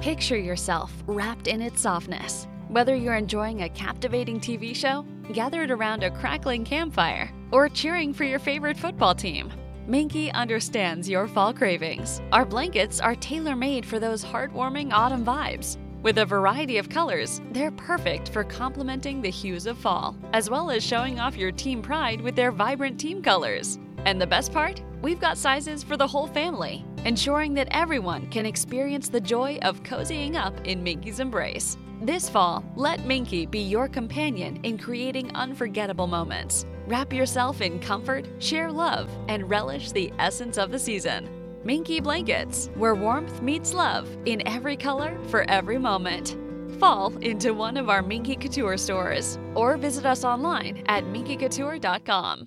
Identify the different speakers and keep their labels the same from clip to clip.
Speaker 1: Picture yourself wrapped in its softness. Whether you're enjoying a captivating TV show, gathered around a crackling campfire, or cheering for your favorite football team, Minky understands your fall cravings. Our blankets are tailor made for those heartwarming autumn vibes. With a variety of colors, they're perfect for complementing the hues of fall, as well as showing off your team pride with their vibrant team colors. And the best part? We've got sizes for the whole family, ensuring that everyone can experience the joy of cozying up in Minky's embrace. This fall, let Minky be your companion in creating unforgettable moments. Wrap yourself in comfort, share love, and relish the essence of the season. Minky Blankets, where warmth meets love in every color for every moment. Fall into one of our Minky Couture stores or visit us online at minkycouture.com.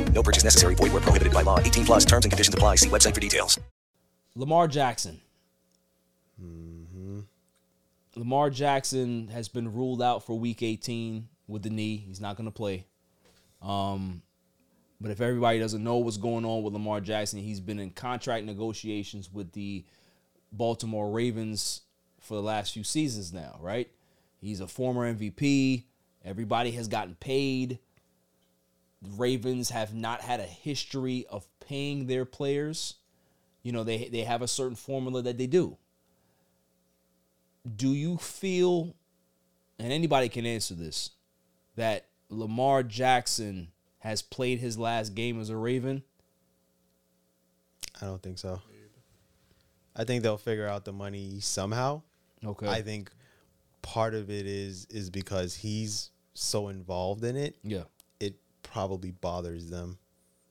Speaker 2: No purchase necessary. Void where prohibited by law. 18 plus terms and conditions apply. See website for details.
Speaker 3: Lamar Jackson. Lamar Jackson has been ruled out for Week 18 with the knee. He's not going to play. Um, but if everybody doesn't know what's going on with Lamar Jackson, he's been in contract negotiations with the Baltimore Ravens for the last few seasons now, right? He's a former MVP. Everybody has gotten paid. The Ravens have not had a history of paying their players. You know, they they have a certain formula that they do. Do you feel and anybody can answer this that Lamar Jackson has played his last game as a Raven?
Speaker 4: I don't think so. I think they'll figure out the money somehow.
Speaker 3: Okay.
Speaker 4: I think part of it is is because he's so involved in it.
Speaker 3: yeah.
Speaker 4: It probably bothers them.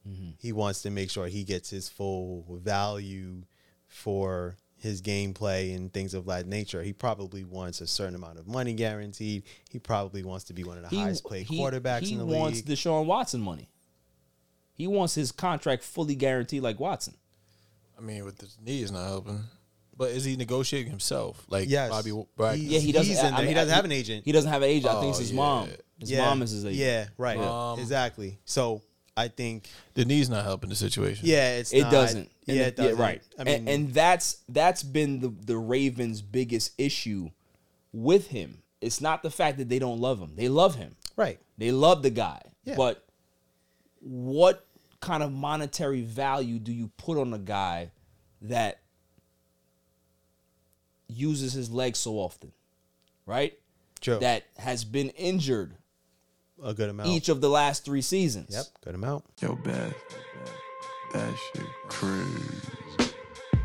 Speaker 3: Mm-hmm.
Speaker 4: He wants to make sure he gets his full value for his gameplay and things of that nature. He probably wants a certain amount of money guaranteed. He probably wants to be one of the highest paid quarterbacks
Speaker 3: he
Speaker 4: in the
Speaker 3: wants
Speaker 4: league.
Speaker 3: Deshaun Watson money. He wants his contract fully guaranteed like Watson.
Speaker 5: I mean, with his knee is not helping. But is he negotiating himself? Like
Speaker 4: Yes.
Speaker 5: Bobby Brack.
Speaker 4: He-
Speaker 3: Yeah, he doesn't.
Speaker 4: He's in
Speaker 3: I- I
Speaker 4: there. He
Speaker 3: mean,
Speaker 4: doesn't
Speaker 3: I-
Speaker 4: have an agent.
Speaker 3: He doesn't have an agent. I think it's
Speaker 5: Oh,
Speaker 3: his
Speaker 5: yeah.
Speaker 3: mom. His mom is his agent.
Speaker 4: Yeah, right.
Speaker 5: Um,
Speaker 4: exactly. So I think
Speaker 5: The knee's not helping the situation.
Speaker 4: yeah, it's
Speaker 3: it
Speaker 4: not-
Speaker 3: doesn't. And
Speaker 4: Yeah,
Speaker 3: the-
Speaker 4: it doesn't.
Speaker 3: right.
Speaker 4: I mean,
Speaker 3: and, and that's that's been the the Ravens' biggest issue with him. It's not the fact that they don't love him. They love him.
Speaker 4: right.
Speaker 3: They love the guy.
Speaker 4: Yeah.
Speaker 3: But what kind of monetary value do you put on a guy that uses his legs so often? Right?
Speaker 4: True.
Speaker 3: That has been injured
Speaker 4: a good amount.
Speaker 3: each of the last three seasons.
Speaker 4: Yep, good amount.
Speaker 6: Yo, Beth, that shit crazy.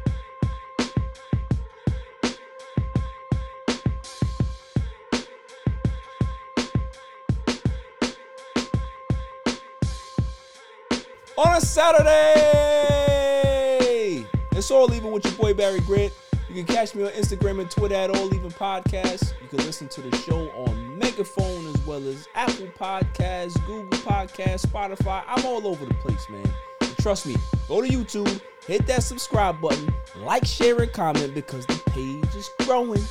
Speaker 3: on a Saturday. It's All Even with your boy Barry Grant. You can catch me on Instagram and Twitter at All Even Podcast. You can listen to the show on Megaphone as well as Apple Podcasts, Google Podcasts, Spotify. I'm all over the place, man. And trust me, go to YouTube, hit that subscribe button, like, share, and comment because the page is growing.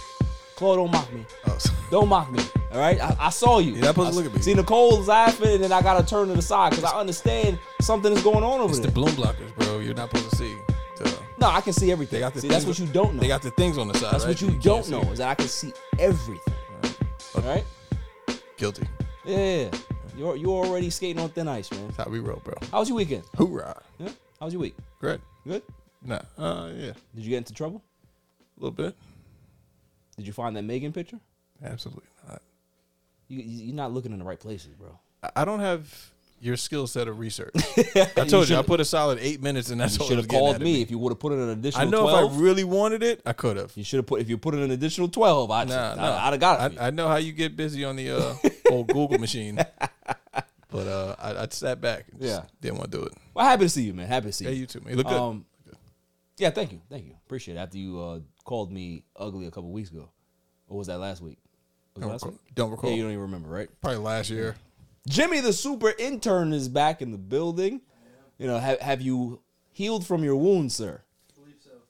Speaker 3: Claude, don't mock me.
Speaker 5: Oh, so-
Speaker 3: Don't mock me. All right, I, I saw you.
Speaker 5: You're not supposed to
Speaker 3: I-
Speaker 5: look at me.
Speaker 3: See Nicole's laughing, and then I gotta turn to the side because I understand something is going on over
Speaker 5: it's the
Speaker 3: there.
Speaker 5: bloom blockers, bro. You're not supposed to see. So,
Speaker 3: no, I can see
Speaker 5: they
Speaker 3: everything.
Speaker 5: got the
Speaker 3: see, that's
Speaker 5: things-
Speaker 3: what you don't know.
Speaker 5: They got the things on the side.
Speaker 3: that's
Speaker 5: right?
Speaker 3: what you,
Speaker 5: can't
Speaker 3: don't
Speaker 5: see.
Speaker 3: know is that I can see everything. All right,
Speaker 5: Guilty.
Speaker 3: yeah, you're you're already skating on thin ice, man.
Speaker 5: That's how we roll, bro.
Speaker 3: How was your weekend?
Speaker 5: Hoorah.
Speaker 3: Yeah, how was your week?
Speaker 5: Great.
Speaker 3: Good.
Speaker 5: Nah. Uh, yeah. A
Speaker 3: Did you get into trouble?
Speaker 5: little bit.
Speaker 3: Did you find that Megan picture?
Speaker 5: Absolutely not.
Speaker 3: You, you- you're not looking in the right places, bro.
Speaker 5: I- I don't have your skill set of research. I told you, I put a solid eight minutes, and that's
Speaker 3: You
Speaker 5: all
Speaker 3: should
Speaker 5: it was
Speaker 3: have
Speaker 5: getting
Speaker 3: called
Speaker 5: at
Speaker 3: me if you would have put in an additional.
Speaker 5: I know
Speaker 3: 12,
Speaker 5: if I really wanted it, I could have.
Speaker 3: you should have put if you put in an additional twelve. I'd,
Speaker 5: Nah,
Speaker 3: I'd,
Speaker 5: nah.
Speaker 3: I'd have got it. for you.
Speaker 5: I, I know how you get busy on the uh, old Google machine, but uh, I, I sat back. And just
Speaker 3: Yeah.
Speaker 5: didn't want to do it.
Speaker 3: Well, happy to see you, man. Happy to see
Speaker 5: Yeah,
Speaker 3: you.
Speaker 5: you too, man. You look good.
Speaker 3: Um, yeah, thank you, thank you. Appreciate it. After you uh, called me ugly a couple weeks ago, or was that last week? Was it
Speaker 5: Don't,
Speaker 3: last
Speaker 5: recall-
Speaker 3: week?
Speaker 5: don't recall.
Speaker 3: Yeah, you don't even remember, right?
Speaker 5: Probably last year.
Speaker 3: Jimmy, the super intern, is back in the building. You know, have, have you healed from your wounds, sir?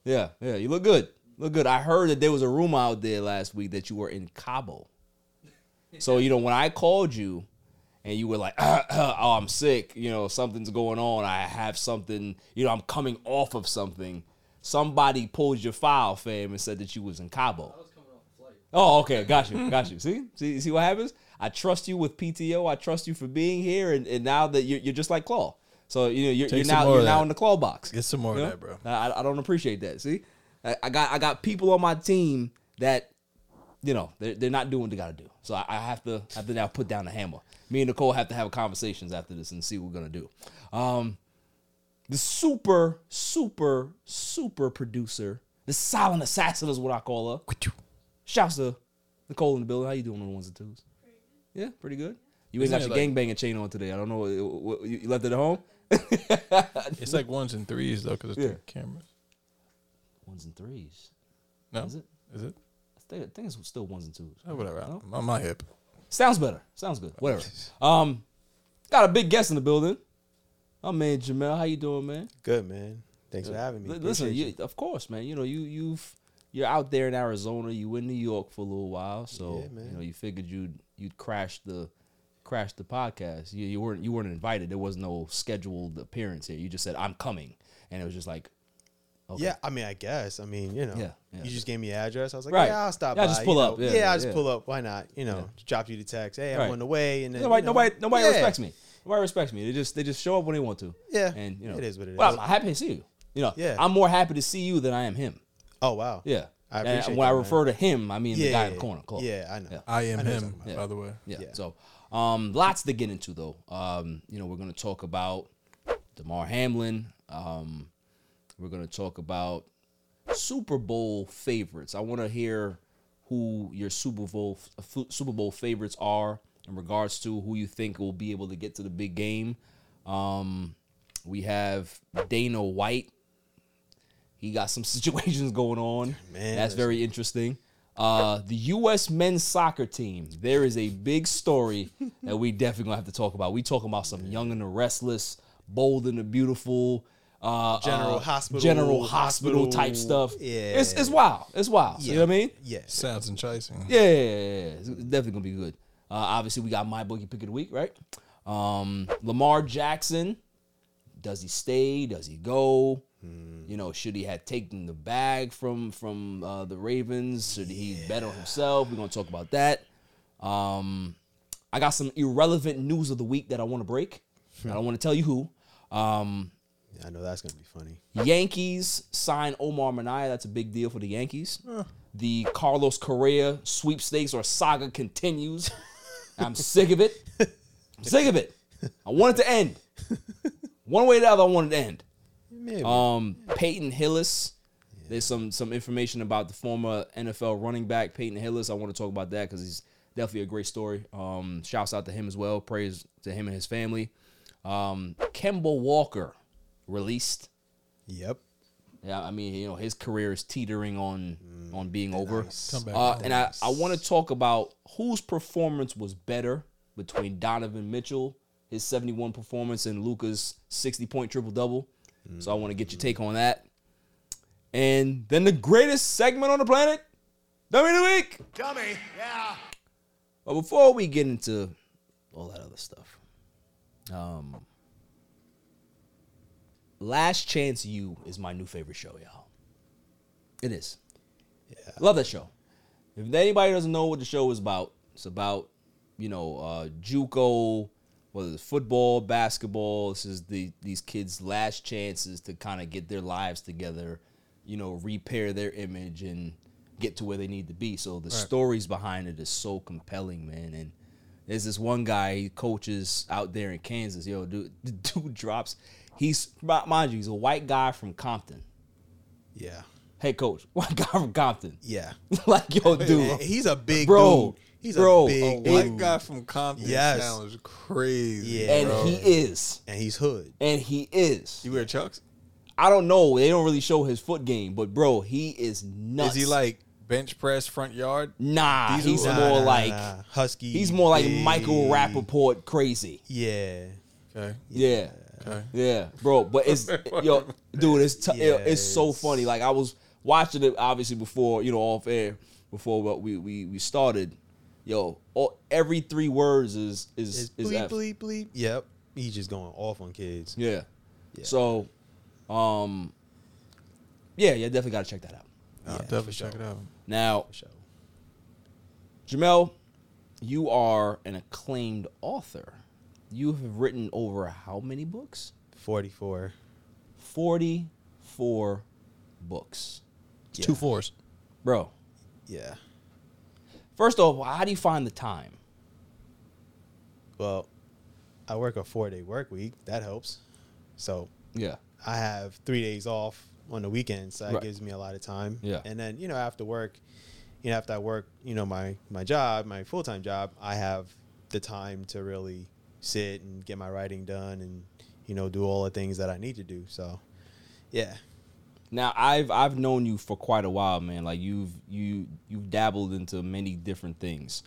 Speaker 3: Yeah, yeah, you look good. Look good. I heard that there was a rumor out there last week that you were in Cabo. So, you know, when I called you and you were like, oh, I'm sick, you know, something's going on. I have something, you know, I'm coming off of something. Somebody pulled your file, fam, and said that you was in Cabo. Oh, okay. Got you. Got you. See? See see what happens? I trust you with PTO. I trust you for being here. And, and now that you're, you're just like Claw. So, you know, you're,
Speaker 5: Take
Speaker 3: you're
Speaker 5: some
Speaker 3: now
Speaker 5: more
Speaker 3: you're
Speaker 5: of
Speaker 3: now
Speaker 5: that.
Speaker 3: in the Claw box.
Speaker 5: Get some more
Speaker 3: You
Speaker 5: of
Speaker 3: know?
Speaker 5: that, bro.
Speaker 3: I, I don't appreciate that. See, I, I got I got people on my team that you know they're, they're not doing what they got to do. So I, I have to have to now put down the hammer. Me and Nicole have to have conversations after this and see what we're gonna do. Um, the super super super producer, the silent assassin is what I call her. Shouts to Nicole in the building. How you doing on the ones and twos? Yeah, pretty good. You ain't got your
Speaker 5: Isn't
Speaker 3: gang
Speaker 5: it
Speaker 3: gangbanging chain on today. I don't know. what- what- You you left it at home.
Speaker 5: It's like ones and threes though, because it's
Speaker 3: Yeah.
Speaker 5: two cameras.
Speaker 3: Ones and threes.
Speaker 5: No,
Speaker 3: Is it?
Speaker 5: Is it?
Speaker 3: I think- I think it's still ones and twos.
Speaker 5: Oh, whatever. I'm, I'm not hip.
Speaker 3: Sounds better. Sounds good. Whatever. Um, got a big guest in the building. My man Jamel, how you doing, man?
Speaker 4: Good man. Thanks for having me.
Speaker 3: Li- listen,
Speaker 4: Appreciate
Speaker 3: you, of course, man. You know, you you've you're out there in Arizona. You in New York for a little while, so
Speaker 4: Yeah, man.
Speaker 3: you know you figured you'd you'd crash the crash the podcast. You, you weren't you weren't invited. There was no scheduled appearance here. You just said I'm coming, and it was just like
Speaker 4: Yeah, I mean, I guess. I mean, you know,
Speaker 3: Yeah, yeah.
Speaker 4: you just gave me your address. I was like,
Speaker 3: Right.
Speaker 4: yeah, I'll stop.
Speaker 3: Yeah, I
Speaker 4: by,
Speaker 3: just pull
Speaker 4: you
Speaker 3: up.
Speaker 4: know.
Speaker 3: Yeah,
Speaker 4: Yeah, I just
Speaker 3: yeah.
Speaker 4: pull up. Why not? You know, drop you the text. Hey, I'm
Speaker 3: Right.
Speaker 4: on the way. And then,
Speaker 3: nobody
Speaker 4: you know,
Speaker 3: nobody nobody
Speaker 4: yeah.
Speaker 3: respects me. Nobody respects me. They just they just show up when they want to.
Speaker 4: Yeah.
Speaker 3: and you know
Speaker 4: It is what it
Speaker 3: well,
Speaker 4: is.
Speaker 3: I'm happy to see you. You know,
Speaker 4: Yeah.
Speaker 3: I'm more happy to see you than I am him.
Speaker 4: Oh wow.
Speaker 3: Yeah.
Speaker 4: I
Speaker 3: And
Speaker 4: appreciate
Speaker 3: when
Speaker 4: that,
Speaker 3: I
Speaker 4: man.
Speaker 3: refer to him, I mean the guy in the corner. Claude.
Speaker 4: Yeah, I know.
Speaker 3: Yeah.
Speaker 5: I am
Speaker 4: know what you're
Speaker 5: him,
Speaker 4: talking
Speaker 5: by the way.
Speaker 3: Yeah.
Speaker 4: Yeah.
Speaker 3: So, um, lots to get into though. Um, you know, we're gonna talk about Damar Hamlin. Um, we're gonna talk about Super Bowl favorites. I want to hear who your Super Bowl f- Super Bowl favorites are in regards to who you think will be able to get to the big game. Um, we have Dana White. He got some situations going on.
Speaker 4: Man,
Speaker 3: that's
Speaker 4: that's-
Speaker 3: very interesting. Uh, the U.S. men's soccer team. There is a big story that we definitely gonna have to talk about. We talking about some young and the restless, bold and the beautiful, uh,
Speaker 4: General
Speaker 3: uh,
Speaker 4: Hospital,
Speaker 3: General Hospital type
Speaker 4: Hospital.
Speaker 3: stuff.
Speaker 4: Yeah.
Speaker 3: it's it's wild. It's wild. You know what I mean?
Speaker 4: Yeah.
Speaker 5: Sounds enticing.
Speaker 3: Yeah, yeah, yeah, yeah. It's definitely gonna be good. Uh, obviously, we got my bookie pick of the week, right? Um, Lamar Jackson. Does he stay? Does he go? You know, should he have taken the bag from from uh, the Ravens? Should he bet on himself? We're gonna talk about that. Um, I got some irrelevant news of the week that I want to break. I don't want to tell you who. Um,
Speaker 4: I know that's gonna be funny.
Speaker 3: Yankees sign Omar Minaya. That's a big deal for the Yankees. The Carlos Correa sweepstakes or saga continues. I'm sick of it. I'm sick of it. I want it to end. One way or the other, I want it to end.
Speaker 4: Maybe.
Speaker 3: Um, Peyton Hillis. There's some some information about the former NFL running back Peyton Hillis. I want to talk about that because he's definitely a great story. Um, shouts out to him as well. Praise to him and his family. Um, Kemba Walker released.
Speaker 4: yep.
Speaker 3: Yeah, I mean, you know, his career is teetering on on being over.
Speaker 5: Mm, Come back.
Speaker 3: Uh, and I, I want to talk about whose performance was better between Donovan Mitchell, his 71 performance, and Luca's 60 point triple double. So I want to get your take on that. And then the greatest segment on the planet, Dummy of the Week. Dummy, yeah. But before we get into all that other stuff, um, Last Chance You is my new favorite show, y'all. It is. Love that show. If anybody doesn't know what the show is about, it's about, you know, uh, JUCO, whether it's football, basketball. This is the these kids' last chances to kind of get their lives together, you know, repair their image and get to where they need to be. So the stories behind it is so compelling, man. And there's this one guy he coaches out there in Kansas. Yo, dude, the dude drops. He's mind you, he's a white guy from Compton.
Speaker 4: Yeah.
Speaker 3: Head coach, white guy from Compton.
Speaker 4: Yeah.
Speaker 3: like yo,
Speaker 4: Yeah,
Speaker 3: dude,
Speaker 4: He's a big
Speaker 3: Bro.
Speaker 4: dude. He's
Speaker 3: Bro.
Speaker 4: a
Speaker 5: A
Speaker 4: big
Speaker 5: white
Speaker 4: dude.
Speaker 5: guy from Compton
Speaker 4: Yes.
Speaker 5: sounds crazy.
Speaker 4: Yeah.
Speaker 3: and
Speaker 4: bro.
Speaker 3: he is,
Speaker 4: and he's hood.
Speaker 3: and he is.
Speaker 5: You wear Chucks?
Speaker 3: I don't know. They don't really show his foot game, but bro, he is nuts.
Speaker 5: Is he Mm. like bench press front yard.
Speaker 3: Nah,
Speaker 5: These
Speaker 3: he's
Speaker 5: are-
Speaker 3: more
Speaker 4: nah,
Speaker 3: like
Speaker 4: nah. husky.
Speaker 3: he's more like
Speaker 4: big.
Speaker 3: Michael Rappaport crazy.
Speaker 4: Yeah,
Speaker 5: Okay.
Speaker 3: Yeah.
Speaker 5: Okay.
Speaker 3: Yeah, bro. But it's yo, dude. It's t- yo, it's so
Speaker 4: Yes.
Speaker 3: funny. Like I was watching it obviously before you know off air before what we we we started. Yo, all, every three words is is
Speaker 4: it's
Speaker 3: is
Speaker 4: bleep
Speaker 3: F.
Speaker 4: bleep bleep. Yep, he's just going off on kids.
Speaker 3: Yeah. So, um, yeah, yeah, definitely got to check that out.
Speaker 5: I'll definitely check it out.
Speaker 3: Now,
Speaker 4: Show.
Speaker 3: Jamel, you are an acclaimed author. You have written over how many books?
Speaker 4: Forty four.
Speaker 3: 44 books.
Speaker 5: It's two fours.
Speaker 3: Bro,
Speaker 4: Yeah.
Speaker 3: first off, how do you find the time?
Speaker 4: Well, I work a four day work week. That helps. So
Speaker 3: Yeah.
Speaker 4: I have three days off on the weekends. So that
Speaker 3: Right.
Speaker 4: gives me a lot of time.
Speaker 3: Yeah.
Speaker 4: And then, you know, after work, you know, after I work, you know, my, my job, my full time job, I have the time to really sit and get my writing done and, you know, do all the things that I need to do. So, yeah.
Speaker 3: Now, I've I've known you for quite a while, man. Like you've you you've dabbled into many different things.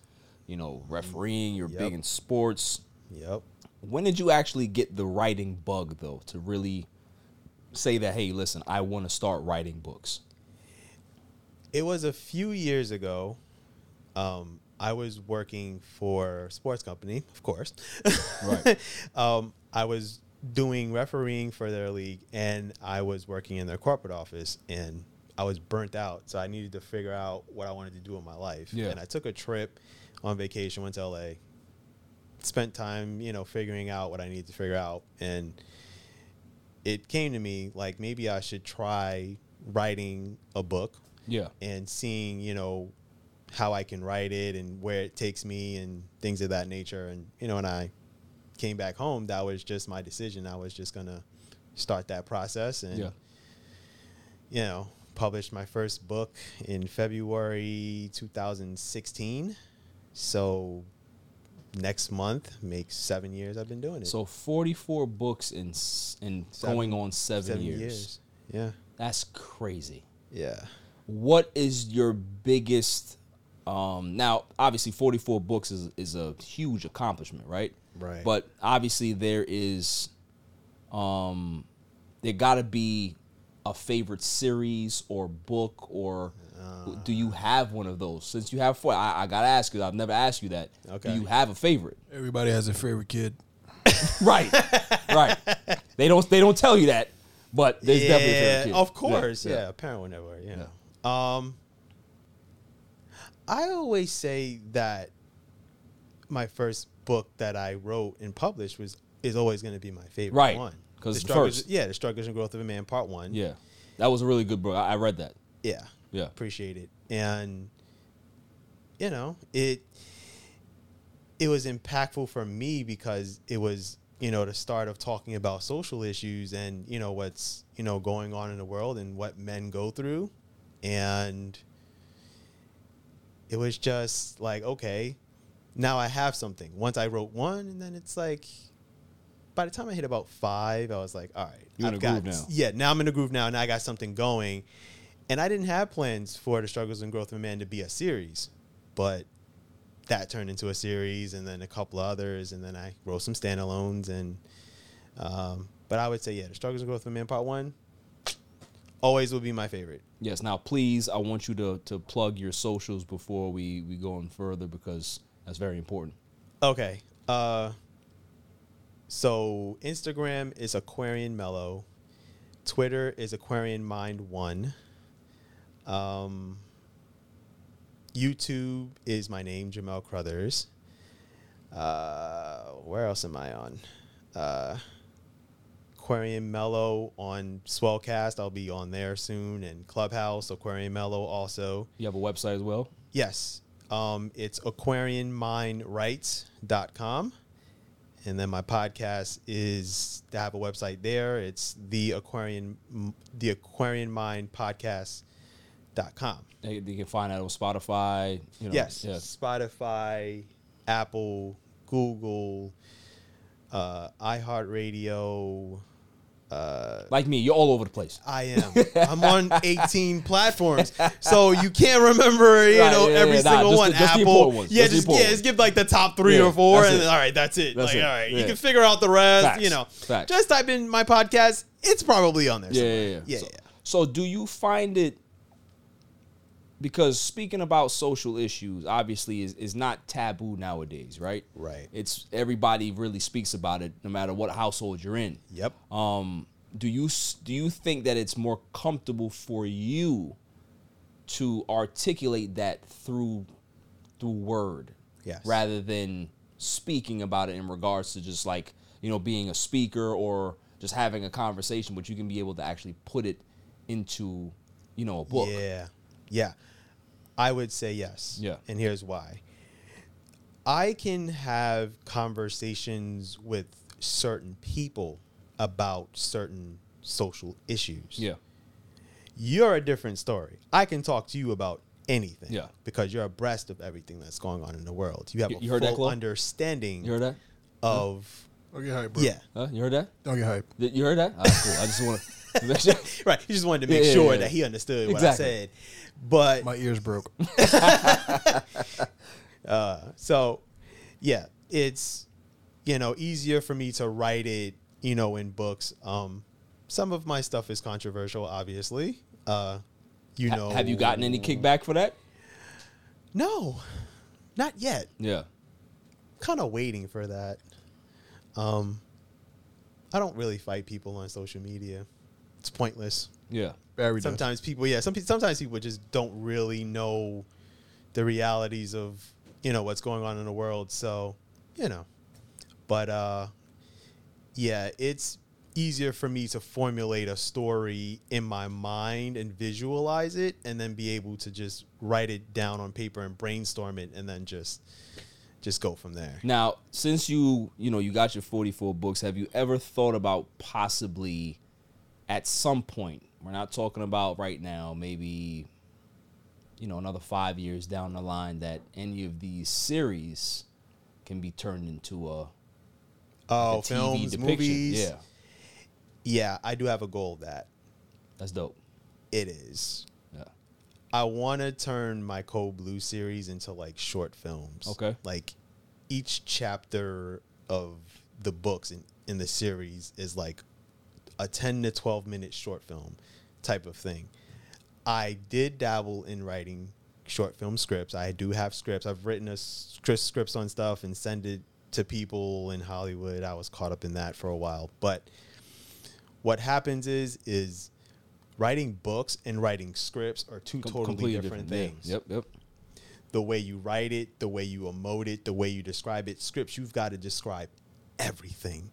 Speaker 3: You know, refereeing, you're
Speaker 4: Yep.
Speaker 3: big in sports,
Speaker 4: Yep.
Speaker 3: When did you actually get the writing bug though to really say that hey, listen, I want to start writing books?
Speaker 4: It was a few years ago. Um, I was working for a sports company, of course.
Speaker 3: Right.
Speaker 4: um, I was doing refereeing for their league, and I was working in their corporate office, and I was burnt out. So I needed to figure out what I wanted to do in my life.
Speaker 3: Yeah.
Speaker 4: And I took a trip on vacation, went to LA, spent time, you know, figuring out what I needed to figure out, and it came to me like maybe I should try writing a book
Speaker 3: yeah.
Speaker 4: and seeing you know how I can write it and where it takes me and things of that nature and you know and I came back home that was just my decision I was just gonna start that process and
Speaker 3: Yeah.
Speaker 4: you know published my first book in February 2016 so next month makes seven years I've been doing it
Speaker 3: So 44 books in s- in
Speaker 4: Seven-
Speaker 3: going on 7,
Speaker 4: seven
Speaker 3: years.
Speaker 4: years yeah
Speaker 3: That's crazy.
Speaker 4: yeah
Speaker 3: What is your biggest um now obviously 44 books is is a huge accomplishment, right?
Speaker 4: Right.
Speaker 3: But obviously there is um there got to be a favorite series or book or do you have one of those since you have four i, I gotta ask you i've never asked you that
Speaker 4: Okay.
Speaker 3: do you have a favorite
Speaker 5: Everybody has a favorite kid.
Speaker 3: right right they don't they don't tell you that but there's definitely a favorite kid.
Speaker 4: Of course, yeah.
Speaker 3: yeah.
Speaker 4: a parent would never, you know. Um, I always say that my first book that I wrote and published was is always going to be my favorite
Speaker 3: Right,
Speaker 4: one.
Speaker 3: 'cause
Speaker 4: The
Speaker 3: the
Speaker 4: Struggles-
Speaker 3: first.
Speaker 4: yeah, the struggles and growth of a man, part one.
Speaker 3: yeah that was a really good book i, I read that
Speaker 4: yeah,
Speaker 3: yeah
Speaker 4: appreciate it, and you know it. It was impactful for me because it was you know the start of talking about social issues and you know what's you know going on in the world and what men go through, and it was just like okay, now I have something. Once I wrote one, and then it's like. By the time I hit about five, I was like, "All right,
Speaker 3: You're in
Speaker 4: I've
Speaker 3: a groove
Speaker 4: got-
Speaker 3: now.
Speaker 4: Yeah, now I'm in a groove now, and I got something going." And I didn't have plans for the struggles and growth of man to be a series, but that turned into a series, and then a couple others, and then I wrote some standalones. And um, but I would say, yeah, the struggles and growth of man part one always will be my favorite.
Speaker 3: Yes. Now, please, I want you to to plug your socials before we we go on further because that's very important.
Speaker 4: Okay. Uh, so Instagram is Aquarian Mellow. Twitter is Aquarian Mind One. Um, YouTube is my name, Jamel Crothers. Uh, where else am I on? Uh, Aquarian Mellow on Swellcast. I'll be on there soon. And Clubhouse, Aquarian Mellow also.
Speaker 3: You have a website as well.
Speaker 4: Yes. Um, it's aquarianmindrights.com. And then my podcast is I have a website there. It's the aquarian the aquarian mind podcast.com.
Speaker 3: They, you can find that on Spotify. You know,
Speaker 4: yes.
Speaker 3: Yes.
Speaker 4: Spotify, Apple, Google, uh, iHeartRadio,
Speaker 3: Like me, you're all over the place.
Speaker 4: I am. I'm on 18 platforms, so you can't remember, you
Speaker 3: Right,
Speaker 4: know,
Speaker 3: yeah, yeah,
Speaker 4: every
Speaker 3: nah,
Speaker 4: single
Speaker 3: just
Speaker 4: one.
Speaker 3: the- just the
Speaker 4: Apple,
Speaker 3: important ones,
Speaker 4: yeah,
Speaker 3: just the
Speaker 4: just
Speaker 3: important
Speaker 4: yeah, just give like the top three
Speaker 3: Yeah,
Speaker 4: or four,
Speaker 3: that's
Speaker 4: and
Speaker 3: it.
Speaker 4: all right, that's it.
Speaker 3: That's
Speaker 4: like,
Speaker 3: it,
Speaker 4: all right,
Speaker 3: yeah.
Speaker 4: you can figure out the rest.
Speaker 3: Facts,
Speaker 4: You know,
Speaker 3: facts.
Speaker 4: just type in my podcast. It's probably on there.
Speaker 3: Yeah,
Speaker 4: somewhere.
Speaker 3: yeah, yeah.
Speaker 4: yeah,
Speaker 3: so,
Speaker 4: yeah.
Speaker 3: so do you find it because speaking about social issues obviously is, is not taboo nowadays, right?
Speaker 4: Right.
Speaker 3: It's everybody really speaks about it no matter what household you're in.
Speaker 4: Yep.
Speaker 3: Um do you s- do you think that it's more comfortable for you to articulate that through through word
Speaker 4: Yes.
Speaker 3: rather than speaking about it in regards to just like you know being a speaker or just having a conversation but you can be able to actually put it into you know a book
Speaker 4: Yeah. Yeah. I would say yes.
Speaker 3: Yeah.
Speaker 4: And here's why. I can have conversations with certain people about certain social issues.
Speaker 3: yeah
Speaker 4: You're a different story. I can talk to you about anything.
Speaker 3: Yeah.
Speaker 4: Because you're abreast of everything that's going on in the world. You have
Speaker 3: You-
Speaker 4: a
Speaker 3: you heard that,
Speaker 4: full
Speaker 3: Chloe?
Speaker 4: understanding
Speaker 3: you heard that
Speaker 4: of
Speaker 5: Don't get hype, bro.
Speaker 4: Yeah.
Speaker 3: huh? you heard that
Speaker 5: Don't get hype.
Speaker 3: Th- you heard that All right, cool. i just want to make sure
Speaker 4: Right. He just wanted to make
Speaker 3: Yeah, yeah,
Speaker 4: sure
Speaker 3: yeah.
Speaker 4: that he understood what I
Speaker 3: Exactly.
Speaker 4: said. But
Speaker 5: My ears broke.
Speaker 4: So, yeah, it's you know easier for me to write it, you know, in books. Um, some of my stuff is controversial, obviously. Uh, you know,
Speaker 3: have you gotten any kickback for that
Speaker 4: No, not yet.
Speaker 3: yeah
Speaker 4: Kind of waiting for that. Um, I don't really fight people on social media. It's pointless.
Speaker 3: yeah
Speaker 5: Barry does.
Speaker 4: sometimes people, yeah, some pe- sometimes people just don't really know the realities of you know what's going on in the world. So you know, but uh, yeah, it's easier for me to formulate a story in my mind and visualize it, and then be able to just write it down on paper and brainstorm it, and then just just go from there.
Speaker 3: Now, since you you know you got your forty four books, have you ever thought about possibly at some point? We're not talking about right now. Maybe you know another five years down the line that any of these series can be turned into a, a
Speaker 4: Oh,
Speaker 3: TV
Speaker 4: films,
Speaker 3: depiction.
Speaker 4: movies.
Speaker 3: Yeah,
Speaker 4: yeah, I do have a goal of that
Speaker 3: that's dope.
Speaker 4: it is.
Speaker 3: Yeah,
Speaker 4: I want to turn my Cold Blue series into like short films.
Speaker 3: Okay.
Speaker 4: Like each chapter of the books in, in the series is like a 10 to 12 minute short film type of thing. I did dabble in writing short film scripts. I do have scripts. I've written a script, scripts on stuff and send it to people in Hollywood. I was caught up in that for a while. But what happens is is writing books and writing scripts are two
Speaker 3: Com-
Speaker 4: totally different,
Speaker 3: yeah.
Speaker 4: things
Speaker 3: Yep, yep.
Speaker 4: the way you write it, the way you emote it, the way you describe it. Scripts, you've got to describe everything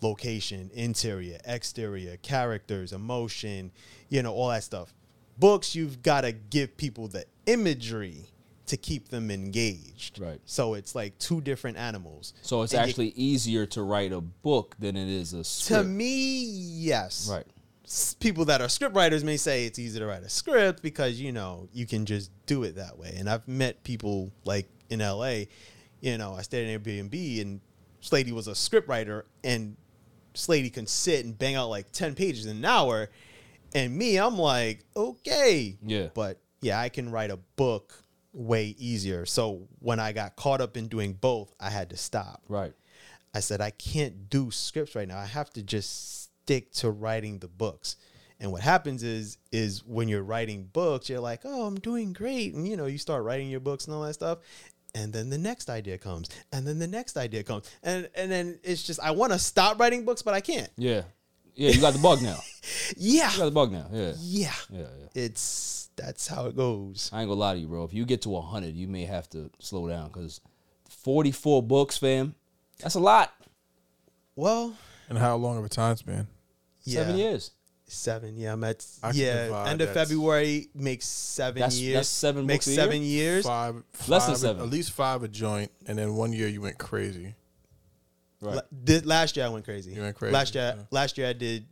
Speaker 4: location, interior, exterior, characters, emotion, you know, all that stuff. Books, you've got to give people the imagery to keep them engaged.
Speaker 3: Right.
Speaker 4: So it's like two different animals.
Speaker 3: So it's
Speaker 4: And you-
Speaker 3: actually easier to write a book than it is a
Speaker 4: to
Speaker 3: script.
Speaker 4: me, yes.
Speaker 3: right?
Speaker 4: s- people that are script writers may say it's easy to write a script because you know you can just do it that way. And I've met people like in LA, you know, I stayed in Airbnb and Slady was a script writer and Slady can sit and bang out like ten pages in an hour, and me, I'm like, okay,
Speaker 3: Yeah.
Speaker 4: but yeah, I can write a book way easier. So when I got caught up in doing both, I had to stop.
Speaker 3: Right.
Speaker 4: I said, I can't do scripts right now. I have to just stick to writing the books. And what happens is, is when you're writing books, you're like, oh, I'm doing great. And you know, you start writing your books and all that stuff. And then the next idea comes. And then the next idea comes. And and then it's just I want to stop writing books, but I can't.
Speaker 3: Yeah. Yeah. You got the bug now.
Speaker 4: Yeah.
Speaker 3: You got the bug now. Yeah.
Speaker 4: Yeah.
Speaker 3: Yeah. Yeah.
Speaker 4: It's that's how it goes.
Speaker 3: I ain't gonna lie to you, bro. If you get to 100, you may have to slow down because 44 books, fam, that's a lot.
Speaker 4: Well,
Speaker 5: And how long of a time span?
Speaker 4: yeah.
Speaker 3: Seven years.
Speaker 4: Seven, yeah, I'm at
Speaker 5: I can
Speaker 4: yeah.
Speaker 5: divide
Speaker 4: End of
Speaker 5: that's-
Speaker 4: February makes seven
Speaker 3: That's-
Speaker 4: years.
Speaker 3: that's seven
Speaker 4: makes
Speaker 3: books a
Speaker 4: seven years.
Speaker 5: Five,
Speaker 3: Less than
Speaker 5: five-
Speaker 3: seven.
Speaker 5: At least five a joint, and then one year you went crazy.
Speaker 3: Right.
Speaker 4: La- This, last year I went crazy.
Speaker 5: You went crazy,
Speaker 4: Last year,
Speaker 5: yeah.
Speaker 4: last year I did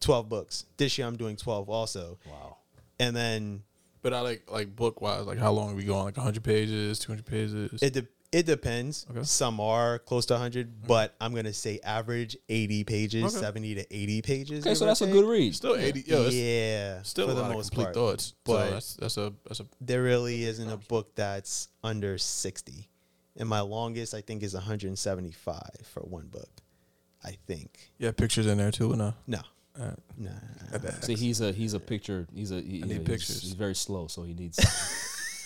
Speaker 4: twelve books. This year I'm doing twelve also.
Speaker 3: wow.
Speaker 4: And then
Speaker 5: But I like like book wise, like how long we go on? Like hundred pages, two hundred pages.
Speaker 4: it de- It depends.
Speaker 5: Okay. Mm-hmm.
Speaker 4: Some are close to 100, but I'm going to say average 80 pages,
Speaker 5: Okay.
Speaker 4: 70 to 80 pages.
Speaker 3: Okay,
Speaker 4: give
Speaker 3: so
Speaker 4: or
Speaker 3: that's a
Speaker 4: take.
Speaker 3: good read.
Speaker 5: Still eighty. Yo, that's
Speaker 4: yeah.
Speaker 5: still
Speaker 4: for
Speaker 5: a
Speaker 4: the
Speaker 5: lot of
Speaker 4: most
Speaker 5: complete
Speaker 4: part.
Speaker 5: thoughts.
Speaker 4: But-
Speaker 5: so that's that's a that's a
Speaker 4: There really isn't a book that's under 60. And my longest, I think, is 175 for one book. I think.
Speaker 5: yeah pictures in there too. And uh,
Speaker 4: No.
Speaker 5: Alright.
Speaker 4: No.
Speaker 3: See, he's a he's a picture. He's a he,
Speaker 5: need
Speaker 3: he's,
Speaker 5: pictures.
Speaker 3: He's very slow, so he needs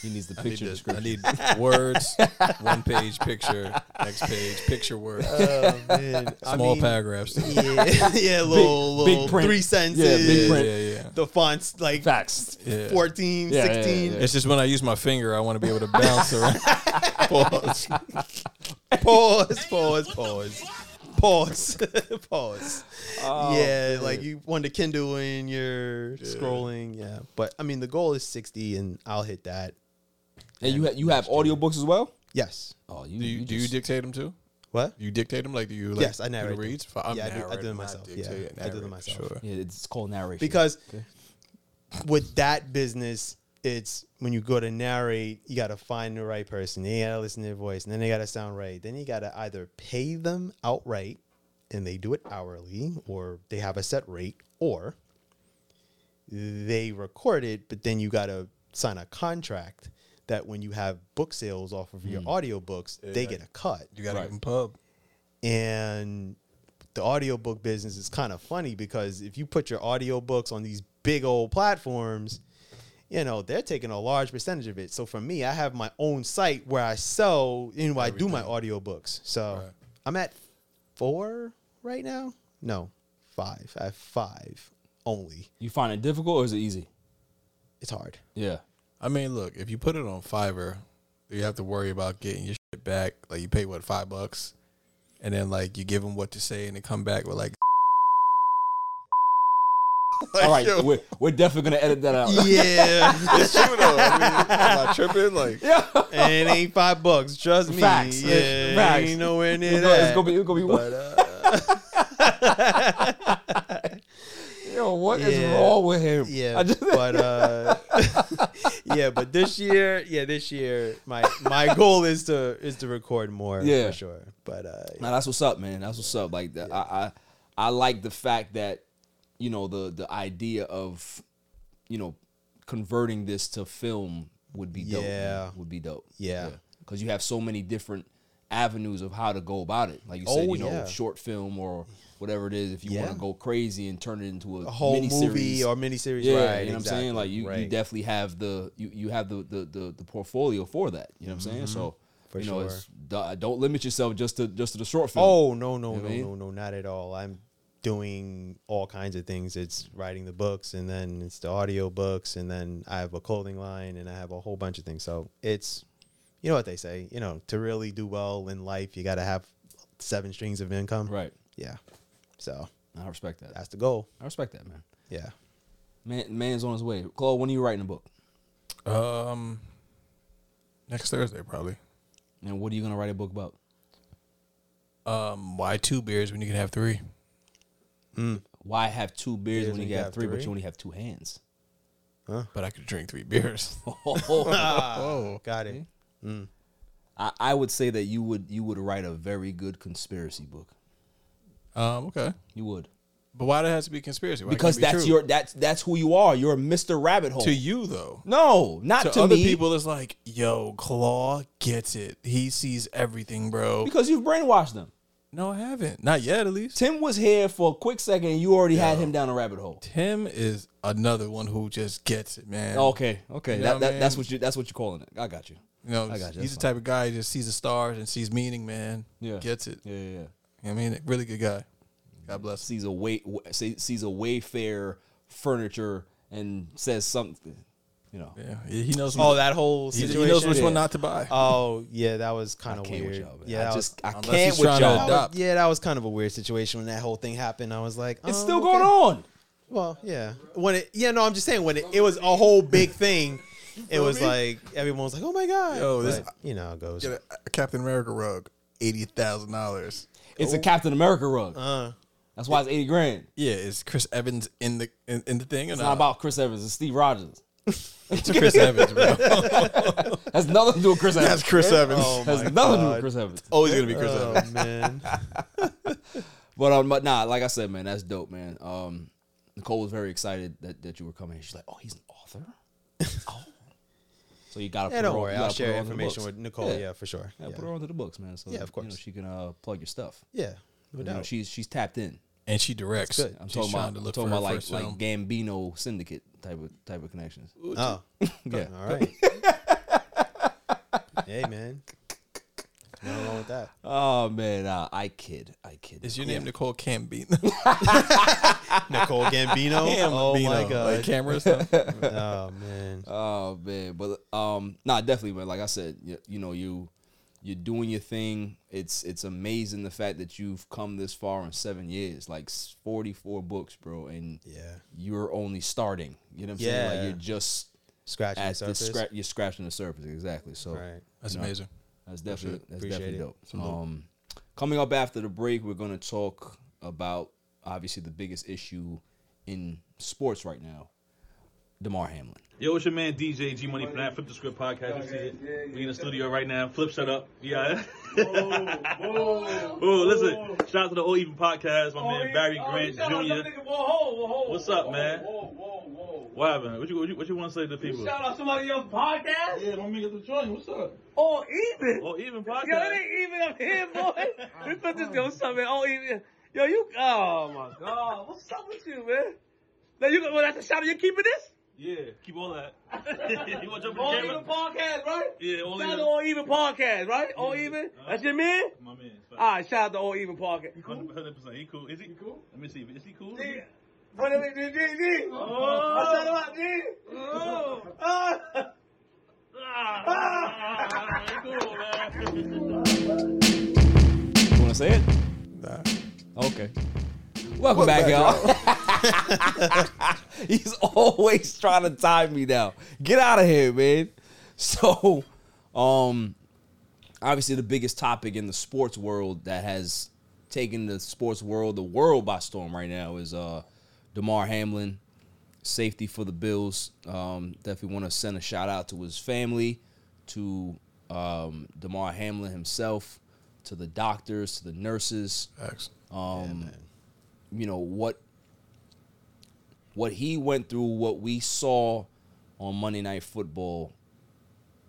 Speaker 3: he needs the
Speaker 5: I need,
Speaker 3: picture
Speaker 5: this- I
Speaker 3: description.
Speaker 5: need words, one page picture, next page picture words,
Speaker 4: Oh, man. I
Speaker 5: small
Speaker 4: mean,
Speaker 5: paragraphs. Yeah,
Speaker 4: Yeah, yeah, little,
Speaker 3: big
Speaker 4: little
Speaker 3: print.
Speaker 4: three sentences.
Speaker 3: big
Speaker 5: yeah,
Speaker 3: print.
Speaker 5: yeah.
Speaker 4: The font's like
Speaker 3: Facts.
Speaker 5: Yeah.
Speaker 4: 14,
Speaker 3: Yeah, yeah,
Speaker 4: 16.
Speaker 3: yeah.
Speaker 5: It's just when I use my finger, I want to be able to bounce around.
Speaker 4: Pause. pause. Pause. Pause. Pause. pause.
Speaker 3: Oh,
Speaker 4: yeah, like you want to Kindle and you're scrolling. Yeah, but I mean the goal is sixty, and I'll hit that.
Speaker 3: And you ha- you have audiobooks as well.
Speaker 4: Yes.
Speaker 3: Oh, you
Speaker 5: Do you, do you
Speaker 3: just-
Speaker 5: dictate them too?
Speaker 4: What?
Speaker 5: You dictate them like do you? Like,
Speaker 4: Yes, I narrate
Speaker 5: Do the
Speaker 4: them.
Speaker 5: reads. Fi- I'm
Speaker 4: Yeah, I do- I do
Speaker 5: narrating,
Speaker 4: them
Speaker 5: not
Speaker 4: myself. Yeah,
Speaker 5: dictating,
Speaker 4: I do them
Speaker 5: narrating,
Speaker 4: myself.
Speaker 5: Sure.
Speaker 3: Yeah, it's called narration.
Speaker 4: Because with that business, it's when you go to narrate, you got to find the right person. They got to listen to their voice, and then they got to sound right. Then you got to either pay them outright, and they do it hourly, or they have a set rate, or they record it, but then you got to sign a contract that when you have book sales off of your audiobooks, they get a cut
Speaker 5: You gotta give them pub.
Speaker 4: and the audiobook business is kind of funny because if you put your audiobooks on these big old platforms you know they're taking a large percentage of it so for me i have my own site where i sell and where i do my audiobooks so
Speaker 5: Right.
Speaker 4: i'm at four right now no five i have five only
Speaker 3: you find it difficult or is it easy?
Speaker 4: it's hard
Speaker 3: Yeah.
Speaker 5: I mean, look, if you put it on Fiverr, you have to worry about getting your shit back. Like you pay what five bucks, and then like you give them what to say, and they come back with like,
Speaker 3: All right, we're, we're definitely gonna edit that out.
Speaker 4: yeah
Speaker 5: it's true though. I mean, am I tripping? Like,
Speaker 4: and it ain't five bucks trust me
Speaker 3: Facts.
Speaker 4: yeah
Speaker 3: Facts.
Speaker 4: ain't nowhere near
Speaker 3: It's gonna-
Speaker 4: that uh,
Speaker 3: it's gonna be it's gonna be
Speaker 5: but uh,
Speaker 3: Yo, what is
Speaker 4: Yeah.
Speaker 3: wrong with him?
Speaker 4: Yeah,
Speaker 3: I just,
Speaker 4: but uh, yeah, but this year, yeah, this year, my my goal is to is to record more,
Speaker 3: Yeah.
Speaker 4: for sure. But uh,
Speaker 3: Nah, that's what's up, man. That's what's up. Like, the, I, I, I like the fact that, you know, the the idea of, you know, converting this to film would be dope. man.
Speaker 4: Yeah.
Speaker 3: would be dope.
Speaker 4: Yeah.
Speaker 3: because you have so many different avenues of how to go about it. Like you said,
Speaker 4: Oh,
Speaker 3: you know,
Speaker 4: yeah.
Speaker 3: short film or whatever it is. If you want
Speaker 4: Yeah.
Speaker 3: to go crazy and turn it into a,
Speaker 4: a whole
Speaker 3: miniseries
Speaker 4: movie or miniseries,
Speaker 3: yeah,
Speaker 4: right?
Speaker 3: you know what I'm
Speaker 4: exactly,
Speaker 3: saying? Like you, you
Speaker 4: right.
Speaker 3: definitely have the you, you have the, the the the portfolio for that. You know what I'm saying? So
Speaker 4: For
Speaker 3: you know, it's, d- don't limit yourself just to just to the short film.
Speaker 4: Oh no no
Speaker 3: You
Speaker 4: no
Speaker 3: know what I
Speaker 4: no no not at all. I'm doing all kinds of things. It's writing the books and then it's the audio books and then I have a clothing line and I have a whole bunch of things. So it's you know what they say, you know, to really do well in life you gotta have seven strings of income.
Speaker 3: right.
Speaker 4: Yeah. So
Speaker 3: I respect that.
Speaker 4: Oh. that's the goal.
Speaker 3: I respect that, man.
Speaker 4: Yeah.
Speaker 3: Man, man's on his way. Claude, when are you writing a book?
Speaker 5: um, next Thursday probably.
Speaker 3: And what are you gonna write a book about?
Speaker 5: Um, why two beers when you can have three?
Speaker 3: Why have two beers
Speaker 4: Beers
Speaker 3: when you can have three, but you only have two hands?
Speaker 5: But I could drink three beers. Um,
Speaker 4: Oh got it.
Speaker 3: I, I would say that you would you would write a very good conspiracy book.
Speaker 5: um, okay.
Speaker 3: You would
Speaker 5: But why does it have to be conspiracy? Why can't
Speaker 3: because
Speaker 5: it be
Speaker 3: that's
Speaker 5: true?
Speaker 3: your that's that's who you are. You're a Mr. Rabbit Hole.
Speaker 5: to you though.
Speaker 3: no, not
Speaker 5: To,
Speaker 3: to,
Speaker 5: other
Speaker 3: me.
Speaker 5: people, it's like, yo, Claw gets it. He sees everything, bro.
Speaker 3: because you've brainwashed them.
Speaker 5: No, I haven't. Not yet, at least.
Speaker 3: Tim was here for a quick second and you already had him down a rabbit hole.
Speaker 5: Tim is another one who just gets it, man.
Speaker 3: Okay, okay.
Speaker 5: You know
Speaker 3: that,
Speaker 5: what
Speaker 3: that,
Speaker 5: I
Speaker 3: that's
Speaker 5: mean?
Speaker 3: what you that's what you're calling it. I got you.
Speaker 5: You know,
Speaker 3: I got you.
Speaker 5: he's
Speaker 3: That's
Speaker 5: the type of guy who just sees the stars and sees meaning, man.
Speaker 3: Yeah.
Speaker 5: Gets it.
Speaker 3: Yeah, yeah, yeah.
Speaker 5: You know what I mean, really good guy. God bless.
Speaker 3: Sees a way se- sees a Wayfair furniture and says something, you know.
Speaker 5: Yeah, he he knows.
Speaker 4: Oh, that whole
Speaker 5: he,
Speaker 4: situation.
Speaker 5: he knows which
Speaker 4: Yeah.
Speaker 5: one not to buy.
Speaker 3: Uh,
Speaker 4: Oh yeah, that was kind
Speaker 3: I
Speaker 4: of
Speaker 3: can't
Speaker 4: weird.
Speaker 3: with y'all, man.
Speaker 4: Yeah,
Speaker 3: I
Speaker 4: that was-
Speaker 3: just I
Speaker 5: Unless
Speaker 3: can't
Speaker 5: he's
Speaker 3: with
Speaker 5: trying to
Speaker 3: y'all.
Speaker 4: that was-
Speaker 5: adopt.
Speaker 4: yeah, that was kind of a weird situation when that whole thing happened. I was like,
Speaker 3: It's
Speaker 4: um,
Speaker 5: Oh,
Speaker 3: still
Speaker 4: okay.
Speaker 3: going on.
Speaker 4: Well, yeah. When it, yeah, no, I'm just saying when it, it was a whole big thing. It was like everyone was like, "Oh my god!"
Speaker 5: Yo, this-
Speaker 4: But, you know, how it goes.
Speaker 5: Get a Captain America rug, eighty thousand dollars.
Speaker 3: It's a Captain America rug.
Speaker 4: Uh,
Speaker 3: That's why it's 80 grand.
Speaker 5: Yeah, is Chris Evans in the in, in the thing? Or
Speaker 3: It's not about Chris Evans, it's Steve Rogers.
Speaker 5: It's Chris Evans, bro.
Speaker 3: That's nothing to do with Chris Evans.
Speaker 5: That's Chris Evans.
Speaker 3: Has nothing to do with Chris Evans.
Speaker 5: Always gonna be Chris Evans.
Speaker 4: Oh man,
Speaker 3: But um, but nah, like I said, man, that's dope, man. Um, Nicole was very excited that, that you were coming. She's like, oh, he's an author. Oh. So you gotta.
Speaker 4: yeah,
Speaker 3: put her
Speaker 4: don't
Speaker 3: on-
Speaker 4: worry.
Speaker 3: you gotta
Speaker 4: I'll
Speaker 3: put her
Speaker 4: share
Speaker 3: onto the
Speaker 4: information
Speaker 3: books.
Speaker 4: with Nicole. Yeah, for sure.
Speaker 3: Yeah,
Speaker 4: Yeah,
Speaker 3: put her onto the books, man. So
Speaker 4: Yeah, of
Speaker 3: you know,
Speaker 4: course.
Speaker 3: she can uh, plug your stuff.
Speaker 4: yeah, no
Speaker 3: You know,
Speaker 4: doubt.
Speaker 3: she's she's tapped in.
Speaker 5: And she directs.
Speaker 4: It's good.
Speaker 3: I'm
Speaker 5: She's
Speaker 3: talking
Speaker 5: trying
Speaker 3: about,
Speaker 5: to
Speaker 3: I'm
Speaker 5: look
Speaker 3: talking
Speaker 5: for
Speaker 3: about
Speaker 5: her
Speaker 3: like
Speaker 5: first
Speaker 3: like
Speaker 5: um, film.
Speaker 3: Gambino syndicate type of type of connections.
Speaker 4: Oh,
Speaker 3: Yeah,
Speaker 4: all right. hey man, nothing wrong with that.
Speaker 3: Oh man, uh, I kid, I kid. Oh,
Speaker 5: Is your
Speaker 3: Nicole.
Speaker 5: name Nicole Cambino?
Speaker 4: Nicole Gambino. oh my god.
Speaker 5: Like camera or something?
Speaker 4: oh man.
Speaker 3: Oh man, but um, nah, definitely, man. Like I said, you, you know, you you're doing your thing. It's it's amazing the fact that you've come this far in seven years, like s- 44 books, bro, and
Speaker 4: Yeah.
Speaker 3: you're only starting. You know what I'm saying?
Speaker 4: Yeah.
Speaker 3: Like you're just
Speaker 4: Scratching the
Speaker 3: at the
Speaker 4: surface.
Speaker 3: scra- you're scratching the surface, exactly. So
Speaker 4: right.
Speaker 5: That's
Speaker 3: No.
Speaker 5: amazing.
Speaker 3: that's definitely that's
Speaker 4: Appreciate
Speaker 3: definitely
Speaker 4: it.
Speaker 3: dope. Um, coming up after the break, we're gonna talk about obviously the biggest issue in sports right now, Demar Hamlin.
Speaker 7: Yo, it's your man DJ G Money from that Flip the Script podcast. You see it? We in the studio right now. Flip, shut up. Yeah. Oh, listen. Shout out to the All Even podcast. My man Barry
Speaker 8: oh,
Speaker 7: Grant Jr. What's up, man? What happened? What you what you, what you want to say to the people?
Speaker 8: Shout out somebody else podcast?
Speaker 7: Yeah, my man the joint. What's up?
Speaker 8: All even.
Speaker 7: All Even
Speaker 8: Yo, it
Speaker 7: podcast.
Speaker 8: ain't even up here, boy. we put this go something. All even. Yo, you. Oh my God. What's up with you, man? Now you go. Well, that's a shout out. You keeping this?
Speaker 7: Yeah, keep all that. you want to jump
Speaker 8: All
Speaker 7: on the
Speaker 8: even
Speaker 7: camera?
Speaker 8: podcast, right?
Speaker 7: Yeah, All
Speaker 8: Shout out
Speaker 7: Even.
Speaker 8: to All Even podcast, right? All Even. That's your man.
Speaker 7: My man.
Speaker 8: All right, shout out to All Even podcast.
Speaker 7: Hundred percent. He cool. Is he cool? Let me see. Is he cool?
Speaker 8: Yeah. What up, G? G, G?
Speaker 9: Oh.
Speaker 8: I shout out G. Ah. Ah.
Speaker 7: Cool, man.
Speaker 3: You want to say it?
Speaker 5: Nah.
Speaker 3: Okay. Welcome, back, y'all. He's always trying to tie me down. Get out of here, man. So, um, obviously the biggest topic in the sports world that has taken the sports world, the world by storm right now is uh DeMar Hamlin, safety for the Bills. Um, definitely want to send a shout out to his family, to um, DeMar Hamlin himself, to the doctors, to the nurses
Speaker 5: Facts.
Speaker 3: Um, you know what what he went through, what we saw on Monday Night Football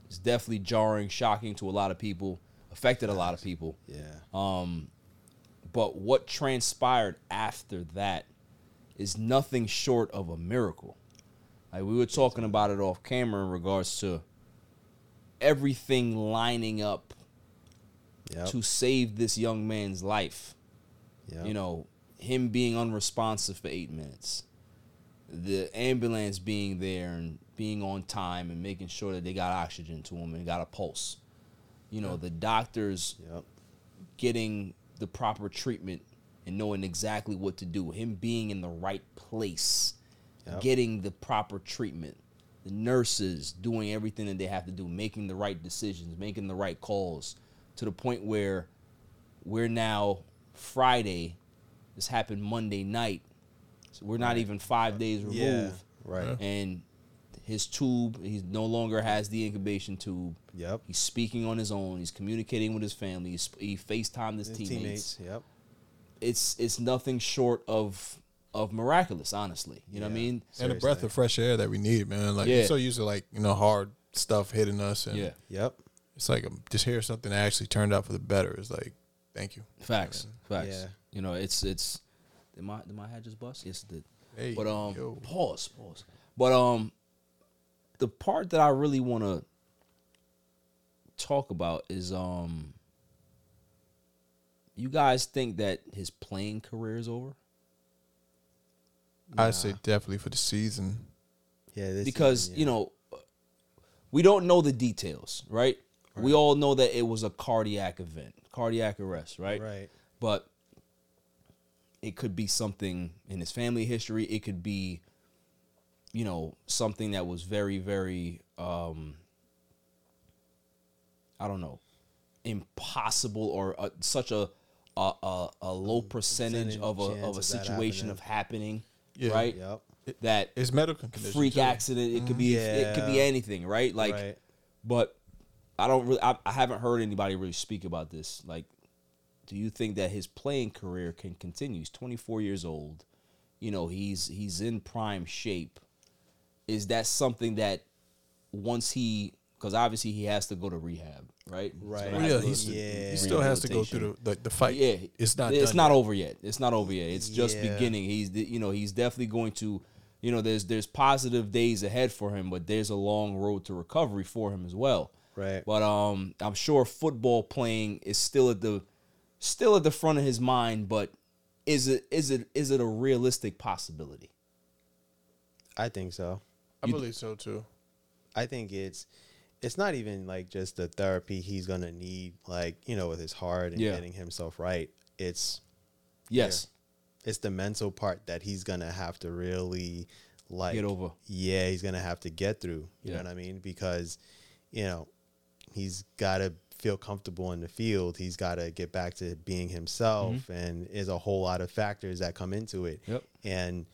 Speaker 3: is definitely jarring, shocking to a lot of people, affected a lot of people.
Speaker 4: Yeah.
Speaker 3: Um, But what transpired after that is nothing short of a miracle. Like we were talking about it off camera in regards to everything lining up
Speaker 4: Yep.
Speaker 3: to save this young man's life.
Speaker 4: Yep.
Speaker 3: you know him being unresponsive for eight minutes the ambulance being there and being on time and making sure that they got oxygen to him and got a pulse you know the doctors
Speaker 4: Yep.
Speaker 3: getting the proper treatment and knowing exactly what to do him being in the right place
Speaker 4: Yep.
Speaker 3: getting the proper treatment the nurses doing everything that they have to do making the right decisions making the right calls to the point where we're now Friday. This happened Monday night. So we're not even five days removed.
Speaker 4: Yeah. Right.
Speaker 3: And his tube, he no longer has the incubation tube.
Speaker 4: Yep.
Speaker 3: He's speaking on his own. He's communicating with his family. He's, he FaceTimed his,
Speaker 4: His
Speaker 3: teammates.
Speaker 4: teammates. Yep.
Speaker 3: It's it's nothing short of of miraculous, honestly. You know what I
Speaker 4: Yeah.
Speaker 3: mean?
Speaker 5: And a breath of fresh air that we need, man. Like
Speaker 3: Yeah.
Speaker 5: we're so used to like, you know, hard stuff hitting us and
Speaker 3: Yeah.
Speaker 4: Yep.
Speaker 5: it's like um, just hear something that actually turned out for the better. It's like, thank you.
Speaker 3: Facts. Facts.
Speaker 4: Yeah.
Speaker 3: You know, it's it's did my did my hat just bust? Yes it did.
Speaker 5: Hey,
Speaker 3: but um
Speaker 5: yo.
Speaker 3: pause, pause. But um the part that I really wanna talk about is um you guys think that his playing career is over?
Speaker 5: I'd say definitely for the season.
Speaker 4: Yeah. This
Speaker 3: because you know we don't know the details, right? We all know that it was a cardiac event, cardiac arrest, right?
Speaker 4: Right.
Speaker 3: But it could be something in his family history. It could be, you know, something that was very, very, um, I don't know, impossible or uh such a a, a a low percentage,
Speaker 4: Percentage
Speaker 3: of a of
Speaker 4: chance
Speaker 3: a
Speaker 4: of that
Speaker 3: situation
Speaker 4: happening.
Speaker 3: of happening,
Speaker 5: Yeah.
Speaker 3: right?
Speaker 4: Yep.
Speaker 3: that
Speaker 5: It's medical condition.
Speaker 3: freak
Speaker 5: too.
Speaker 3: accident.
Speaker 5: Mm-hmm.
Speaker 3: It could be it could be
Speaker 4: Yeah.
Speaker 3: anything, right? Like,
Speaker 4: right.
Speaker 3: but I don't really. I, I haven't heard anybody really speak about this. Like, do you think that his playing career can continue? He's 24 years old. You know, he's he's in prime shape. Is that something that once he? Because obviously he has to go to rehab, right? He's
Speaker 4: Right.
Speaker 3: gonna
Speaker 5: Well,
Speaker 3: have
Speaker 5: yeah,
Speaker 3: to go
Speaker 5: he's,
Speaker 3: to
Speaker 4: Yeah.
Speaker 5: he still has to go through the, the, the fight.
Speaker 3: yeah,
Speaker 5: it's not.
Speaker 3: It's
Speaker 5: done
Speaker 3: not
Speaker 5: yet.
Speaker 3: over yet. It's not over yet. It's just
Speaker 4: Yeah.
Speaker 3: beginning. He's the- you know he's definitely going to, you know, there's there's positive days ahead for him, but there's a long road to recovery for him as well.
Speaker 4: Right.
Speaker 3: But um, I'm sure football playing is still at the, still at the front of his mind. But is it is it is it a realistic possibility?
Speaker 4: I think so.
Speaker 5: I believe so too.
Speaker 4: I think it's it's not even like just the therapy he's gonna need, like you know, with his heart and
Speaker 3: Yeah.
Speaker 4: getting himself right. It's
Speaker 3: Yes.
Speaker 4: it's the mental part that he's gonna have to really like
Speaker 3: Get over.
Speaker 4: Yeah, he's gonna have to get through. You
Speaker 3: Yeah.
Speaker 4: know what I mean? Because you know he's gotta feel comfortable in the field. He's gotta get back to being himself,
Speaker 3: Mm-hmm.
Speaker 4: and there's a whole lot of factors that come into it.
Speaker 3: Yep.
Speaker 4: And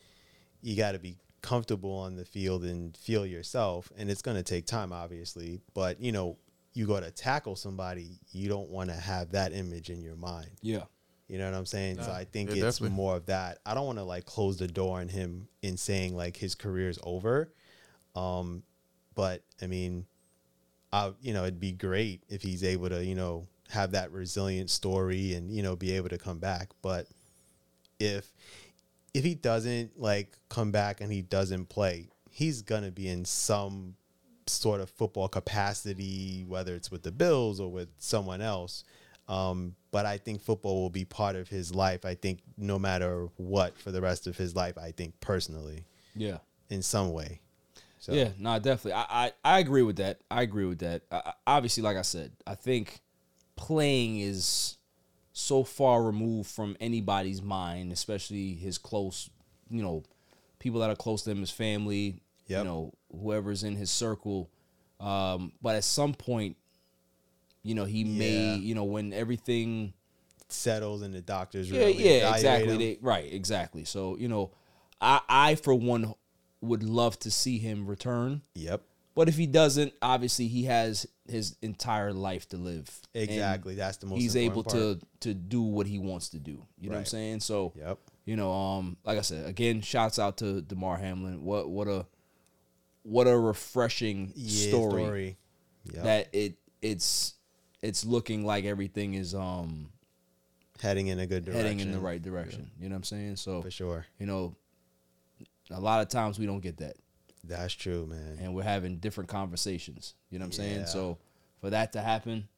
Speaker 4: you got to be comfortable on the field and feel yourself and it's going to take time obviously but you know you go to tackle somebody you don't want to have that image in your mind
Speaker 3: Yeah.
Speaker 4: you know what i'm saying so i think
Speaker 5: yeah,
Speaker 4: it's
Speaker 5: definitely.
Speaker 4: more of that i don't want to like close the door on him in saying like his career's over um but i mean i you know it'd be great if he's able to you know have that resilient story and you know be able to come back but if if he doesn't like come back and he doesn't play, he's gonna be in some sort of football capacity, whether it's with the Bills or with someone else. Um, but I think football will be part of his life. I think no matter what for the rest of his life. I think personally,
Speaker 3: Yeah.
Speaker 4: in some way. So
Speaker 3: Yeah, no, definitely. I, I I agree with that. I agree with that. I, I- obviously, like I said, I think playing is so far removed from anybody's mind, especially his close, you know, people that are close to him, his family, you
Speaker 4: Yep.
Speaker 3: know, whoever's in his circle. Um, but at some point, you know, he
Speaker 4: Yeah.
Speaker 3: may, you know, when everything
Speaker 4: settles in the doctors.
Speaker 3: yeah,
Speaker 4: really
Speaker 3: yeah,
Speaker 4: evaluate
Speaker 3: exactly.
Speaker 4: him.
Speaker 3: They, right, exactly. So you know, I I for one would love to see him return.
Speaker 4: Yep.
Speaker 3: But if he doesn't, obviously he has his entire life to live. And
Speaker 4: Exactly. That's the most.
Speaker 3: he's able
Speaker 4: important part.
Speaker 3: to to do what he wants to do. You know what I'm
Speaker 4: Right.
Speaker 3: saying? So
Speaker 4: Yep.
Speaker 3: you know, um, like I said, again, shouts out to Demar Hamlin. What what a what a refreshing
Speaker 4: Yeah,
Speaker 3: story,
Speaker 4: Yep.
Speaker 3: that it it's it's looking like everything is um
Speaker 4: heading in a good direction.
Speaker 3: heading in the right direction. You know what I'm saying? So
Speaker 4: for sure.
Speaker 3: you know, a lot of times we don't get that.
Speaker 4: That's true, man.
Speaker 3: and we're having different conversations. You know what I'm
Speaker 4: Yeah.
Speaker 3: saying? So for that to happen,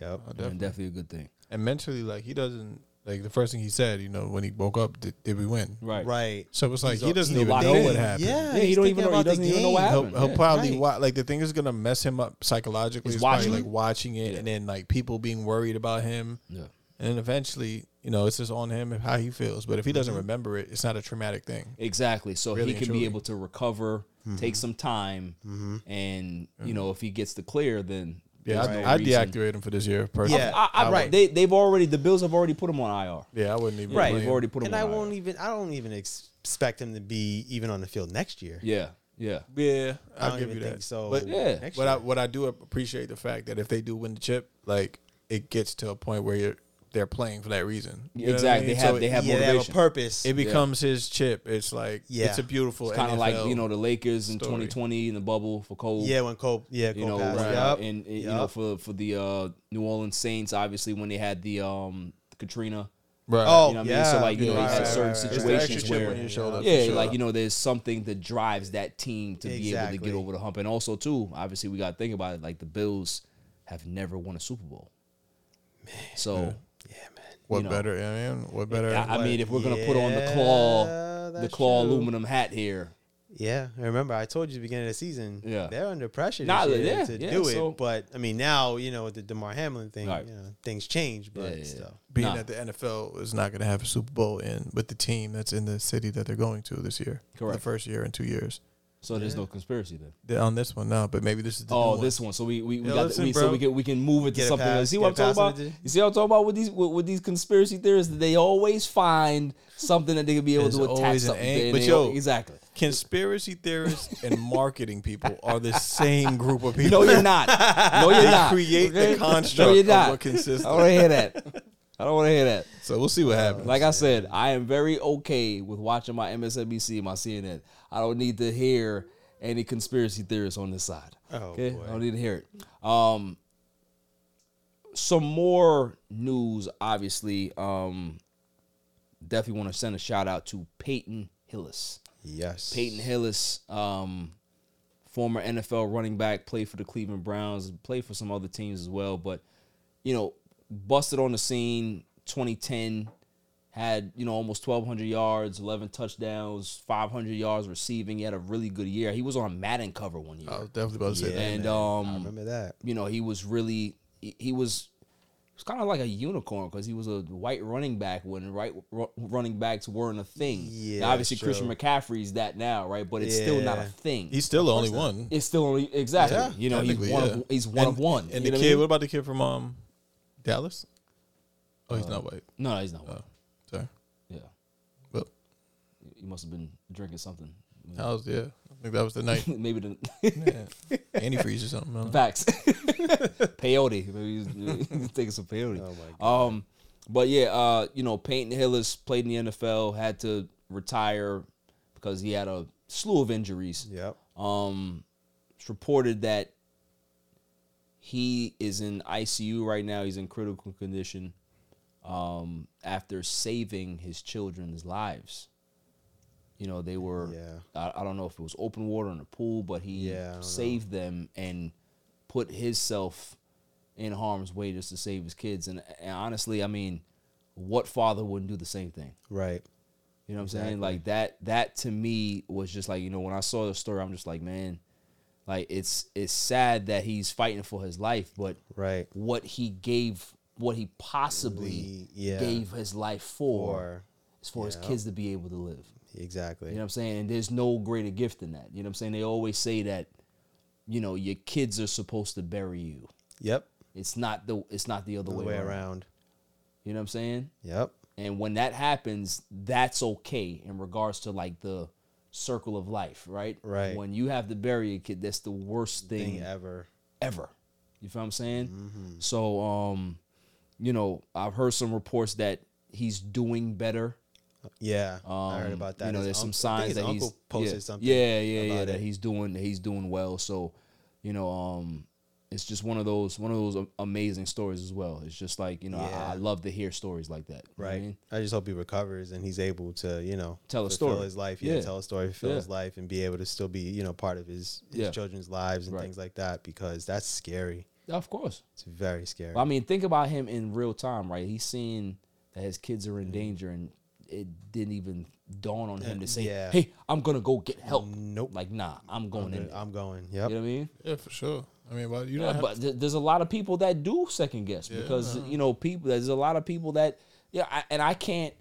Speaker 4: Yep.
Speaker 5: Oh,
Speaker 3: definitely,
Speaker 5: definitely.
Speaker 3: definitely a good thing.
Speaker 5: And mentally, like he doesn't like the first thing he said. You know, when he woke up, did, did we win?
Speaker 3: Right.
Speaker 4: Right.
Speaker 5: So it's like
Speaker 4: He's
Speaker 5: he
Speaker 4: a-
Speaker 5: doesn't
Speaker 3: he's a
Speaker 5: even
Speaker 3: lot
Speaker 5: know
Speaker 3: older.
Speaker 5: what happened.
Speaker 4: Yeah,
Speaker 3: Yeah, he
Speaker 4: he's
Speaker 3: don't
Speaker 4: thinking
Speaker 3: even know. He
Speaker 4: about the
Speaker 3: doesn't even know what
Speaker 4: game.
Speaker 5: He'll,
Speaker 3: happened.
Speaker 5: he'll
Speaker 3: Yeah.
Speaker 5: probably
Speaker 4: right.
Speaker 5: wa- like the thing is gonna mess him up psychologically.
Speaker 3: Is
Speaker 5: is probably,
Speaker 3: watching
Speaker 5: like watching it, and then like people being worried about him,
Speaker 3: Yeah.
Speaker 5: and then eventually, you know, it's just on him and how he feels. But if he
Speaker 3: Mm-hmm.
Speaker 5: doesn't remember it, it's not a traumatic thing.
Speaker 3: Exactly. So
Speaker 5: Really
Speaker 3: he
Speaker 5: and
Speaker 3: can be
Speaker 5: truly.
Speaker 3: able to recover, take some time, and you know, if he gets the clear, then
Speaker 5: Yeah,
Speaker 3: there's
Speaker 5: I'd,
Speaker 3: no
Speaker 5: I'd
Speaker 3: reason.
Speaker 5: deactivate him for this year. Personally.
Speaker 4: Yeah.
Speaker 3: I, I,
Speaker 4: I
Speaker 3: right.
Speaker 4: would.
Speaker 3: They they've already the Bills have already put him on IR.
Speaker 5: yeah, I wouldn't even.
Speaker 3: Right.
Speaker 5: blame
Speaker 3: They've
Speaker 5: him.
Speaker 3: already put him
Speaker 4: And
Speaker 3: on
Speaker 4: I
Speaker 3: IR.
Speaker 4: won't e- even. I don't even ex- expect him to be even on the field next year.
Speaker 3: Yeah. Yeah.
Speaker 5: Yeah,
Speaker 4: I
Speaker 5: I'll
Speaker 4: don't
Speaker 5: give
Speaker 4: even
Speaker 5: you that.
Speaker 4: think so.
Speaker 5: But
Speaker 3: Yeah.
Speaker 4: next
Speaker 5: what I
Speaker 4: year.
Speaker 5: what I do appreciate the fact that if they do win the chip, like it gets to a point where you're they're playing for that reason. You know what I
Speaker 3: Exactly.
Speaker 5: mean?
Speaker 3: They have
Speaker 5: So
Speaker 3: they
Speaker 5: it-
Speaker 3: have
Speaker 4: yeah, they have a
Speaker 3: motivation.
Speaker 4: purpose.
Speaker 5: It becomes his chip. It's like
Speaker 4: Yeah.
Speaker 5: it's a beautiful
Speaker 3: Kind of like
Speaker 5: NFL.
Speaker 3: you know the Lakers in
Speaker 5: story.
Speaker 3: 2020 in the bubble for Cole.
Speaker 4: yeah, when Cole. Yeah, Cole
Speaker 3: you know,
Speaker 4: passed.
Speaker 3: when,
Speaker 4: Yup.
Speaker 3: and, and, you
Speaker 4: Yup.
Speaker 3: know for for the uh, New Orleans Saints, obviously when they had the um, Katrina,
Speaker 5: right.
Speaker 4: Oh,
Speaker 3: you know what I mean.
Speaker 4: yeah.
Speaker 3: So like you know,
Speaker 5: Yeah,
Speaker 3: you
Speaker 5: right,
Speaker 3: had
Speaker 5: right,
Speaker 3: certain
Speaker 4: right, right.
Speaker 5: It's the extra
Speaker 3: situations
Speaker 5: chip
Speaker 3: where
Speaker 5: on your shoulder. for
Speaker 3: yeah,
Speaker 5: sure.
Speaker 3: like you know, there's something that drives that team to be able to
Speaker 4: Exactly.
Speaker 3: get over the hump, and also too, obviously we got to think about it. Like the Bills have never won a Super Bowl, so
Speaker 5: what
Speaker 3: you know.
Speaker 5: better? I mean, what better?
Speaker 3: I, I mean, if we're gonna put on the
Speaker 4: Yeah,
Speaker 3: claw, the
Speaker 4: that's
Speaker 3: claw
Speaker 4: true.
Speaker 3: aluminum hat here,
Speaker 4: Yeah, I remember I told you at the beginning of the season.
Speaker 3: Yeah.
Speaker 4: they're under pressure this
Speaker 3: Nah,
Speaker 4: year
Speaker 3: yeah,
Speaker 4: to
Speaker 3: yeah,
Speaker 4: do it.
Speaker 3: so-
Speaker 4: but I mean, now you know with the Demar Hamlin thing,
Speaker 3: Right.
Speaker 4: you know, things change. But
Speaker 3: Yeah, yeah,
Speaker 4: still,
Speaker 5: being
Speaker 3: nah.
Speaker 5: that the NFL is not going to have a Super Bowl in with the team that's in the city that they're going to this year, For the
Speaker 3: Correct.
Speaker 5: first year in two years.
Speaker 3: so there's no conspiracy there.
Speaker 5: They're on this one now, but maybe this is the
Speaker 3: Oh,
Speaker 5: new
Speaker 3: this one. So we we, we
Speaker 4: Yeah,
Speaker 3: got
Speaker 4: listen,
Speaker 3: the, we, so
Speaker 4: bro.
Speaker 3: we can we can move it to
Speaker 4: Get a
Speaker 3: something. else.
Speaker 4: pass-
Speaker 3: see
Speaker 4: get
Speaker 3: what I'm
Speaker 4: a
Speaker 3: talking
Speaker 4: pass
Speaker 3: about?
Speaker 4: on it,
Speaker 3: You see what I'm talking about with these with, with these conspiracy theorists? They always find something that they can be able
Speaker 5: There's
Speaker 3: to attach
Speaker 5: always an
Speaker 3: something.
Speaker 5: ang-
Speaker 3: to, and
Speaker 5: but
Speaker 3: they-
Speaker 5: yo,
Speaker 3: exactly.
Speaker 5: Conspiracy theorists and marketing people are the same group of people.
Speaker 3: No, you're not. No, you're
Speaker 5: They
Speaker 3: not.
Speaker 5: create
Speaker 3: Okay?
Speaker 5: the construct
Speaker 3: No, you're
Speaker 5: of
Speaker 3: not.
Speaker 5: what consists
Speaker 3: I don't want to hear that. I don't want to hear that.
Speaker 5: So we'll see what happens.
Speaker 3: Like I said, I am very okay with watching my MSNBC, my CNN. I don't need to hear any conspiracy theorists on this side.
Speaker 4: Oh,
Speaker 3: okay,
Speaker 4: boy.
Speaker 3: I don't need to hear it. Um, some more news, obviously. Um, definitely want to send a shout out to Peyton Hillis.
Speaker 4: Yes.
Speaker 3: Peyton Hillis, um, former NFL running back, played for the Cleveland Browns, played for some other teams as well, but you know, busted on the scene 2010, had, you know, almost 1200 yards, 11 touchdowns, 500 yards receiving. He had a really good year. He was on a Madden cover one year.
Speaker 5: I was definitely about to say that.
Speaker 3: and
Speaker 4: Oh, man. I
Speaker 3: um
Speaker 4: remember that.
Speaker 3: you know, he was really he, he was he was kind of like a unicorn because he was a white running back when right ru- running backs weren't a thing.
Speaker 4: Yeah,
Speaker 3: Now, obviously
Speaker 4: that's
Speaker 3: Christian
Speaker 4: true.
Speaker 3: McCaffrey's that now, right? But it's still not a
Speaker 4: Yeah.
Speaker 3: thing.
Speaker 5: He's still the only one.
Speaker 3: it's still only exactly.
Speaker 4: Yeah,
Speaker 3: you know, he's one.
Speaker 5: technically,
Speaker 3: Of,
Speaker 5: yeah.
Speaker 3: he's one of one.
Speaker 5: And
Speaker 3: you
Speaker 5: the
Speaker 3: know
Speaker 5: kid,
Speaker 3: what I mean?
Speaker 5: what about the kid from um, Dallas? Oh,
Speaker 3: Uh,
Speaker 5: he's not white.
Speaker 3: No, no, he's not. one.
Speaker 5: Oh. Sorry.
Speaker 3: Yeah,
Speaker 5: Well,
Speaker 3: he must have been drinking something.
Speaker 5: that was yeah. I think that was the night.
Speaker 3: Maybe the
Speaker 5: Yeah. Antifreeze or something. I don't know.
Speaker 3: facts. peyote. Maybe he's, he's taking some peyote.
Speaker 4: Oh my
Speaker 3: Um, but yeah, uh, you know, Peyton Hillis played in the NFL, had to retire because he had a slew of injuries.
Speaker 4: Yep.
Speaker 3: Um, it's reported that he is in ICU right now. He's in critical condition um, after saving his children's lives. You know, they were,
Speaker 4: Yeah.
Speaker 3: I, I don't know if it was open water in the pool, but he
Speaker 4: Yeah, I don't
Speaker 3: saved them and put himself in harm's way just to save his kids. And, and honestly, I mean, what father wouldn't do the same thing?
Speaker 4: Right.
Speaker 3: You know what I'm saying? Like that that to me was just like, you know, when I saw the story, I'm just like, man, like it's it's sad that he's fighting for his life, but
Speaker 4: Right.
Speaker 3: what he gave what he possibly
Speaker 4: The- yeah.
Speaker 3: gave his life for
Speaker 4: Or
Speaker 3: is for his kids to be able to live.
Speaker 4: exactly.
Speaker 3: You know what I'm saying? And there's no greater gift than that. You know what I'm saying? They always say that, you know, your kids are supposed to bury you.
Speaker 4: Yep.
Speaker 3: It's not the it's not the other
Speaker 4: The
Speaker 3: way,
Speaker 4: way
Speaker 3: around.
Speaker 4: around.
Speaker 3: You know what I'm saying?
Speaker 4: Yep.
Speaker 3: And when that happens, that's okay in regards to like the circle of life, right?
Speaker 4: Right.
Speaker 3: When you have to bury a kid, that's the worst thing,
Speaker 4: Thing ever. Mm-hmm.
Speaker 3: ever. You feel what I'm saying? So, um, you know, I've heard some reports that he's doing better.
Speaker 4: Yeah.
Speaker 3: Um,
Speaker 4: I heard about that.
Speaker 3: You know,
Speaker 4: His
Speaker 3: there's some
Speaker 4: uncle- I think
Speaker 3: signs
Speaker 4: his
Speaker 3: that
Speaker 4: uncle
Speaker 3: he's
Speaker 4: posted
Speaker 3: yeah,
Speaker 4: something.
Speaker 3: Yeah, yeah, yeah.
Speaker 4: about
Speaker 3: That
Speaker 4: it.
Speaker 3: he's doing that he's doing well. So, you know, um, it's just one of those one of those a- amazing stories as well. It's just like you know, I, I
Speaker 4: Yeah.
Speaker 3: love to hear stories like that. You know what I
Speaker 4: Right.
Speaker 3: mean?
Speaker 4: I just hope he recovers and he's able to, you know,
Speaker 3: Tell a
Speaker 4: fulfill
Speaker 3: story.
Speaker 4: His life, yeah,
Speaker 3: Yeah.
Speaker 4: Tell a story, fulfill
Speaker 3: Yeah.
Speaker 4: his life, and be able to still be, you know, part of his, his
Speaker 3: Yeah.
Speaker 4: children's lives and
Speaker 3: Right.
Speaker 4: things like that because that's scary.
Speaker 3: Of course.
Speaker 4: It's very scary.
Speaker 3: I mean, think about him in real time, right? He's seeing that his kids are in danger, and it didn't even dawn on him to say,
Speaker 4: Yeah.
Speaker 3: "Hey, I'm gonna go get help."
Speaker 4: Nope.
Speaker 3: Like, nah, I'm going in. there.
Speaker 4: I'm going. Yep.
Speaker 3: You know what I mean?
Speaker 5: Yeah, for sure. I mean, well, you don't
Speaker 3: Yeah,
Speaker 5: have
Speaker 3: but th- there's a lot of people that do second guess because you know people. There's a lot of people that yeah, I, and I can't.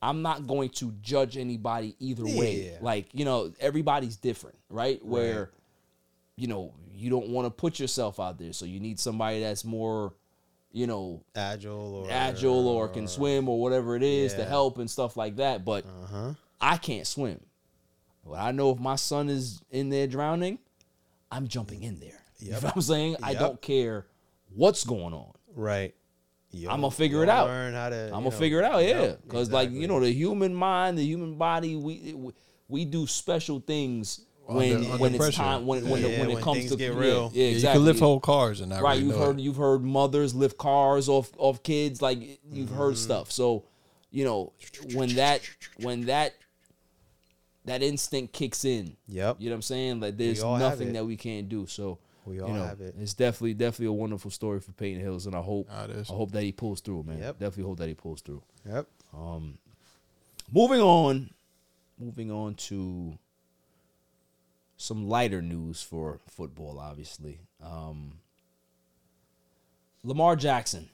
Speaker 3: I'm not going to judge anybody either way.
Speaker 4: Yeah.
Speaker 3: Like you know, everybody's different, right? Where you know you don't want to put yourself out there, so you need somebody that's more, you know,
Speaker 4: Agile or
Speaker 3: agile or can swim or whatever it is to
Speaker 4: Yeah.
Speaker 3: help and stuff like that. But
Speaker 4: Uh-huh.
Speaker 3: I can't swim. But I know if my son is in there drowning, I'm jumping in there. You know
Speaker 4: Yep.
Speaker 3: what I'm saying? I
Speaker 4: Yep.
Speaker 3: don't care what's going on.
Speaker 4: Right. Yo,
Speaker 3: I'ma figure it
Speaker 4: you'll
Speaker 3: out.
Speaker 4: Learn how to.
Speaker 3: I'm gonna figure it out, yeah. Because like you know,
Speaker 4: the
Speaker 3: the human mind, the human body, we it- we- we do special things when
Speaker 5: under
Speaker 3: when it's
Speaker 5: pressure.
Speaker 3: time when when,
Speaker 4: Yeah,
Speaker 3: it, when,
Speaker 4: when
Speaker 3: it comes
Speaker 4: things
Speaker 3: to
Speaker 4: get
Speaker 3: yeah,
Speaker 4: real.
Speaker 3: Yeah,
Speaker 5: yeah,
Speaker 3: exactly.
Speaker 5: you can lift whole cars and not
Speaker 3: right.
Speaker 5: Really
Speaker 3: you've
Speaker 5: know
Speaker 3: heard
Speaker 5: it.
Speaker 3: you've heard mothers lift cars off off kids. Like you've
Speaker 4: Mm-hmm.
Speaker 3: heard stuff. So you know when that when that that instinct kicks in.
Speaker 4: Yep.
Speaker 3: You know what I'm saying? Like there's
Speaker 4: all have
Speaker 3: nothing
Speaker 4: it.
Speaker 3: that we can't do. So
Speaker 4: We
Speaker 3: you
Speaker 4: all
Speaker 3: know,
Speaker 4: have it.
Speaker 3: It's definitely definitely a wonderful story for Peyton Hills, and I hope
Speaker 5: Nah, it is.
Speaker 3: I hope that he pulls through, man.
Speaker 4: Yep.
Speaker 3: Definitely hope that he pulls through.
Speaker 4: Yep.
Speaker 3: Um, Moving on, moving on to some lighter news for football, obviously. Um, Lamar Jackson.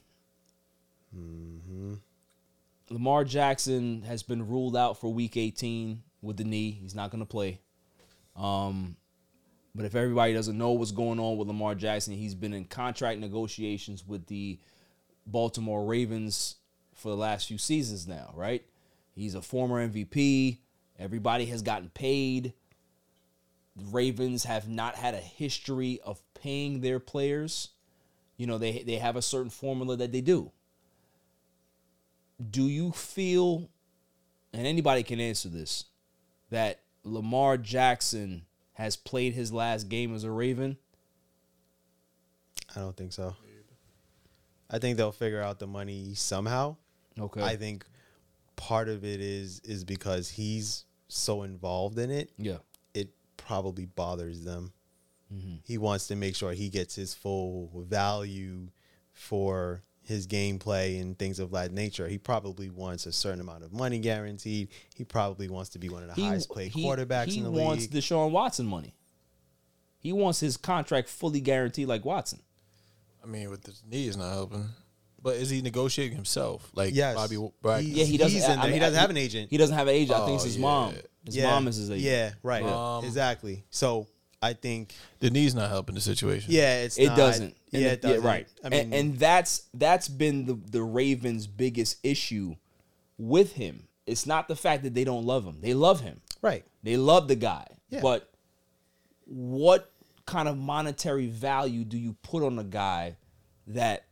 Speaker 3: Lamar Jackson has been ruled out for week 18 with the knee. He's not going to play. Um, but if everybody doesn't know what's going on with Lamar Jackson, he's been in contract negotiations with the Baltimore Ravens for the last few seasons now, right? He's a former MVP. Everybody has gotten paid. The Ravens have not had a history of paying their players. You know, they they have a certain formula that they do. Do you feel and anybody can answer this that Lamar Jackson has played his last game as a Raven?
Speaker 4: I don't think so. I think they'll figure out the money somehow.
Speaker 3: Okay.
Speaker 4: I think part of it is is because he's so involved in it,
Speaker 3: yeah.
Speaker 4: it probably bothers them.
Speaker 3: Mm-hmm.
Speaker 4: He wants to make sure he gets his full value for his gameplay and things of that nature. He probably wants a certain amount of money guaranteed. He probably wants to be one of the highest paid quarterbacks
Speaker 3: he
Speaker 4: in the league.
Speaker 3: wants Deshaun Watson money. He wants his contract fully guaranteed like Watson.
Speaker 5: I mean, with his knee is not helping. But is he negotiating himself? Like
Speaker 4: Yes.
Speaker 5: Bobby Brack.
Speaker 4: He-
Speaker 3: Yeah, he doesn't.
Speaker 4: He's in
Speaker 3: I
Speaker 4: there.
Speaker 3: mean,
Speaker 4: He doesn't
Speaker 3: I-
Speaker 4: have an agent.
Speaker 3: He doesn't have an agent. I think
Speaker 5: Oh,
Speaker 3: it's his
Speaker 5: yeah.
Speaker 3: mom. His mom is his agent.
Speaker 4: Yeah, right.
Speaker 5: Um,
Speaker 4: exactly. So I think
Speaker 5: the knee's not helping the situation.
Speaker 4: yeah, it's
Speaker 3: It
Speaker 4: not-
Speaker 3: doesn't.
Speaker 4: Yeah,
Speaker 3: And
Speaker 4: it
Speaker 3: the- yeah,
Speaker 4: doesn't.
Speaker 3: right.
Speaker 4: I
Speaker 3: And-
Speaker 4: mean,
Speaker 3: and, that's that's been the the Ravens' biggest issue with him. It's not the fact that they don't love him. They love him.
Speaker 4: right.
Speaker 3: They love the guy.
Speaker 4: Yeah.
Speaker 3: But what kind of monetary value do you put on a guy that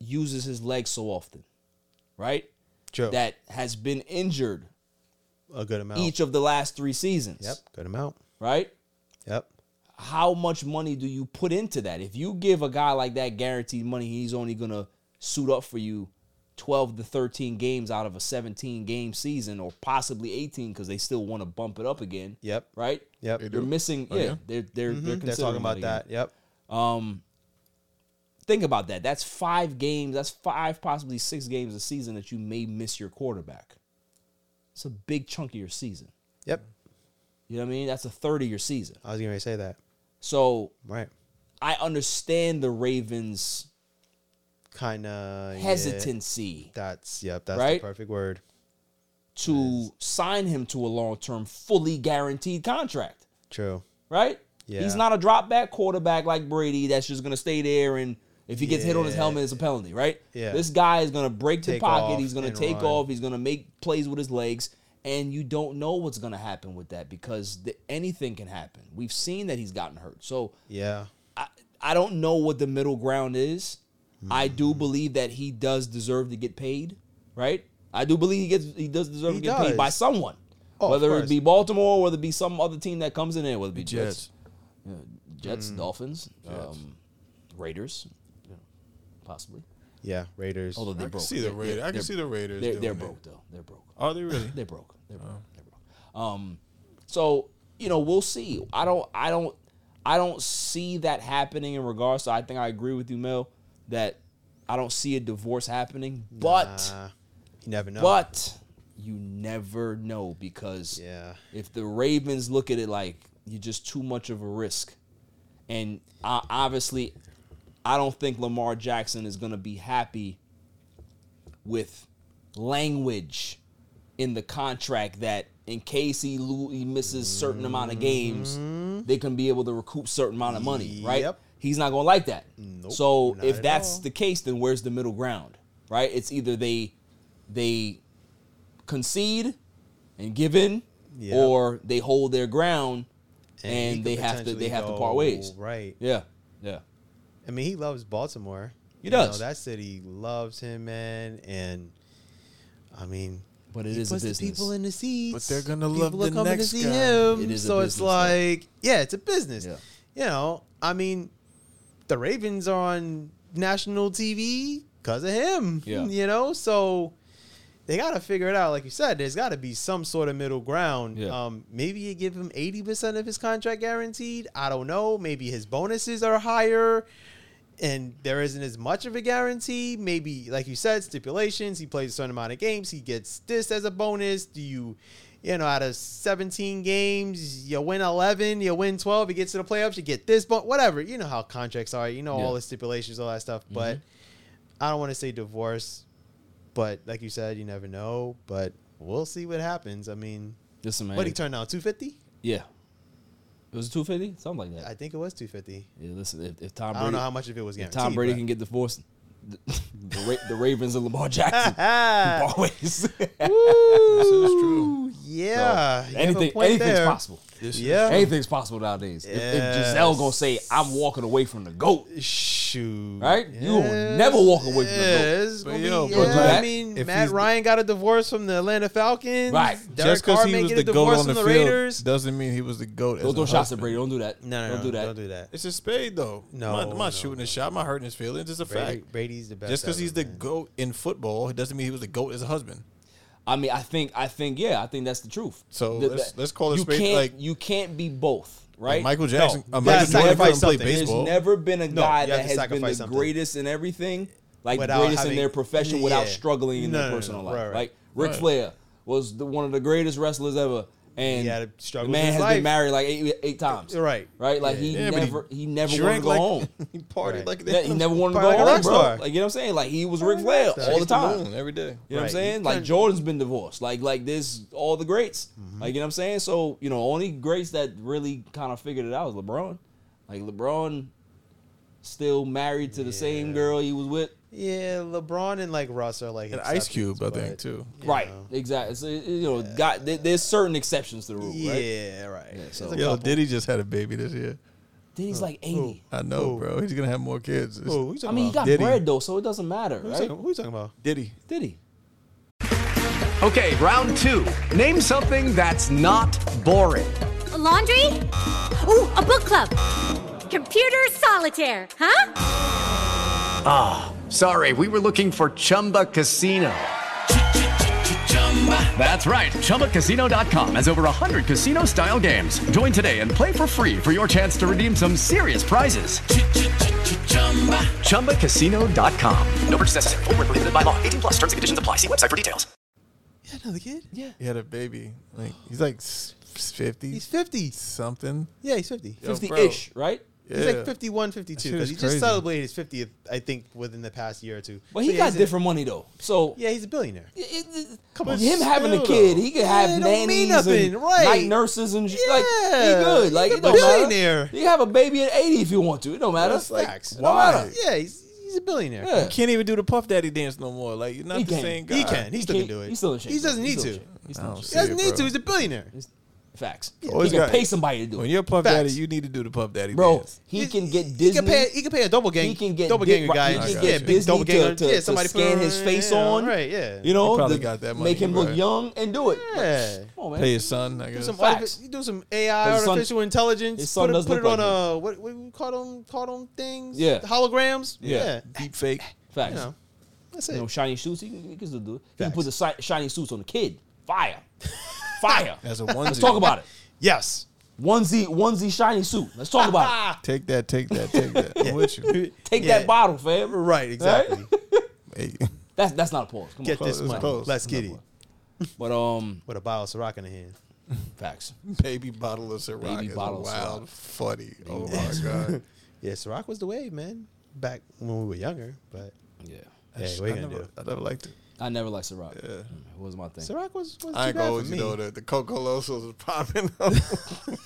Speaker 3: uses his legs so often? Right?
Speaker 4: True.
Speaker 3: That has been injured
Speaker 4: a good amount.
Speaker 3: each of the last three seasons.
Speaker 4: Yep, good amount.
Speaker 3: Right?
Speaker 4: Yep.
Speaker 3: How much money do you put into that? If you give a guy like that guaranteed money, he's only gonna suit up for you 12 to 13 games out of a 17 game season or possibly 18 because they still want to bump it up again.
Speaker 4: Yep.
Speaker 3: Right?
Speaker 4: Yep.
Speaker 3: You're missing. yeah, they're they're they're,
Speaker 4: Mhm, They're
Speaker 3: considering
Speaker 4: talking about
Speaker 3: again.
Speaker 4: that. Yep.
Speaker 3: Um, think about that. That's five games. That's five, possibly six games a season that you may miss your quarterback. It's a big chunk of your season.
Speaker 4: Yep.
Speaker 3: You know what I mean? That's a third of your season.
Speaker 4: I was going to say that.
Speaker 3: So
Speaker 4: Right.
Speaker 3: I understand the Ravens'
Speaker 4: Kind of
Speaker 3: hesitancy
Speaker 4: That's yep. That's
Speaker 3: Right?
Speaker 4: the perfect word.
Speaker 3: to sign him to a long-term, fully guaranteed contract.
Speaker 4: True.
Speaker 3: right?
Speaker 4: Yeah.
Speaker 3: He's not a drop back quarterback like Brady that's just gonna stay there and if he gets hit on his
Speaker 4: Yeah.
Speaker 3: helmet, it's a penalty, right?
Speaker 4: Yeah.
Speaker 3: This guy is gonna break the
Speaker 4: Take
Speaker 3: pocket.
Speaker 4: off
Speaker 3: He's gonna
Speaker 4: and
Speaker 3: take
Speaker 4: run.
Speaker 3: off. He's gonna make plays with his legs, and you don't know what's gonna happen with that because the, anything can happen. We've seen that he's gotten hurt, so
Speaker 4: Yeah.
Speaker 3: I, I don't know what the middle ground is. I
Speaker 4: Mm-hmm.
Speaker 3: do believe that he does deserve to get paid, right? I do believe he gets he does deserve
Speaker 4: He
Speaker 3: to get paid
Speaker 4: does.
Speaker 3: by someone,
Speaker 4: Oh, of
Speaker 3: whether it
Speaker 4: course.
Speaker 3: be Baltimore, whether it be some other team that comes in there, whether it be Jets,
Speaker 5: Jets. Mm.
Speaker 3: Jets, Dolphins, Um, Raiders, you know, possibly.
Speaker 4: Yeah. Raiders.
Speaker 3: Although they
Speaker 5: I can
Speaker 3: broke,
Speaker 5: see the
Speaker 3: They're-
Speaker 5: Raiders. I
Speaker 3: they're-
Speaker 5: can see the Raiders.
Speaker 3: They're,
Speaker 5: doing
Speaker 3: they're
Speaker 5: it.
Speaker 3: broke though. They're broke.
Speaker 5: Are they really? Oh.
Speaker 3: They're broke. They're broke. They're broke. Um, so you know we'll see. I don't. I don't. I don't see that happening in regards. So I think I agree with you, Mel, that I don't see a divorce happening. But
Speaker 4: Nah, you never know.
Speaker 3: but you never know because
Speaker 4: Yeah.
Speaker 3: if the Ravens look at it like you're just too much of a risk, and uh, obviously, I don't think Lamar Jackson is going to be happy with language in the contract that in case he, lo- he misses certain amount of games, they can be able to recoup certain amount of money, right?
Speaker 4: Mm-hmm. Yep.
Speaker 3: He's not going to like that.
Speaker 4: Nope,
Speaker 3: so
Speaker 4: not
Speaker 3: if
Speaker 4: at
Speaker 3: that's
Speaker 4: all.
Speaker 3: the case, then where's the middle ground, right? It's either they they concede and give in,
Speaker 4: Yep.
Speaker 3: or they hold their ground and,
Speaker 4: he
Speaker 3: they
Speaker 4: could
Speaker 3: have to they
Speaker 4: potentially
Speaker 3: have to
Speaker 4: go
Speaker 3: part ways.
Speaker 4: Right.
Speaker 3: Yeah, yeah,
Speaker 4: I mean, he loves Baltimore.
Speaker 3: He
Speaker 4: You know,
Speaker 3: does.
Speaker 4: that city loves him, man. And I mean,
Speaker 3: But it
Speaker 4: he
Speaker 3: is a
Speaker 4: puts the
Speaker 3: business.
Speaker 4: people in the seats.
Speaker 5: But they're gonna
Speaker 4: People
Speaker 5: love
Speaker 4: are
Speaker 5: the
Speaker 4: coming
Speaker 5: next
Speaker 4: to see
Speaker 5: guy.
Speaker 4: him.
Speaker 3: It is a
Speaker 4: so it's
Speaker 3: business, though.
Speaker 4: like, yeah, it's a business.
Speaker 3: Yeah.
Speaker 4: You know, I mean, the Ravens are on national TV because of him.
Speaker 3: Yeah.
Speaker 4: You know, so they got to figure it out. Like you said, there's got to be some sort of middle ground.
Speaker 3: Yeah.
Speaker 4: Um, maybe you give him 80% of his contract guaranteed. I don't know. Maybe his bonuses are higher and there isn't as much of a guarantee. Maybe, like you said, stipulations. He plays a certain amount of games. He gets this as a bonus. Do you, you know, out of 17 games, you win 11, you win 12, you get to the playoffs, you get this, but whatever. You know how contracts are. You know
Speaker 3: Yeah. Mm-hmm.
Speaker 4: all the stipulations, all that stuff. But I don't want to say divorce, but like you said, you never know. But we'll see what happens. I mean,
Speaker 3: Listen, man.
Speaker 4: what he turned out 250.
Speaker 3: yeah, it was two fifty, something like that.
Speaker 4: I think it was 250.
Speaker 3: yeah, listen, if, if Tom
Speaker 4: I
Speaker 3: Brady,
Speaker 4: don't know how much of it was
Speaker 3: if
Speaker 4: guaranteed.
Speaker 3: Tom Brady
Speaker 4: but-
Speaker 3: can get divorced, the, the, Ra- the Ravens and Lamar Jackson, always.
Speaker 4: Woo! Yeah, you have a
Speaker 3: anything,
Speaker 4: point
Speaker 3: anything's
Speaker 4: there.
Speaker 3: possible.
Speaker 4: Yeah.
Speaker 3: Anything's possible nowadays. If, if Giselle gonna say, "I'm walking away from the goat,"
Speaker 4: Shoot.
Speaker 3: right? You will never walk away from the
Speaker 4: Yeah,
Speaker 3: goat.
Speaker 4: it's gonna
Speaker 5: But
Speaker 4: be-
Speaker 5: yo,
Speaker 4: yeah,
Speaker 5: but
Speaker 4: I
Speaker 3: Matt,
Speaker 4: mean,
Speaker 5: if
Speaker 4: Matt
Speaker 5: he's-
Speaker 4: Ryan got a divorce from the Atlanta Falcons.
Speaker 3: Right.
Speaker 4: Derek
Speaker 5: Just because
Speaker 4: Carr
Speaker 5: he
Speaker 4: may
Speaker 5: was
Speaker 4: get
Speaker 5: the
Speaker 4: a
Speaker 5: goat
Speaker 4: divorce
Speaker 5: on the,
Speaker 4: from the
Speaker 5: field
Speaker 4: Raiders.
Speaker 5: doesn't mean he was the goat.
Speaker 3: Don't
Speaker 5: as
Speaker 3: throw
Speaker 5: a
Speaker 3: shots at
Speaker 5: husband.
Speaker 3: Brady. Don't do that.
Speaker 4: No, no,
Speaker 3: don't
Speaker 4: no,
Speaker 3: do that.
Speaker 4: Don't do that.
Speaker 5: It's a spade, though.
Speaker 4: No,
Speaker 5: I'm not, I'm
Speaker 4: no,
Speaker 5: not shooting a shot. I'm not hurting his feelings. It's a
Speaker 4: Brady,
Speaker 5: fact.
Speaker 4: Brady's the best.
Speaker 5: Just because
Speaker 4: ever,
Speaker 5: he's the
Speaker 4: man.
Speaker 5: goat in football, it doesn't mean he was the goat as a husband.
Speaker 3: I mean, I think, I think, yeah, I think that's the truth.
Speaker 5: So
Speaker 3: Th-
Speaker 5: let's-
Speaker 3: that-
Speaker 5: let's call it
Speaker 3: you
Speaker 5: straight,
Speaker 3: can't,
Speaker 5: like-
Speaker 3: you can't be both, right?
Speaker 5: Like Michael Jackson, uh,
Speaker 4: gotta
Speaker 5: Michael Jordan
Speaker 4: sacrifice
Speaker 5: couldn't play
Speaker 4: something. There's
Speaker 5: baseball.
Speaker 3: There's never been a
Speaker 4: No,
Speaker 3: guy
Speaker 4: you have
Speaker 3: that
Speaker 4: to
Speaker 3: has been the
Speaker 4: sacrifice something.
Speaker 3: greatest in everything, like
Speaker 4: Without
Speaker 3: greatest
Speaker 4: having-
Speaker 3: in their profession without
Speaker 4: Yeah.
Speaker 3: struggling in
Speaker 4: No,
Speaker 3: their
Speaker 4: no, no,
Speaker 3: personal
Speaker 4: no.
Speaker 3: life.
Speaker 4: Right, right.
Speaker 3: Like Ric
Speaker 5: Right.
Speaker 3: Flair was the, one of the greatest wrestlers ever, and
Speaker 4: He had
Speaker 3: the
Speaker 4: struggles in
Speaker 3: man
Speaker 4: his
Speaker 3: has been
Speaker 4: life.
Speaker 3: married like eight, eight times.
Speaker 4: Right.
Speaker 3: right? Like he
Speaker 5: Yeah, but he
Speaker 3: never, he, never wanted to
Speaker 5: drank
Speaker 3: go
Speaker 5: like-
Speaker 3: home.
Speaker 5: he partied
Speaker 4: Right.
Speaker 5: like
Speaker 3: Yeah,
Speaker 5: that.
Speaker 3: he never wanted to go
Speaker 4: Probably like a
Speaker 3: home,
Speaker 4: rock
Speaker 3: bro.
Speaker 4: star.
Speaker 3: Like you know what I'm saying? Like he was Ric Flair all the
Speaker 4: Chased the
Speaker 3: time.
Speaker 5: Moon every day.
Speaker 3: You know what I'm
Speaker 4: Right.
Speaker 3: saying? Like Jordan's been divorced. Like like this all the greats.
Speaker 4: Mm-hmm.
Speaker 3: Like you know what I'm saying? So, you know, only greats that really kind of figured it out was LeBron. Like LeBron still married to the same girl he was with.
Speaker 4: Yeah, LeBron and like Russ are like
Speaker 5: And Ice
Speaker 4: exceptions,
Speaker 5: Cube, I think
Speaker 4: but-
Speaker 5: too.
Speaker 4: you
Speaker 3: right.
Speaker 4: know.
Speaker 3: Exactly. So, you know, got there, there's certain exceptions to the rule, right?
Speaker 4: Yeah, right.
Speaker 3: so-
Speaker 4: It's a
Speaker 5: Yo,
Speaker 4: couple.
Speaker 5: Diddy just had a baby this year.
Speaker 3: Then he's like 80.
Speaker 5: I know, bro. He's gonna have more kids. It's-
Speaker 4: Who, who you talking
Speaker 3: I mean, he
Speaker 4: about?
Speaker 3: got
Speaker 5: Diddy.
Speaker 3: bread though, so it doesn't matter,
Speaker 4: Uh, Who you
Speaker 3: right?
Speaker 4: talking- who you talking about?
Speaker 5: Diddy.
Speaker 3: Did he?
Speaker 8: Oh.
Speaker 9: Okay, round two. Name something that's not boring.
Speaker 10: laundry? Ooh, a book club. Computer solitaire, huh?
Speaker 9: Sorry, we were looking for Chumba Casino. That's right. ChumbaCasino.com has over 100 casino style games. Join today and play for free for your chance to redeem some serious prizes. ChumbaCasino.com. No purchase necessary. Void where prohibited by law. 18 plus terms and conditions apply. See website for details.
Speaker 4: Yeah, another kid. Yeah,
Speaker 5: He had a baby. Like he's like fifty.
Speaker 4: he's fifty.
Speaker 5: something.
Speaker 4: Yeah, he's fifty.
Speaker 5: Yo,
Speaker 3: 50-ish, right?
Speaker 5: bro.
Speaker 4: He's
Speaker 5: Yeah.
Speaker 4: like 51, 52.
Speaker 5: That shit
Speaker 4: Because
Speaker 5: is
Speaker 4: he
Speaker 5: crazy.
Speaker 4: just celebrated his 50th, I think, within the past year or two.
Speaker 3: But
Speaker 4: So
Speaker 3: he
Speaker 4: yeah,
Speaker 3: got
Speaker 4: he's a-
Speaker 3: different money though. So
Speaker 4: yeah, he's a billionaire.
Speaker 3: it- it-
Speaker 4: Come
Speaker 3: with
Speaker 4: on,
Speaker 3: him having a
Speaker 4: still,
Speaker 3: kid,
Speaker 4: though.
Speaker 3: he could
Speaker 4: Yeah,
Speaker 3: have
Speaker 4: it don't mean
Speaker 3: nannies and
Speaker 4: nothing, right.
Speaker 3: night nurses and shit. like he
Speaker 4: Yeah,
Speaker 3: good.
Speaker 4: he's
Speaker 3: Like
Speaker 4: a
Speaker 3: it don't matter.
Speaker 4: billionaire.
Speaker 3: You have a baby at eighty if you want to. It don't matter.
Speaker 5: That's like,
Speaker 3: Facts. It don't
Speaker 5: why?
Speaker 3: matter.
Speaker 4: Yeah, he's he's a billionaire.
Speaker 3: Yeah.
Speaker 5: You can't even do the Puff Daddy dance no more. Like you're not
Speaker 3: He
Speaker 5: the
Speaker 3: can.
Speaker 5: same guy.
Speaker 4: He can. He still
Speaker 3: He
Speaker 4: can
Speaker 3: can't-
Speaker 4: do it.
Speaker 3: He still in shape.
Speaker 4: He
Speaker 3: bro.
Speaker 4: doesn't
Speaker 3: He's
Speaker 4: need
Speaker 3: still in
Speaker 4: to.
Speaker 3: shape. He's
Speaker 5: I
Speaker 3: still in
Speaker 5: don't
Speaker 3: shape.
Speaker 4: He doesn't
Speaker 5: Yeah,
Speaker 4: need
Speaker 5: bro.
Speaker 4: to. He's a billionaire.
Speaker 3: Facts. He
Speaker 5: Always
Speaker 3: can
Speaker 5: got-
Speaker 3: pay somebody to do
Speaker 5: When
Speaker 3: it,
Speaker 5: you're Puff
Speaker 4: Facts.
Speaker 5: Daddy, you need to do the Puff Daddy
Speaker 3: bro.
Speaker 5: dance.
Speaker 3: He can get
Speaker 4: He
Speaker 3: Disney.
Speaker 4: can pay. He can pay a double gang.
Speaker 3: He can get
Speaker 4: double
Speaker 3: Di-
Speaker 4: ganger
Speaker 3: right,
Speaker 4: guy.
Speaker 3: he
Speaker 4: and
Speaker 5: can
Speaker 4: just-
Speaker 5: get
Speaker 4: yeah, big
Speaker 3: Disney
Speaker 4: double
Speaker 3: to-
Speaker 4: ganger.
Speaker 3: to-
Speaker 4: yeah,
Speaker 3: to
Speaker 4: somebody put
Speaker 3: scan his face on.
Speaker 4: Right. Yeah.
Speaker 3: You know,
Speaker 5: probably
Speaker 3: the-
Speaker 5: got that money,
Speaker 3: make him
Speaker 5: bro.
Speaker 3: look young and do it. Like,
Speaker 4: Yeah.
Speaker 3: come on, man.
Speaker 5: Pay his son, I guess.
Speaker 4: some
Speaker 3: Facts.
Speaker 4: artifi- you do some AI
Speaker 3: His son-
Speaker 4: artificial intelligence.
Speaker 3: his son
Speaker 4: put it,
Speaker 3: does
Speaker 4: put
Speaker 3: look
Speaker 4: it on
Speaker 3: like
Speaker 4: uh what what we call them call them things.
Speaker 3: Yeah.
Speaker 4: holograms.
Speaker 3: Yeah.
Speaker 5: Deep fake.
Speaker 3: Facts.
Speaker 4: you know, that's
Speaker 3: You know,
Speaker 4: it.
Speaker 3: shiny suits. He can, he can still do it. He can
Speaker 4: Facts.
Speaker 3: put the si- shiny suits on the kid. Fire. Fire.
Speaker 5: As a
Speaker 3: Let's
Speaker 5: onesie.
Speaker 3: talk about it.
Speaker 4: Yes,
Speaker 3: Onesie, onesie, shiny suit. Let's talk about it.
Speaker 5: Take that, take that, take that. I'm with you.
Speaker 3: Take
Speaker 4: Yeah.
Speaker 3: that bottle, fam.
Speaker 4: right, exactly.
Speaker 5: Hey,
Speaker 3: That's that's not a pause. Come
Speaker 4: Get
Speaker 3: on.
Speaker 4: this
Speaker 5: Close,
Speaker 4: money.
Speaker 5: close.
Speaker 4: Let's get it
Speaker 3: But um,
Speaker 4: with a bottle of Ciroc in the hand.
Speaker 3: facts.
Speaker 5: baby bottle of Ciroc
Speaker 3: Baby
Speaker 5: is
Speaker 3: bottle of
Speaker 5: wild,
Speaker 3: Ciroc.
Speaker 5: funny. Oh my god.
Speaker 4: Yeah, Ciroc was the wave, man. Back when we were younger, but
Speaker 3: Yeah.
Speaker 4: hey, what are you
Speaker 5: I
Speaker 4: gonna
Speaker 5: never,
Speaker 4: do?
Speaker 5: I never liked it.
Speaker 3: I never liked Ciroc. Yeah. It wasn't my thing.
Speaker 4: Ciroc was was too
Speaker 5: I ain't
Speaker 4: bad
Speaker 5: gonna
Speaker 4: for
Speaker 5: hold you
Speaker 4: me.
Speaker 5: though. The, the Coco Losos was popping up.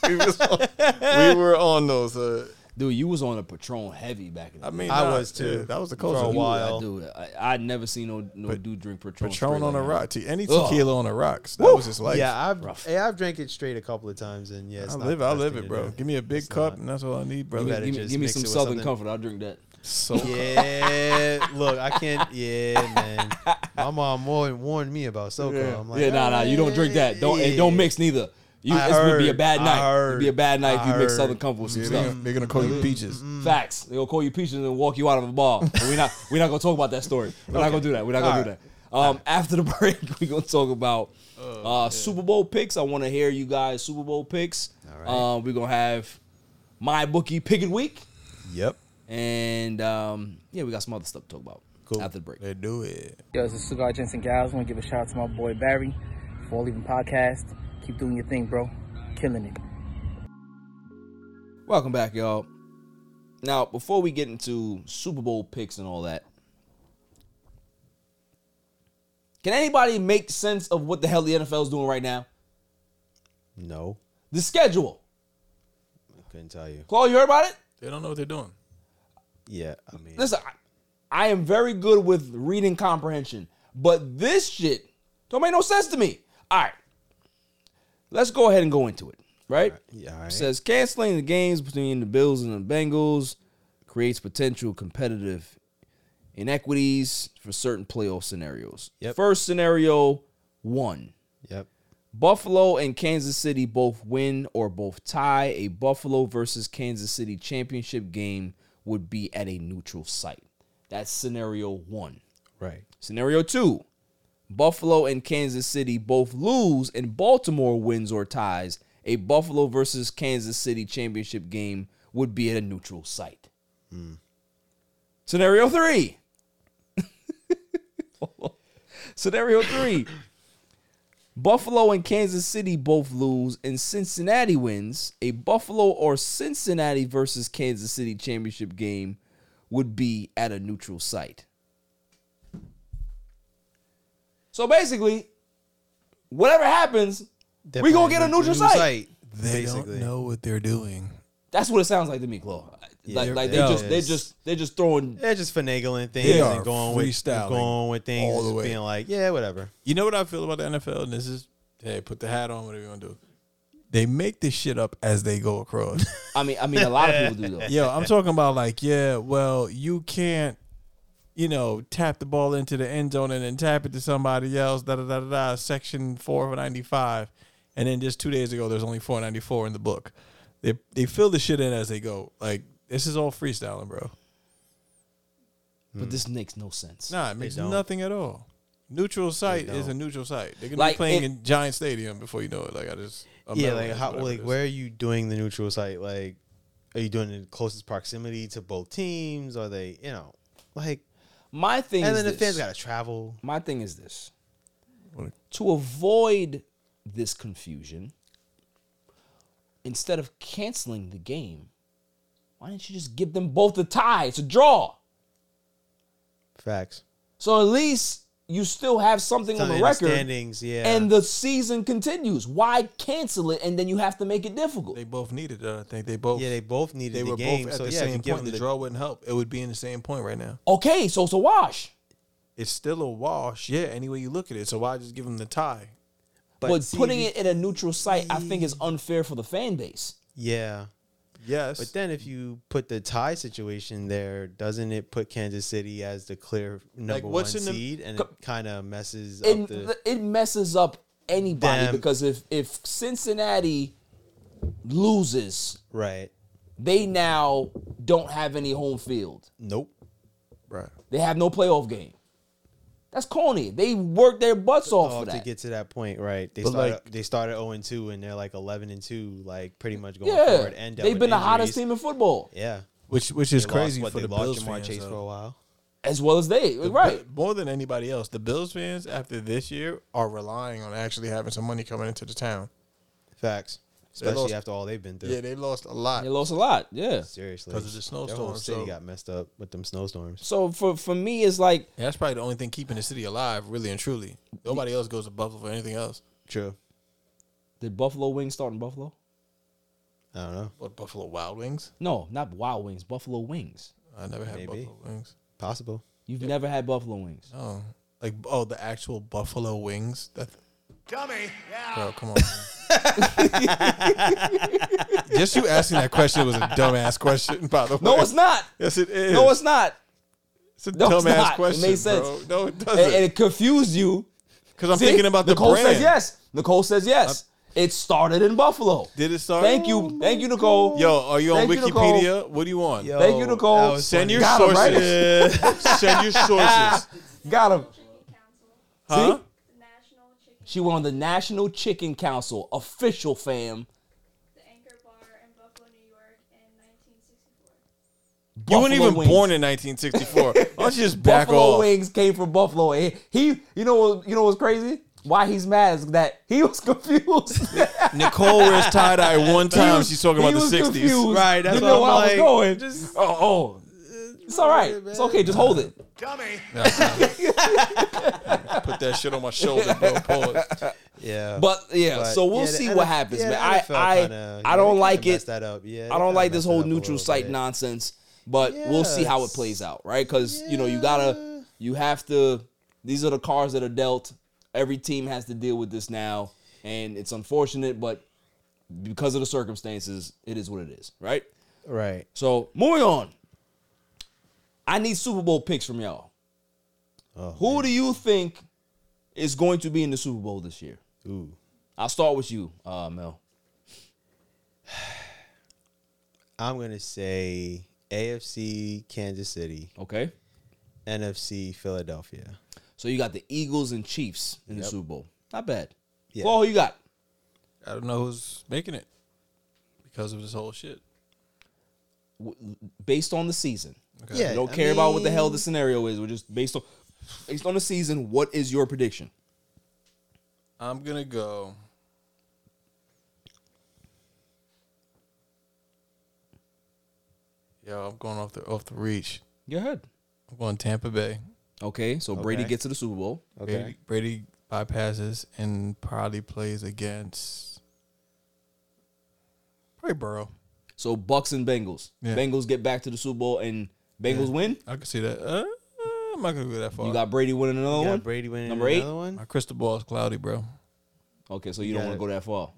Speaker 5: we, was on, we were on those. Uh,
Speaker 3: Dude, you was on a Patron heavy back in the
Speaker 5: I
Speaker 3: day.
Speaker 5: mean,
Speaker 4: I
Speaker 5: nah,
Speaker 4: was, too,
Speaker 5: yeah, that was the
Speaker 4: for a
Speaker 5: Coco.
Speaker 4: while.
Speaker 3: I do. I, I never seen no no dude drink Patron.
Speaker 5: Patron
Speaker 3: straight
Speaker 5: on the
Speaker 3: like that.
Speaker 5: rock. Te- Any
Speaker 3: Ugh.
Speaker 5: tequila on the rocks. That was his life.
Speaker 4: Yeah, I've
Speaker 3: Rough.
Speaker 4: hey, I've drank it straight a couple of times, and yeah, it's
Speaker 5: I
Speaker 4: not
Speaker 5: live,
Speaker 4: the
Speaker 5: I
Speaker 4: best
Speaker 5: live
Speaker 4: thing
Speaker 5: it,
Speaker 4: to
Speaker 5: bro.
Speaker 4: do.
Speaker 5: Give me a big
Speaker 4: It's
Speaker 5: cup,
Speaker 4: not.
Speaker 5: and that's all I need,
Speaker 4: You
Speaker 5: brother.
Speaker 4: better
Speaker 3: Give me,
Speaker 4: just
Speaker 3: give me
Speaker 4: mix
Speaker 3: some
Speaker 4: it with
Speaker 3: Southern
Speaker 4: something.
Speaker 3: Comfort. I'll drink that.
Speaker 5: So
Speaker 4: Yeah, look, I can't. Yeah, man. My mom warned, warned me about SoCo. I'm like,
Speaker 3: yeah, nah, nah. You don't drink that. Don't and don't mix neither. You,
Speaker 4: I
Speaker 3: it's gonna be a
Speaker 4: heard,
Speaker 3: bad
Speaker 4: I
Speaker 3: night. It'd be a
Speaker 4: heard,
Speaker 3: bad night if you
Speaker 4: I
Speaker 3: mix
Speaker 4: heard.
Speaker 3: Southern Comfort with some
Speaker 5: they're,
Speaker 3: stuff.
Speaker 5: gonna, they're gonna call you peaches.
Speaker 3: Hmm. Facts. They gonna call you peaches and walk you out of a bar. And we're not we're not gonna talk about that story. We're not gonna do that. We're not gonna do that. Um, After the break, we're gonna talk about
Speaker 4: Oh,
Speaker 3: uh, Super Bowl picks. I want to hear you guys Super Bowl picks.
Speaker 4: All
Speaker 3: Uh, we're gonna have my bookie pick of the week,
Speaker 4: Yep.
Speaker 3: and um, yeah, we got some other stuff to talk about
Speaker 4: Cool.
Speaker 3: after the break.
Speaker 5: They do it.
Speaker 8: Yo, this is Cigar Jensen Gals. I want to give a shout out to my boy Barry for All Even Podcast. Keep doing your thing, bro. Killing it.
Speaker 3: Welcome back, y'all. Now, before we get into Super Bowl picks and all that, can anybody make sense of what the hell the NFL is doing right now?
Speaker 4: No,
Speaker 3: The schedule.
Speaker 4: I couldn't tell you.
Speaker 3: Claude, you heard about it?
Speaker 5: They don't know what they're doing.
Speaker 4: Yeah, I mean,
Speaker 3: Listen, I, I am very good with reading comprehension, but this shit don't make no sense to me. All right. Let's go ahead and go into it, right?
Speaker 4: Yeah, all right.
Speaker 3: Says canceling the games between the Bills and the Bengals creates potential competitive inequities for certain playoff scenarios. First scenario one.
Speaker 4: Yep.
Speaker 3: Buffalo and Kansas City both win or both tie. A Buffalo versus Kansas City championship game would be at a neutral site. That's scenario one.
Speaker 4: Right.
Speaker 3: Scenario two Buffalo and Kansas City both lose and Baltimore wins or ties. A Buffalo versus Kansas City championship game would be at a neutral site. Scenario three. Scenario three. Buffalo and Kansas City both lose and Cincinnati wins. A Buffalo or Cincinnati versus Kansas City championship game would be at a neutral site. So basically, whatever happens, we gonna get a neutral site.
Speaker 5: They
Speaker 4: basically.
Speaker 5: don't know what they're doing.
Speaker 3: That's what it sounds like to me, Chloe. Like,
Speaker 4: Yeah,
Speaker 3: like they
Speaker 4: it
Speaker 3: just they
Speaker 4: is.
Speaker 3: just they just throwing
Speaker 4: They're just finagling things
Speaker 5: They are
Speaker 4: and going with
Speaker 5: freestyling
Speaker 4: going with things,
Speaker 5: all the
Speaker 4: just
Speaker 5: way.
Speaker 4: being like, yeah, whatever.
Speaker 5: You know what I feel about the NFL? And this is, hey, put the hat on, whatever you want to do. They make this shit up as they go across.
Speaker 3: I mean I mean a lot of people do though.
Speaker 5: Yo, I'm talking about like, yeah, well, you can't, you know, tap the ball into the end zone and then tap it to somebody else, da da da da, da section 495. And then just two days ago, there's only 494 in the book. They, they fill the shit in as they go. Like, this is all freestyling, bro.
Speaker 3: But this makes no sense.
Speaker 5: Nah, it makes
Speaker 4: don't.
Speaker 5: nothing at all. Neutral site is a
Speaker 4: don't.
Speaker 5: neutral site. They're gonna
Speaker 3: Like,
Speaker 5: be playing
Speaker 3: it-
Speaker 5: in Giant Stadium before you know it. Like I just I'm
Speaker 4: yeah,
Speaker 5: not
Speaker 4: like
Speaker 5: aware,
Speaker 4: how,
Speaker 5: whatever it
Speaker 4: like
Speaker 5: is.
Speaker 4: where are you doing the neutral site? Like, are you doing it in closest proximity to both teams? Are they, you know, like,
Speaker 3: My thing
Speaker 4: and
Speaker 3: is
Speaker 4: then the
Speaker 3: this.
Speaker 4: fans got to travel.
Speaker 3: My thing is this.
Speaker 5: What?
Speaker 3: To avoid this confusion, instead of canceling the game, why didn't you just give them both a tie? It's a draw.
Speaker 4: Facts.
Speaker 3: So at least you still have something on
Speaker 4: Some
Speaker 3: the record.
Speaker 4: understandings, yeah.
Speaker 3: And the season continues. Why cancel it and then you have to make it difficult?
Speaker 5: they both needed. it. I think they both.
Speaker 4: yeah, they both needed
Speaker 5: they
Speaker 4: the
Speaker 5: were
Speaker 4: game.
Speaker 5: both at
Speaker 4: so
Speaker 5: the
Speaker 4: yeah, if you
Speaker 5: same
Speaker 4: give
Speaker 5: point.
Speaker 4: them
Speaker 5: The,
Speaker 4: the
Speaker 5: draw wouldn't help. It would be in the same point right now.
Speaker 3: Okay, so it's a wash.
Speaker 5: It's still a wash. Yeah, any way you look at it. So why just give them the tie?
Speaker 3: But,
Speaker 4: see,
Speaker 3: putting
Speaker 4: you-
Speaker 3: it in a neutral site, I think, is unfair for the fan base.
Speaker 4: yeah.
Speaker 5: Yes,
Speaker 4: But then if you put the tie situation there, doesn't it put Kansas City as the clear number
Speaker 5: what's
Speaker 4: one
Speaker 5: in the-
Speaker 4: seed, and it kind of messes
Speaker 3: it,
Speaker 4: up the,
Speaker 3: it messes up anybody
Speaker 4: Them.
Speaker 3: because if if Cincinnati loses,
Speaker 4: right?
Speaker 3: they now don't have any home field.
Speaker 4: Nope.
Speaker 5: right.
Speaker 3: They have no playoff game. That's corny. They worked their butts off for
Speaker 4: to
Speaker 3: that.
Speaker 4: get to that point, right? They
Speaker 5: But,
Speaker 4: started
Speaker 5: like-
Speaker 4: they started zero and two, and they're like eleven and two, like pretty much going
Speaker 3: yeah,
Speaker 4: forward. And
Speaker 3: they've
Speaker 4: dealt
Speaker 3: been
Speaker 4: with
Speaker 3: the hottest
Speaker 4: injuries.
Speaker 3: team in football,
Speaker 4: Yeah,
Speaker 5: Which which is
Speaker 4: They
Speaker 5: crazy
Speaker 4: lost, what,
Speaker 5: for
Speaker 4: they
Speaker 5: the
Speaker 4: lost
Speaker 5: Bills
Speaker 4: Jamar
Speaker 5: fans.
Speaker 4: Chase for a
Speaker 5: though.
Speaker 4: while.
Speaker 3: as well as they. Right?
Speaker 5: But more than anybody else, the Bills fans after this year are relying on actually having some money coming into the town.
Speaker 4: Facts,
Speaker 5: They
Speaker 4: especially
Speaker 5: lost-
Speaker 4: after all they've been through.
Speaker 5: Yeah, they lost a lot.
Speaker 3: They lost a lot. Yeah.
Speaker 4: Seriously,
Speaker 5: 'Cause of the
Speaker 4: Their whole
Speaker 5: snowstorms,
Speaker 4: city
Speaker 5: so-
Speaker 4: got messed up with them snowstorms.
Speaker 3: So for for me, it's like
Speaker 5: Yeah, that's probably the only thing keeping the city alive, really and truly. Nobody else goes to Buffalo for anything else.
Speaker 4: True.
Speaker 3: did Buffalo Wings start in Buffalo?
Speaker 4: I don't know.
Speaker 5: What Buffalo Wild Wings?
Speaker 3: No, not Wild Wings. Buffalo Wings.
Speaker 5: I never had
Speaker 4: Maybe.
Speaker 5: Buffalo Wings.
Speaker 4: Possible.
Speaker 3: You've never had Buffalo Wings.
Speaker 5: Oh, like oh, the actual Buffalo Wings. That,
Speaker 6: Dummy. Yeah.
Speaker 5: bro, come on. man. Just you asking that question was a dumbass question, by the way.
Speaker 3: No, it's not.
Speaker 5: Yes, it is.
Speaker 3: No, it's not.
Speaker 5: It's a
Speaker 3: no, it's
Speaker 5: dumbass
Speaker 3: not. It
Speaker 5: question.
Speaker 3: made sense.
Speaker 5: bro. No, it
Speaker 3: And, and
Speaker 5: doesn't.
Speaker 3: it confused you.
Speaker 5: Because I'm
Speaker 3: See?
Speaker 5: thinking about the
Speaker 3: Nicole
Speaker 5: brand.
Speaker 3: says yes. Nicole says yes. it started in Buffalo.
Speaker 5: Did it start?
Speaker 3: Thank you, thank you, Nicole.
Speaker 5: Yo, are you on
Speaker 3: Thank you, Nicole.
Speaker 5: Wikipedia? what do you want?
Speaker 3: Thank you,
Speaker 4: that
Speaker 3: Nicole.
Speaker 4: was
Speaker 5: Send your
Speaker 3: Got 'em, right?
Speaker 5: sources. Send your sources.
Speaker 3: Got him.
Speaker 5: Huh?
Speaker 3: She won the National Chicken Council official fam.
Speaker 5: You weren't
Speaker 3: Buffalo
Speaker 5: even
Speaker 3: Wings.
Speaker 5: born in 1964. Let's just back
Speaker 3: Buffalo
Speaker 5: off.
Speaker 3: Wings came from Buffalo. He, he- you know, what- you know what's crazy? Why he's mad is that he was confused.
Speaker 5: Nicole wears tie dye one time. She's talking
Speaker 3: He
Speaker 5: about
Speaker 3: was
Speaker 5: the 60s.
Speaker 3: confused.
Speaker 4: Right, that's
Speaker 3: you know
Speaker 4: what
Speaker 3: where
Speaker 4: I'm
Speaker 3: I was
Speaker 4: like,
Speaker 3: going. oh, oh, it's all right. It's okay. Just hold it.
Speaker 6: Dummy.
Speaker 5: Put that shit on my shoulder, bro. Pause.
Speaker 4: Yeah,
Speaker 3: But yeah,
Speaker 4: But,
Speaker 3: so we'll
Speaker 4: yeah, the
Speaker 3: see
Speaker 4: NF
Speaker 3: what happens,
Speaker 4: yeah,
Speaker 3: man.
Speaker 4: the
Speaker 3: I
Speaker 4: NFL
Speaker 3: I,
Speaker 4: kinda- yeah,
Speaker 3: I
Speaker 4: they
Speaker 3: don't
Speaker 4: kinda
Speaker 3: like
Speaker 4: messed
Speaker 3: it.
Speaker 4: That up. Yeah, they
Speaker 3: I don't
Speaker 4: kinda
Speaker 3: like this
Speaker 4: messed
Speaker 3: whole
Speaker 4: it up a
Speaker 3: neutral
Speaker 4: little
Speaker 3: site
Speaker 4: bit.
Speaker 3: nonsense. But we'll see how it
Speaker 4: Yes.
Speaker 3: plays out, right? Because you know you gotta you have to. These are the cards that are dealt. Every team has to deal with this now. and it's unfortunate, but because of the circumstances, it is what it is, right?
Speaker 4: Right.
Speaker 3: So moving on. I need Super Bowl picks from y'all.
Speaker 4: Oh,
Speaker 3: Who do you think is going to be in the Super Bowl this year?
Speaker 4: Ooh.
Speaker 3: I'll start with you, uh, Mel.
Speaker 4: I'm gonna say AFC Kansas City.
Speaker 3: Okay.
Speaker 4: NFC Philadelphia.
Speaker 3: So you got the Eagles and Chiefs in the
Speaker 4: Yep.
Speaker 3: Super Bowl. Not bad.
Speaker 4: Yeah.
Speaker 3: Well, who you got?
Speaker 5: I don't know who's making it because of this whole shit.
Speaker 3: W- Based on the season.
Speaker 5: Okay.
Speaker 4: Yeah,
Speaker 3: We don't
Speaker 4: I
Speaker 3: care about what the hell
Speaker 4: mean-
Speaker 3: the scenario is. We're just based on based on the season, what is your prediction?
Speaker 5: I'm gonna go. Yo, I'm going off the off the reach.
Speaker 3: Go ahead.
Speaker 5: I'm going Tampa Bay.
Speaker 3: Okay, so Brady
Speaker 4: Okay.
Speaker 3: gets to the Super Bowl.
Speaker 4: Okay.
Speaker 5: Brady, Brady bypasses and probably plays against probably Burrow.
Speaker 3: So Bucks and Bengals.
Speaker 5: Yeah.
Speaker 3: Bengals get back to the Super Bowl and Bengals win.
Speaker 5: I can see that. Uh, I'm not gonna go that far.
Speaker 3: You got Brady winning another
Speaker 4: You
Speaker 3: one.
Speaker 4: got Brady winning
Speaker 3: Number eight?
Speaker 4: another one.
Speaker 5: my crystal ball is cloudy, bro.
Speaker 3: Okay, so you, don't
Speaker 4: got
Speaker 3: want to
Speaker 4: it.
Speaker 3: go that far.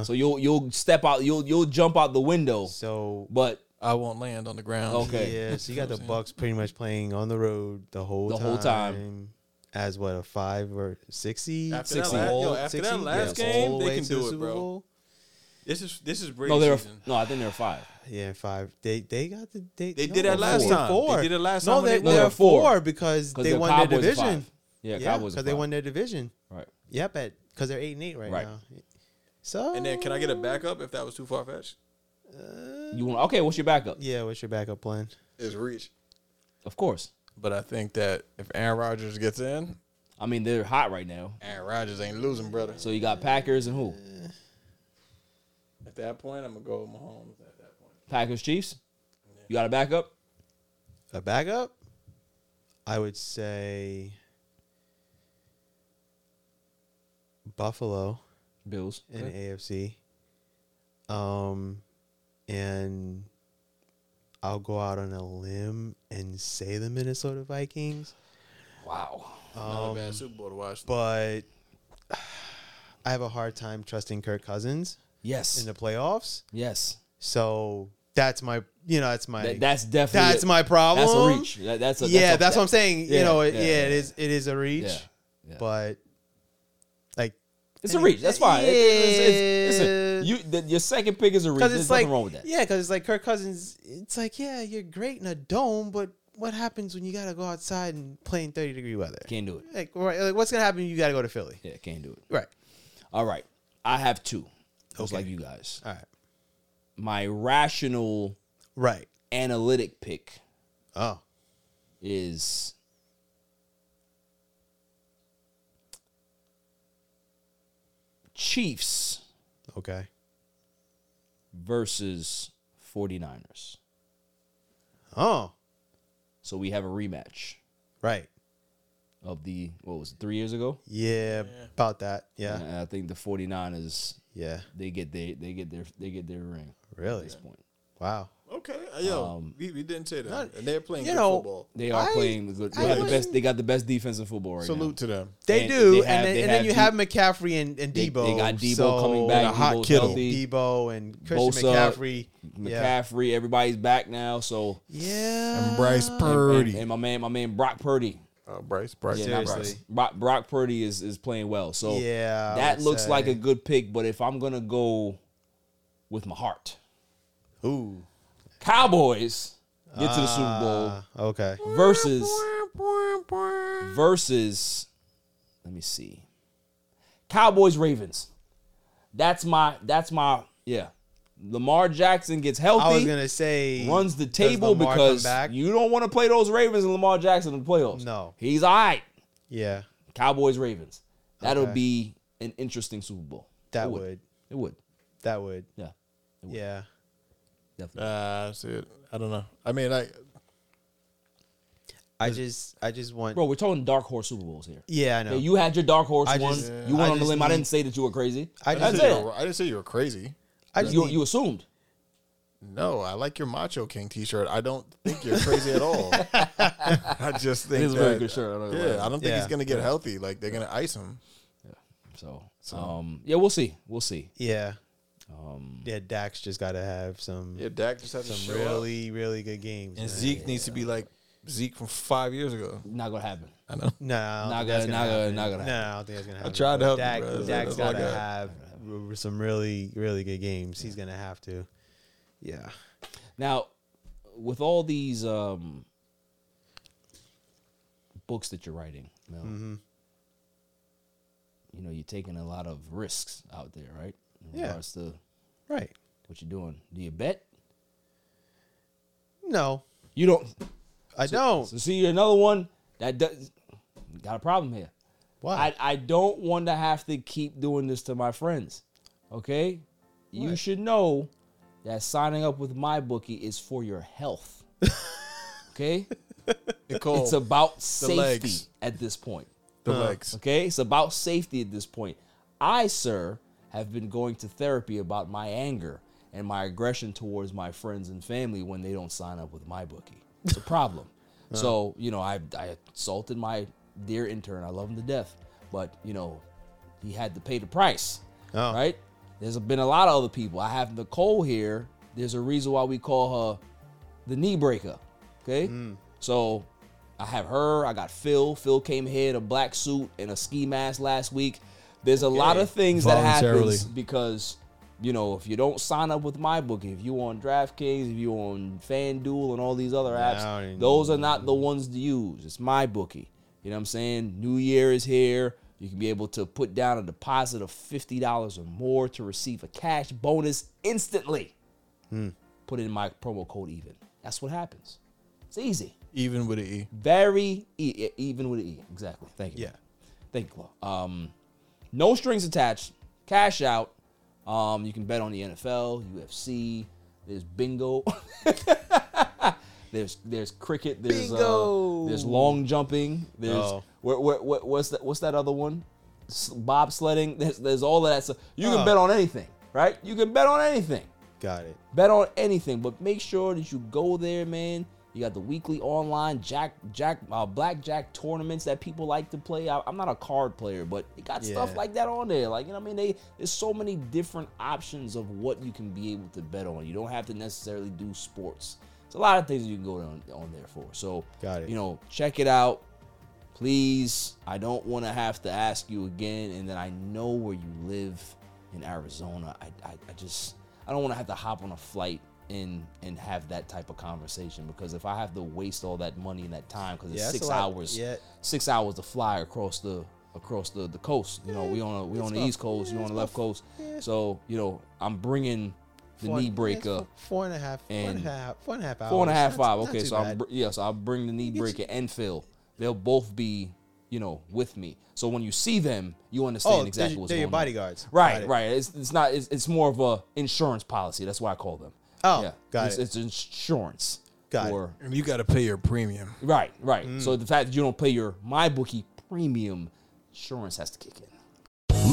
Speaker 4: Uh,
Speaker 3: So you'll you'll step out. You'll you'll jump out the window.
Speaker 4: so
Speaker 3: But
Speaker 5: I won't land on the ground.
Speaker 3: Okay.
Speaker 4: yeah, so you got the Bucks pretty much playing on the road the whole
Speaker 3: The
Speaker 4: time,
Speaker 3: whole time.
Speaker 4: as what a five or six seed,
Speaker 5: After
Speaker 3: that
Speaker 4: Six
Speaker 3: la-
Speaker 4: seed?
Speaker 3: yo,
Speaker 5: after
Speaker 4: Six
Speaker 5: that
Speaker 4: seed?
Speaker 5: last
Speaker 4: Yeah,
Speaker 5: game,
Speaker 4: all the
Speaker 5: they
Speaker 4: way
Speaker 5: can
Speaker 4: to the
Speaker 5: do it,
Speaker 4: Super
Speaker 5: bro.
Speaker 4: Bowl?
Speaker 5: This is this is Brady
Speaker 3: no, they're
Speaker 5: season.
Speaker 3: no. I think they're five.
Speaker 4: Yeah, five. They they got the they
Speaker 5: They
Speaker 4: no,
Speaker 5: did that
Speaker 4: they're
Speaker 5: last
Speaker 4: four.
Speaker 5: time. They
Speaker 4: Four.
Speaker 5: did it last
Speaker 4: no,
Speaker 5: time when
Speaker 4: They,
Speaker 5: they-
Speaker 4: no,
Speaker 3: No,
Speaker 4: they're
Speaker 3: they're four.
Speaker 4: four because
Speaker 3: Because
Speaker 4: they
Speaker 3: the
Speaker 4: won
Speaker 3: Cowboys
Speaker 4: their
Speaker 3: are
Speaker 4: division.
Speaker 3: Five. Yeah,
Speaker 4: Yeah,
Speaker 3: Cowboys.
Speaker 4: because
Speaker 3: are
Speaker 4: they
Speaker 3: five.
Speaker 4: won their division.
Speaker 3: Right.
Speaker 4: Yep, at because they're eight and eight right,
Speaker 3: Right.
Speaker 4: now. So
Speaker 5: And then can I get a backup if that was too far fetched?
Speaker 3: You want okay? What's your backup?
Speaker 4: yeah, what's your backup plan?
Speaker 5: It's reach.
Speaker 3: Of course.
Speaker 5: But I think that if Aaron Rodgers gets in,
Speaker 3: I mean they're hot right now.
Speaker 5: Aaron Rodgers ain't losing, brother.
Speaker 3: So you got Packers and who?
Speaker 5: At that point, I'm gonna go with Mahomes. At that point,
Speaker 3: Packers Chiefs. You got a backup?
Speaker 4: A backup? I would say Buffalo
Speaker 3: Bills.
Speaker 4: in AFC. Um, and I'll go out on a limb and say the Minnesota Vikings, Um,
Speaker 3: Wow.
Speaker 5: not a bad Super Bowl to watch.
Speaker 4: but I have a hard time trusting Kirk Cousins
Speaker 3: Yes.
Speaker 4: in the playoffs.
Speaker 3: yes.
Speaker 4: So that's my, you know, that's my
Speaker 3: That, that's definitely
Speaker 4: that's
Speaker 3: a-
Speaker 4: my problem.
Speaker 3: That's a reach. That- that's a,
Speaker 4: yeah, that's,
Speaker 3: a-
Speaker 4: what I'm saying.
Speaker 3: yeah,
Speaker 4: you know, it,
Speaker 3: yeah,
Speaker 4: yeah,
Speaker 3: yeah.
Speaker 4: it is. It is a reach,
Speaker 3: Yeah, yeah.
Speaker 4: but like
Speaker 3: It's a reach. That's fine. It- it's- it's- listen,
Speaker 4: Yeah.
Speaker 3: you, the, your second pick is a reach.
Speaker 4: because
Speaker 3: There's
Speaker 4: it's like
Speaker 3: nothing wrong with that.
Speaker 4: yeah, because it's like Kirk Cousins. It's like yeah, you're great in a dome, but what happens when you got to go outside and play in 30 degree weather?
Speaker 3: Can't do it.
Speaker 4: Like, right, like what's gonna happen? when You got to go to Philly,
Speaker 3: Yeah, can't do it.
Speaker 4: right?
Speaker 3: All right. I have two. Just like you guys.
Speaker 4: All right,
Speaker 3: My rational
Speaker 4: right.
Speaker 3: analytic pick
Speaker 4: Oh,
Speaker 3: is Chiefs
Speaker 4: okay.
Speaker 3: versus 49ers.
Speaker 4: Oh,
Speaker 3: So we have a rematch
Speaker 4: right.
Speaker 3: of the what was it, 3 years ago?
Speaker 4: Yeah, about that. Yeah,
Speaker 3: And I think the 49ers
Speaker 4: yeah.
Speaker 3: they get their they get their they get their ring at
Speaker 4: Really?
Speaker 3: this point.
Speaker 4: Wow.
Speaker 5: Okay, uh, yo, we, we didn't say that, and they're playing
Speaker 4: you
Speaker 5: good
Speaker 4: know,
Speaker 5: football.
Speaker 3: They are
Speaker 4: I-
Speaker 3: playing good. They
Speaker 4: I
Speaker 3: have the
Speaker 4: wouldn't-
Speaker 3: best. They got the best defense in football right
Speaker 5: Salute to them.
Speaker 4: They
Speaker 3: And
Speaker 4: do,
Speaker 3: they have-
Speaker 4: and then,
Speaker 3: they
Speaker 4: and then
Speaker 3: have
Speaker 4: you
Speaker 3: Debo-
Speaker 4: have McCaffrey and, and
Speaker 3: They-
Speaker 4: Debo.
Speaker 3: they got Debo
Speaker 4: so-
Speaker 3: coming back.
Speaker 5: And a hot
Speaker 3: Debo's
Speaker 5: Kittle.
Speaker 3: healthy.
Speaker 4: Debo and Christian
Speaker 3: Bosa,
Speaker 4: McCaffrey. Yeah.
Speaker 3: McCaffrey, everybody's back now. So
Speaker 4: yeah.
Speaker 5: And Bryce
Speaker 3: and,
Speaker 5: Purdy.
Speaker 3: and my man, my man Brock Purdy.
Speaker 5: Uh, Bryce, Bryce,
Speaker 3: Yeah, not Bryce.
Speaker 4: Seriously.
Speaker 3: Brock, Brock Purdy is is playing well. So
Speaker 4: Yeah, I
Speaker 3: that
Speaker 4: would
Speaker 3: looks
Speaker 4: Uh,
Speaker 3: like
Speaker 4: say.
Speaker 3: a good pick. But if I'm gonna go with my heart,
Speaker 4: Ooh.
Speaker 3: Cowboys get to the Super Bowl
Speaker 4: Uh, okay.
Speaker 3: versus versus. Let me see. Cowboys Ravens. That's my that's my yeah. Lamar Jackson gets healthy.
Speaker 4: I was gonna say
Speaker 3: runs the
Speaker 4: does
Speaker 3: table
Speaker 4: Lamar come
Speaker 3: because
Speaker 4: back?
Speaker 3: you don't want to play those Ravens and Lamar Jackson in the playoffs.
Speaker 4: No.
Speaker 3: He's all right.
Speaker 4: yeah,
Speaker 3: Cowboys Ravens. That'll
Speaker 4: Okay.
Speaker 3: be an interesting Super Bowl.
Speaker 4: that
Speaker 3: It
Speaker 4: would.
Speaker 3: It would.
Speaker 4: that would
Speaker 3: Yeah.
Speaker 4: yeah.
Speaker 3: Definitely.
Speaker 5: Uh, that's it. I don't know. I mean, like,
Speaker 4: I just I just want
Speaker 3: Bro, we're talking dark horse Super Bowls here.
Speaker 4: yeah I know
Speaker 3: Yeah, you had your dark horse
Speaker 4: I
Speaker 3: one.
Speaker 4: just-
Speaker 3: you went
Speaker 4: I
Speaker 3: on the
Speaker 4: just
Speaker 3: limb. I
Speaker 4: need-
Speaker 3: didn't say that you were crazy.
Speaker 4: I
Speaker 5: I
Speaker 4: just
Speaker 5: didn't,
Speaker 3: That's
Speaker 5: say
Speaker 3: it.
Speaker 5: you were, I didn't say you were crazy.
Speaker 4: I just
Speaker 3: You,
Speaker 4: need-
Speaker 3: you assumed.
Speaker 5: No, I like your Macho King T-shirt. I don't think you're crazy at all. I just think
Speaker 3: It is a very
Speaker 5: that-
Speaker 3: good shirt. I don't know.
Speaker 5: Yeah, I don't think
Speaker 4: Yeah.
Speaker 5: he's gonna get healthy. Like they're gonna ice him.
Speaker 3: So, um, yeah, we'll see. We'll see.
Speaker 4: Yeah.
Speaker 3: Um,
Speaker 4: yeah, Dax just got to have some.
Speaker 5: Yeah, Dak just has to
Speaker 4: some
Speaker 5: show up.
Speaker 4: really, really good games.
Speaker 5: And Zeke needs to be like Zeke from five years ago.
Speaker 3: Not gonna happen.
Speaker 5: I know.
Speaker 4: No, not
Speaker 3: gonna- not gonna- not gonna
Speaker 4: No, I don't think that's gonna happen.
Speaker 5: tried to help you,
Speaker 4: Dak,
Speaker 5: bro.
Speaker 4: Dak's
Speaker 5: That's all I
Speaker 4: gotta
Speaker 5: got.
Speaker 4: have r- some really, really good games. He's gonna have to. Yeah,
Speaker 3: Now, with all these um, books that you're writing, you know,
Speaker 4: Mm-hmm.
Speaker 3: you know, you're taking a lot of risks out there, right? In
Speaker 4: Yeah.
Speaker 3: regards to
Speaker 4: right.
Speaker 3: what you're doing. Do you bet?
Speaker 4: No,
Speaker 3: You don't.
Speaker 4: I don't.
Speaker 3: So see, another one that does got a problem here.
Speaker 4: Why?
Speaker 3: I, I don't want to have to keep doing this to my friends. Okay? You should know that signing up with my bookie is for your health. okay?
Speaker 5: Nicole,
Speaker 3: It's about safety
Speaker 5: Oh, legs.
Speaker 3: at this point.
Speaker 5: the legs.
Speaker 3: Okay? It's about safety at this point. I, sir, have been going to therapy about my anger and my aggression towards my friends and family when they don't sign up with my bookie. It's a problem. So, you know, I, I assaulted my dear intern. I love him to death. But, you know, he had to pay the price.
Speaker 4: Oh.
Speaker 3: Right? There's been a lot of other people. I have Nicole here. There's a reason why we call her the knee breaker. Okay? So I have her. I got Phil. Phil came here in a black suit and a ski mask last week. There's a lot of things that
Speaker 5: Voluntarily.
Speaker 3: happens because you know if you don't sign up with my bookie, if you on DraftKings, if you on FanDuel and all these other
Speaker 4: I
Speaker 3: apps,
Speaker 4: don't
Speaker 3: those are not the ones to use. It's my bookie. You know what I'm saying? New Year is here. You can be able to put down a deposit of fifty dollars or more to receive a cash bonus instantly.
Speaker 4: Hmm.
Speaker 3: Put in my promo code even. That's what happens. It's easy.
Speaker 5: Even with an E.
Speaker 3: Very e- e- even with an E. Exactly. Thank you.
Speaker 4: Yeah.
Speaker 3: Thank you, Claude. Um, no strings attached. Cash out. Um, you can bet on the NFL, UFC. There's bingo. there's there's cricket. There's Uh,
Speaker 4: Bingo.
Speaker 3: there's long jumping. There's
Speaker 4: Oh.
Speaker 3: where, where, what- what's that? What's that other one? S- bobsledding. There's there's all of that stuff. You can
Speaker 4: Oh.
Speaker 3: bet on anything, right? You can bet on anything
Speaker 4: Got it.
Speaker 3: bet on anything, but make sure that you go there, man. You got the weekly online jack jack uh, blackjack tournaments that people like to play. I, am not a card player, but it got stuff
Speaker 4: Yeah.
Speaker 3: like that on there. Like you know, what I mean, they there's so many different options of what you can be able to bet on. You don't have to necessarily do sports. It's a lot of things you can go on, on there for. So
Speaker 4: Got it.
Speaker 3: You know, check it out. Please, I don't want to have to ask you again. And then I know where you live in Arizona. I, I, I just, I don't want to have to hop on a flight and and have that type of conversation because if I have to waste all that money and that time because it's
Speaker 4: Yeah, that's
Speaker 3: six
Speaker 4: a lot.
Speaker 3: hours,
Speaker 4: Yeah.
Speaker 3: six hours to fly across the across the, the coast. You know, we on a, we on the East Coast, you on the left coast. So you know, I'm bringing the
Speaker 4: Four-
Speaker 3: knee
Speaker 4: it's
Speaker 3: breaker.
Speaker 4: four- Four and a half. Four and
Speaker 3: and-
Speaker 4: a half. Four and a half hours.
Speaker 3: Four and a half,
Speaker 4: Not-
Speaker 3: five.
Speaker 4: Oh, not
Speaker 3: Okay,
Speaker 4: too
Speaker 3: so I'm
Speaker 4: bad. Oh,
Speaker 3: br- yes, I'll bring the knee breaker and Phil. They'll both be, you know, with me. So when you see them, you understand
Speaker 4: Oh,
Speaker 3: exactly
Speaker 4: they're,
Speaker 3: what's
Speaker 4: they're
Speaker 3: going
Speaker 4: your
Speaker 3: on.
Speaker 4: bodyguards. Got
Speaker 3: Right,
Speaker 4: it.
Speaker 3: right. It's, it's not. It's, it's more of a insurance policy. That's why I call them.
Speaker 4: Oh, got
Speaker 3: it's,
Speaker 4: it.
Speaker 3: It's insurance.
Speaker 4: Got it. Mm.
Speaker 3: or,
Speaker 5: And you got to pay your premium.
Speaker 3: Right, right. So the fact that you don't pay your my bookie premium insurance has to kick in.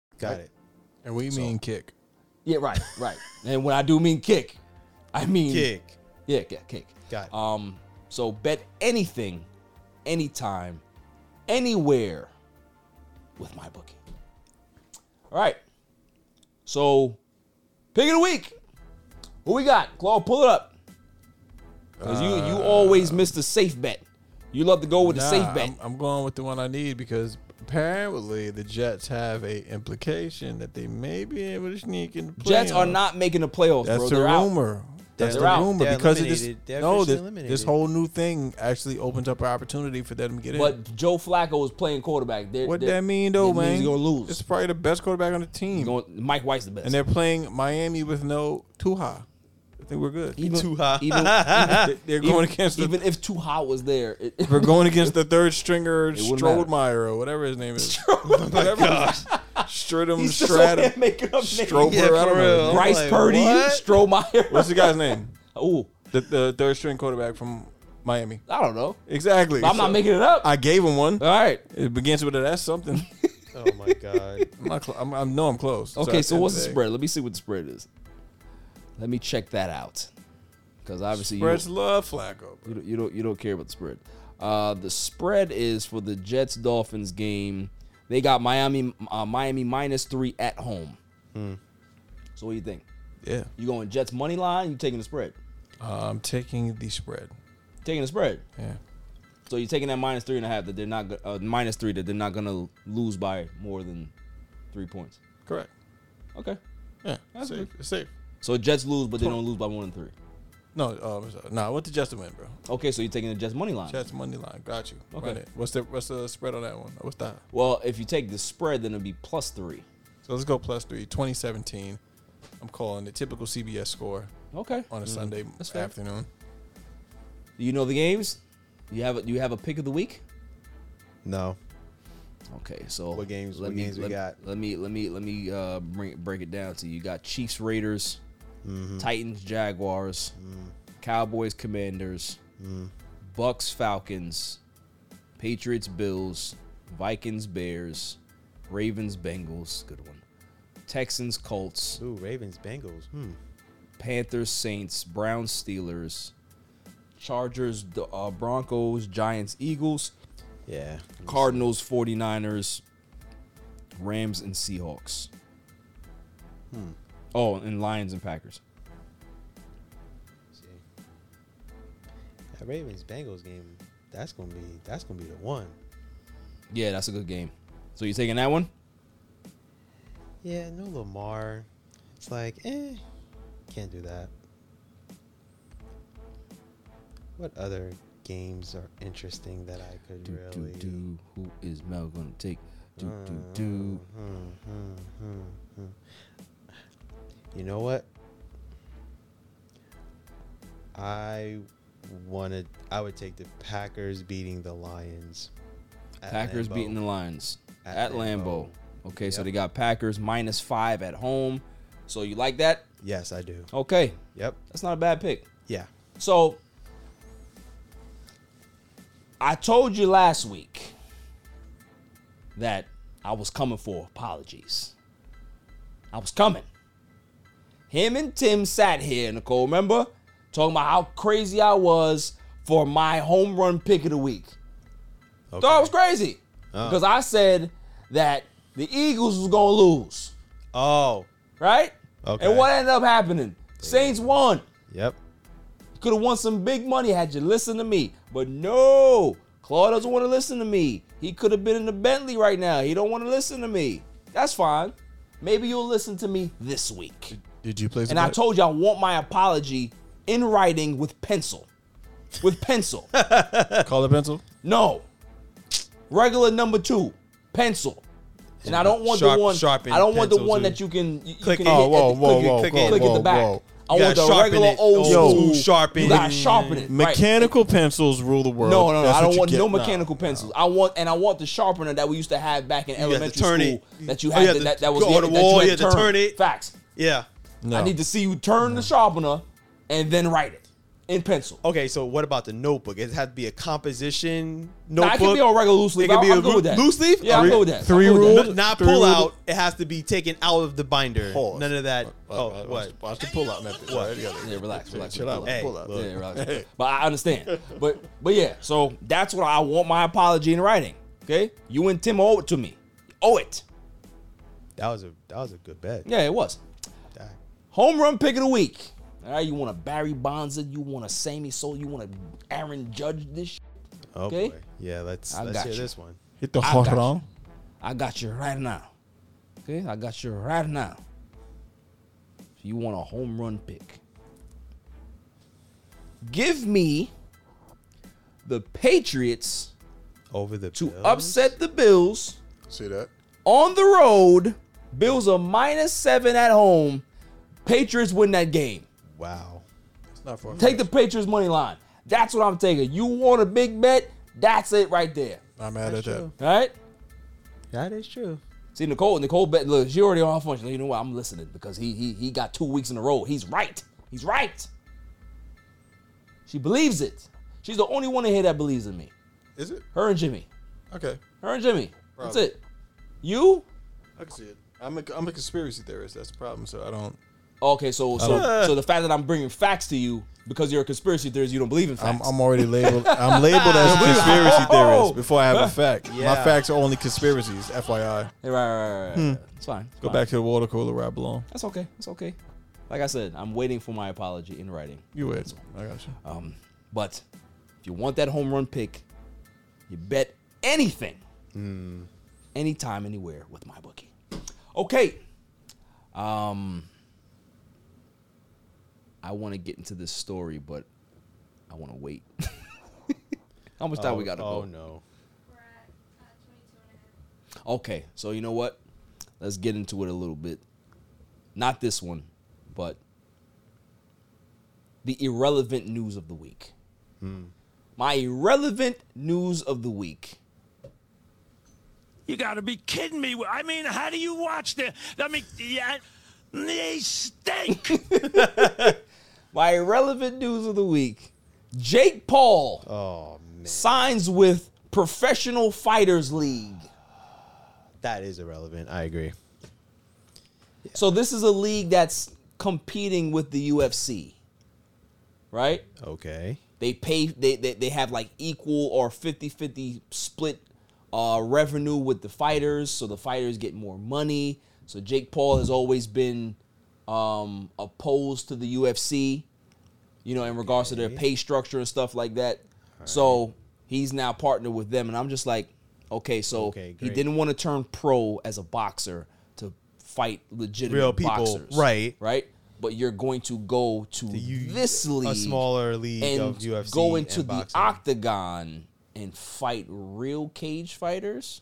Speaker 4: Got it.
Speaker 5: And we mean kick.
Speaker 3: Yeah, right, right. and when I do mean kick, I mean
Speaker 4: Kick.
Speaker 3: Yeah, yeah, kick.
Speaker 4: Got it.
Speaker 3: Um, so bet anything, anytime, anywhere with my bookie. All right. So, pick of the week. Who we got? Claude, pull it up. Cause you you always miss the safe bet. You love to go with the safe
Speaker 5: Uh, Nah,
Speaker 3: bet.
Speaker 5: I'm, I'm going with the one I need because apparently the Jets have a implication that they may be able to sneak in. The
Speaker 3: Jets are
Speaker 5: playoffs.
Speaker 3: not making the playoffs,
Speaker 5: That's
Speaker 3: bro.
Speaker 5: the
Speaker 3: They're out.
Speaker 5: rumor. That's
Speaker 3: They're
Speaker 5: the
Speaker 3: out.
Speaker 5: rumor
Speaker 4: They're
Speaker 5: because of this.
Speaker 4: eliminated. They're
Speaker 5: no,
Speaker 4: officially
Speaker 5: this, this
Speaker 4: eliminated.
Speaker 5: whole new thing actually opens up an opportunity for them to get in.
Speaker 3: But Joe Flacco is playing quarterback. They're,
Speaker 5: what
Speaker 3: they're-
Speaker 5: that mean though,
Speaker 3: that
Speaker 5: man?
Speaker 3: means He's gonna lose.
Speaker 5: It's probably the best quarterback on the team,
Speaker 3: He's gonna- Mike White's the best.
Speaker 5: and they're playing Miami with no Tuha. I think we're good.
Speaker 4: Too high.
Speaker 3: even,
Speaker 5: They- they're going against the,
Speaker 3: even if Tuha was there, it,
Speaker 5: we're going against the third stringer
Speaker 3: wouldn't matter. Oh
Speaker 5: Strodemeyer or whatever his name is.
Speaker 4: Oh my gosh.
Speaker 5: Stratum,
Speaker 3: He's just
Speaker 5: Stratum,
Speaker 3: over there making up names.
Speaker 5: Stroper.
Speaker 3: Yeah,
Speaker 5: I don't
Speaker 3: for real.
Speaker 5: know.
Speaker 3: I'm Bryce like, Purdy, what? Strohmeyer.
Speaker 5: What's the guy's name?
Speaker 3: Oh,
Speaker 5: the, the third string quarterback from Miami.
Speaker 3: I don't know.
Speaker 5: Exactly.
Speaker 3: I'm not making it up.
Speaker 5: I gave him one. All
Speaker 3: right.
Speaker 5: It begins with an S something.
Speaker 4: oh my god.
Speaker 5: I'm not cl- I'm, I'm no, I'm close.
Speaker 3: Okay, so what's the
Speaker 5: today.
Speaker 3: spread? Let me see what the spread is. Let me check that out, because obviously
Speaker 5: Spreads
Speaker 3: you
Speaker 5: love Flacco.
Speaker 3: You don't, you don't you don't care about the spread. Uh, the spread is for the Jets Dolphins game. They got Miami uh, Miami minus three at home.
Speaker 5: Hmm.
Speaker 3: So what do you think?
Speaker 5: Yeah.
Speaker 3: You going Jets money line? You taking the spread?
Speaker 5: Uh, I'm taking the spread.
Speaker 3: Taking the spread.
Speaker 5: Yeah.
Speaker 3: So you're taking that minus three and a half that they're not go- uh, minus three that they're not gonna lose by more than three points.
Speaker 5: Correct.
Speaker 3: Okay.
Speaker 5: Yeah.
Speaker 3: That's
Speaker 5: safe.
Speaker 3: good.
Speaker 5: It's safe.
Speaker 3: So Jets lose, but they don't lose by more than three.
Speaker 5: No, um, no, I went to Justin win, bro.
Speaker 3: Okay, so you're taking the Jets money line.
Speaker 5: Jets money line. Got you.
Speaker 3: Okay.
Speaker 5: Run it. What's the what's the spread on that one? What's that?
Speaker 3: Well, if you take the spread, then it'll be plus three.
Speaker 5: So let's go plus three. 2017. I'm calling the typical CBS score.
Speaker 3: Okay.
Speaker 5: On a
Speaker 3: Mm,
Speaker 5: Sunday
Speaker 3: that's fair.
Speaker 5: afternoon.
Speaker 3: Do you know the games? You have a, you have a pick of the week.
Speaker 4: No.
Speaker 3: Okay, so
Speaker 4: what games?
Speaker 3: Let
Speaker 4: what
Speaker 3: me
Speaker 4: games
Speaker 3: let,
Speaker 4: we got?
Speaker 3: let me let me let me uh, bring, break it down to you. You got Chiefs, Raiders,
Speaker 4: Mm-hmm.
Speaker 3: Titans, Jaguars, Cowboys, Commanders,
Speaker 4: Mm-hmm.
Speaker 3: Bucks, Falcons, Patriots, Bills, Vikings, Bears, Ravens, Bengals. Good one. Texans, Colts.
Speaker 4: Ooh, Ravens, Bengals. Hmm.
Speaker 3: Panthers, Saints, Browns, Steelers, Chargers, D- uh, Broncos, Giants, Eagles.
Speaker 4: Yeah.
Speaker 3: Cardinals, 49ers, Rams, and Seahawks.
Speaker 4: Hmm.
Speaker 3: Oh, and Lions and Packers.
Speaker 4: That Ravens Bengals game. That's gonna be. That's gonna be the one.
Speaker 3: Yeah, that's a good game. So you taking that one?
Speaker 4: Yeah. No Lamar. It's like, eh. Can't do that. What other games are interesting that I could
Speaker 3: Do, do,
Speaker 4: really?
Speaker 3: do. Who is Mel going to take? Do, do, do.
Speaker 4: Hmm, hmm, hmm, hmm. You know what? I wanted. I would take the Packers beating the Lions. at
Speaker 3: Packers
Speaker 4: Lambeau.
Speaker 3: beating the Lions
Speaker 4: At
Speaker 3: at, Lambeau.
Speaker 4: Lambeau.
Speaker 3: Okay, so
Speaker 4: Yep.
Speaker 3: they got Packers minus five at home. So you like that?
Speaker 4: Yes, I do.
Speaker 3: Okay.
Speaker 4: Yep.
Speaker 3: That's not a bad pick.
Speaker 4: Yeah.
Speaker 3: So I told you last week that I was coming for apologies. I was coming. Him and Tim sat here, Nicole, remember? Talking about how crazy I was for my home run pick of the week. Thought I was crazy.
Speaker 4: Oh.
Speaker 3: Because I said that the Eagles was gonna lose.
Speaker 4: Oh.
Speaker 3: Right?
Speaker 4: Okay.
Speaker 3: And what ended up happening? Saints won.
Speaker 4: Yep.
Speaker 3: Could have won some big money had you listened to me. But no, Claude doesn't want to listen to me. He could have been in the Bentley right now. He don't want to listen to me. That's fine. Maybe you'll listen to me this week.
Speaker 5: Did you play?
Speaker 3: And I told you I want my apology in writing with pencil. With pencil.
Speaker 5: Call a pencil.
Speaker 3: No. Regular number two, pencil. And I don't want
Speaker 4: Sharp-
Speaker 3: the one.
Speaker 4: sharpened
Speaker 3: I don't want the
Speaker 4: pencil,
Speaker 3: one
Speaker 4: too.
Speaker 3: that you can you, you
Speaker 4: Click
Speaker 3: can
Speaker 4: it.
Speaker 3: hit
Speaker 4: Oh,
Speaker 3: at
Speaker 4: whoa,
Speaker 3: the-
Speaker 4: whoa,
Speaker 3: click it-
Speaker 4: whoa,
Speaker 3: click,
Speaker 4: whoa,
Speaker 3: click at
Speaker 4: whoa,
Speaker 3: the back.
Speaker 4: whoa.
Speaker 3: I
Speaker 4: You
Speaker 3: want
Speaker 4: gotta
Speaker 3: the
Speaker 4: sharpen
Speaker 3: regular
Speaker 4: it.
Speaker 3: old
Speaker 4: Old
Speaker 3: school
Speaker 4: school sharpen.
Speaker 3: You gotta sharpen it. right.
Speaker 5: Mechanical pencils rule the world.
Speaker 3: No, no, no.
Speaker 5: That's
Speaker 3: I
Speaker 5: what
Speaker 3: don't
Speaker 5: you
Speaker 3: want
Speaker 5: get.
Speaker 3: no
Speaker 5: Nah.
Speaker 3: mechanical pencils. I want and I want the sharpener that we used to have back in
Speaker 4: had to
Speaker 3: elementary
Speaker 4: turn
Speaker 3: school
Speaker 4: it.
Speaker 3: that you
Speaker 4: Oh,
Speaker 3: had,
Speaker 4: you had
Speaker 3: to,
Speaker 4: to
Speaker 3: that, that was
Speaker 4: go on the
Speaker 3: that
Speaker 4: wall,
Speaker 3: had
Speaker 4: you had to turn it.
Speaker 3: Facts.
Speaker 4: Yeah.
Speaker 3: I need to see you turn the sharpener and then write it in pencil.
Speaker 4: Okay, so what about the notebook? It had to be a composition
Speaker 3: Nah,
Speaker 4: notebook.
Speaker 3: it can be on regular loose leaf.
Speaker 4: It could
Speaker 3: I-
Speaker 4: be
Speaker 3: I'm
Speaker 4: a
Speaker 3: good
Speaker 4: roo-
Speaker 3: with that.
Speaker 4: loose leaf.
Speaker 3: Yeah, I'm good with that. I'm
Speaker 5: three
Speaker 3: good with that.
Speaker 5: ruled?
Speaker 4: N- Not
Speaker 5: Three
Speaker 4: pull
Speaker 5: ruled?
Speaker 4: out. It has to be taken out of the binder.
Speaker 5: Pause.
Speaker 4: None of that. oh,
Speaker 5: Watch-
Speaker 4: what?
Speaker 5: Watch the pull out method. All right, you gotta-
Speaker 3: Yeah, relax, relax.
Speaker 5: Chill out.
Speaker 3: relax.
Speaker 5: Pull out.
Speaker 3: Yeah, relax. But I understand. But but yeah, so that's what I want my apology in writing. Okay? You and Tim owe it to me. Owe it.
Speaker 4: That was a that was a good bet.
Speaker 3: Yeah, it was.
Speaker 4: Dang.
Speaker 3: Home run pick of the week. All right, you want a Barry Bonza, you want a Sammy Soul, you want a Aaron Judge this sh-
Speaker 4: Oh
Speaker 3: Okay.
Speaker 4: boy. Yeah, let's
Speaker 3: I
Speaker 4: let's
Speaker 3: got
Speaker 4: hear
Speaker 3: you.
Speaker 4: this one.
Speaker 5: Hit the
Speaker 3: I
Speaker 5: hot
Speaker 3: got
Speaker 5: wrong.
Speaker 3: I got you right now. Okay? I got you right now. If you want a home run pick, give me the Patriots
Speaker 4: Over the
Speaker 3: to
Speaker 4: Bills?
Speaker 3: upset the Bills
Speaker 5: See that?
Speaker 3: on the road. Bills are minus seven at home. Patriots win that game.
Speaker 4: Wow.
Speaker 5: It's not for
Speaker 3: Take the Patriots money line. That's what I'm taking. You want a big bet? That's it right there.
Speaker 5: I'm mad at that.
Speaker 3: All right.
Speaker 4: That is true.
Speaker 3: See, Nicole, Nicole, bet, look, she already on her phone. She's like, you know what? I'm listening because he he he got two weeks in a row. He's right. He's right. She believes it. She's the only one in here that believes in me.
Speaker 5: Is it?
Speaker 3: Her and Jimmy.
Speaker 5: Okay.
Speaker 3: Her and Jimmy. That's
Speaker 5: Probably.
Speaker 3: it. You?
Speaker 5: I can see it. I'm a, I'm a conspiracy theorist. That's the problem. So I don't.
Speaker 3: Okay, so so
Speaker 5: Uh.
Speaker 3: so the fact that I'm bringing facts to you because you're a conspiracy theorist, you don't believe in facts.
Speaker 5: I'm, I'm already labeled. I'm labeled as a conspiracy theorist before I have a fact. My
Speaker 3: Yeah.
Speaker 5: facts are only conspiracies, FYI.
Speaker 3: Right, right, right, right.
Speaker 5: Hmm.
Speaker 3: It's fine. It's
Speaker 5: Go
Speaker 3: fine.
Speaker 5: back to the water cooler where I belong.
Speaker 3: That's okay. It's okay. Like I said, I'm waiting for my apology in writing.
Speaker 5: You wait. I got you.
Speaker 3: Um, but if you want that home run pick, you bet anything, Hmm. anytime, anywhere with my bookie. Okay. Um, I want to get into this story, but I want to wait. How much time we
Speaker 4: Oh,
Speaker 3: got to
Speaker 4: oh,
Speaker 3: go?
Speaker 4: no.
Speaker 3: Okay, so you know what? Let's get into it a little bit. Not this one, but the irrelevant news of the week. My irrelevant news of the week.
Speaker 11: You got to be kidding me. I mean, how do you watch the? I mean, yeah, they stink.
Speaker 3: My irrelevant news of the week. Jake Paul
Speaker 4: Oh.
Speaker 3: signs with Professional Fighters League.
Speaker 4: That is irrelevant. I agree.
Speaker 3: So this is a league that's competing with the UFC. Right?
Speaker 4: Okay.
Speaker 3: They pay they they, they have like equal or 50-50 split uh, revenue with the fighters, so the fighters get more money. So Jake Paul has always been um, opposed to the UFC, you know, in regards to their pay structure and stuff like that. So he's now partnered with them, and I'm just like, okay, so he
Speaker 4: great.
Speaker 3: didn't want to turn pro as a boxer to fight legitimate
Speaker 4: Real people,
Speaker 3: boxers,
Speaker 4: right.
Speaker 3: Right. But you're going to go to this league,
Speaker 4: smaller league
Speaker 3: and
Speaker 4: of UFC
Speaker 3: go into
Speaker 4: and
Speaker 3: the
Speaker 4: boxing.
Speaker 3: octagon and fight real cage fighters.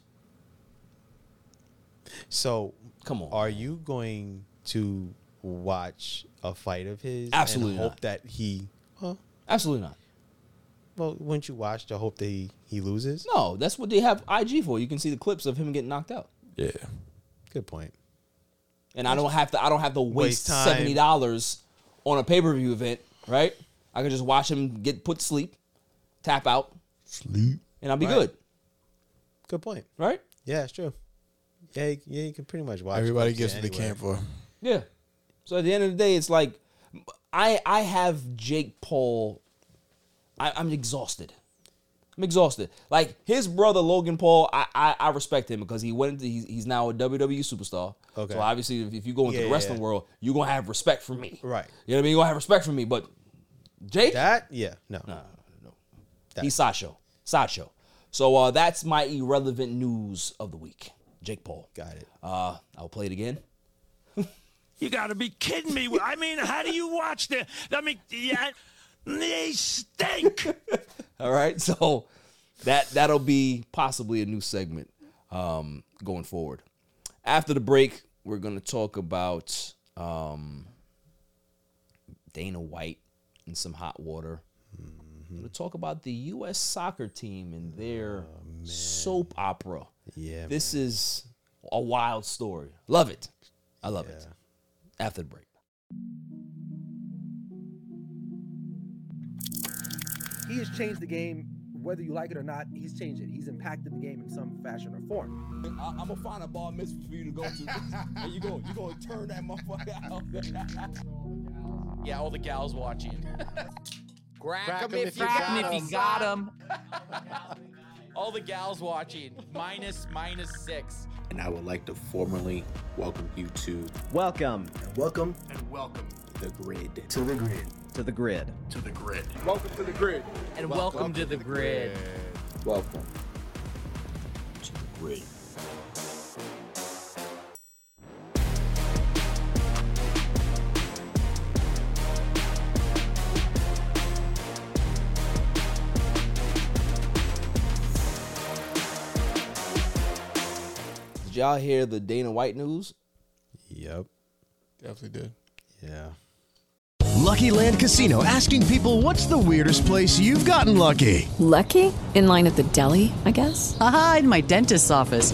Speaker 4: So
Speaker 3: come on.
Speaker 4: Are you going to watch a fight of his?
Speaker 3: Absolutely
Speaker 4: And hope
Speaker 3: not.
Speaker 4: that he. Well,
Speaker 3: Absolutely not.
Speaker 4: well, wouldn't you watch to hope that he, he loses?
Speaker 3: No, that's what they have IG for. You can see the clips of him getting knocked out,
Speaker 5: Yeah.
Speaker 4: Good point.
Speaker 3: and I don't have to. I don't have to
Speaker 4: Waste
Speaker 3: waste,
Speaker 4: time.
Speaker 3: seventy dollars on a pay per view event, right? I can just watch him get put to sleep, tap out,
Speaker 5: sleep,
Speaker 3: and I'll be
Speaker 4: Right.
Speaker 3: good.
Speaker 4: Good point.
Speaker 3: Right?
Speaker 4: Yeah, it's true. Yeah, you- yeah, you can pretty much watch.
Speaker 5: Everybody
Speaker 4: clips
Speaker 5: gets what they
Speaker 4: anywhere.
Speaker 5: can for.
Speaker 3: Yeah. So at the end of the day, it's like I I have Jake Paul. I, I'm exhausted. I'm exhausted. Like his brother Logan Paul, I I, I respect him because he went into he's, he's now a WWE superstar.
Speaker 4: Okay.
Speaker 3: So obviously, if, if you go into
Speaker 4: Yeah,
Speaker 3: the wrestling
Speaker 4: yeah.
Speaker 3: world, you're gonna have respect for me.
Speaker 4: Right.
Speaker 3: You know what I mean? You're gonna have respect for me, but Jake,
Speaker 4: that yeah, no, no,
Speaker 3: no. He's Sasho. Sasho. So uh, that's my irrelevant news of the week. Jake Paul.
Speaker 4: Got it.
Speaker 3: Uh, I'll play it again.
Speaker 11: You got to be kidding me. I mean, how do you watch the? I mean, yeah, they stink.
Speaker 3: All right, so that that'll be possibly a new segment um, going forward. After the break, we're gonna talk about um, Dana White in some hot water. We're gonna talk about the U.S. soccer team and their soap opera.
Speaker 4: Yeah,
Speaker 3: this is a wild story. Love it. I love it. After the break.
Speaker 12: he has changed the game whether you like it or not he's changed it he's impacted the game in some fashion or form
Speaker 3: I, i'm gonna find a bar mitzvah for you to go to and you go you gonna turn that motherfucker out
Speaker 13: Yeah, all the gals watching. Crack,
Speaker 14: Crack
Speaker 13: 'em
Speaker 14: 'em if you
Speaker 13: crack
Speaker 14: got
Speaker 13: 'em
Speaker 14: 'em.
Speaker 13: if you got 'em. all the gals watching. Minus, minus six.
Speaker 14: And I would like to formally welcome you to welcome, and welcome, and welcome the grid to the grid to the grid to the grid.
Speaker 13: Welcome to the grid. And welcome, to the, grid.
Speaker 14: Welcome to the grid.
Speaker 3: Did y'all hear the Dana White news?
Speaker 4: Yep.
Speaker 5: Definitely did.
Speaker 4: Yeah.
Speaker 9: Lucky Land Casino asking people what's the weirdest place you've gotten lucky?
Speaker 15: Lucky? In line at the deli, I guess?
Speaker 16: Aha, in my dentist's office.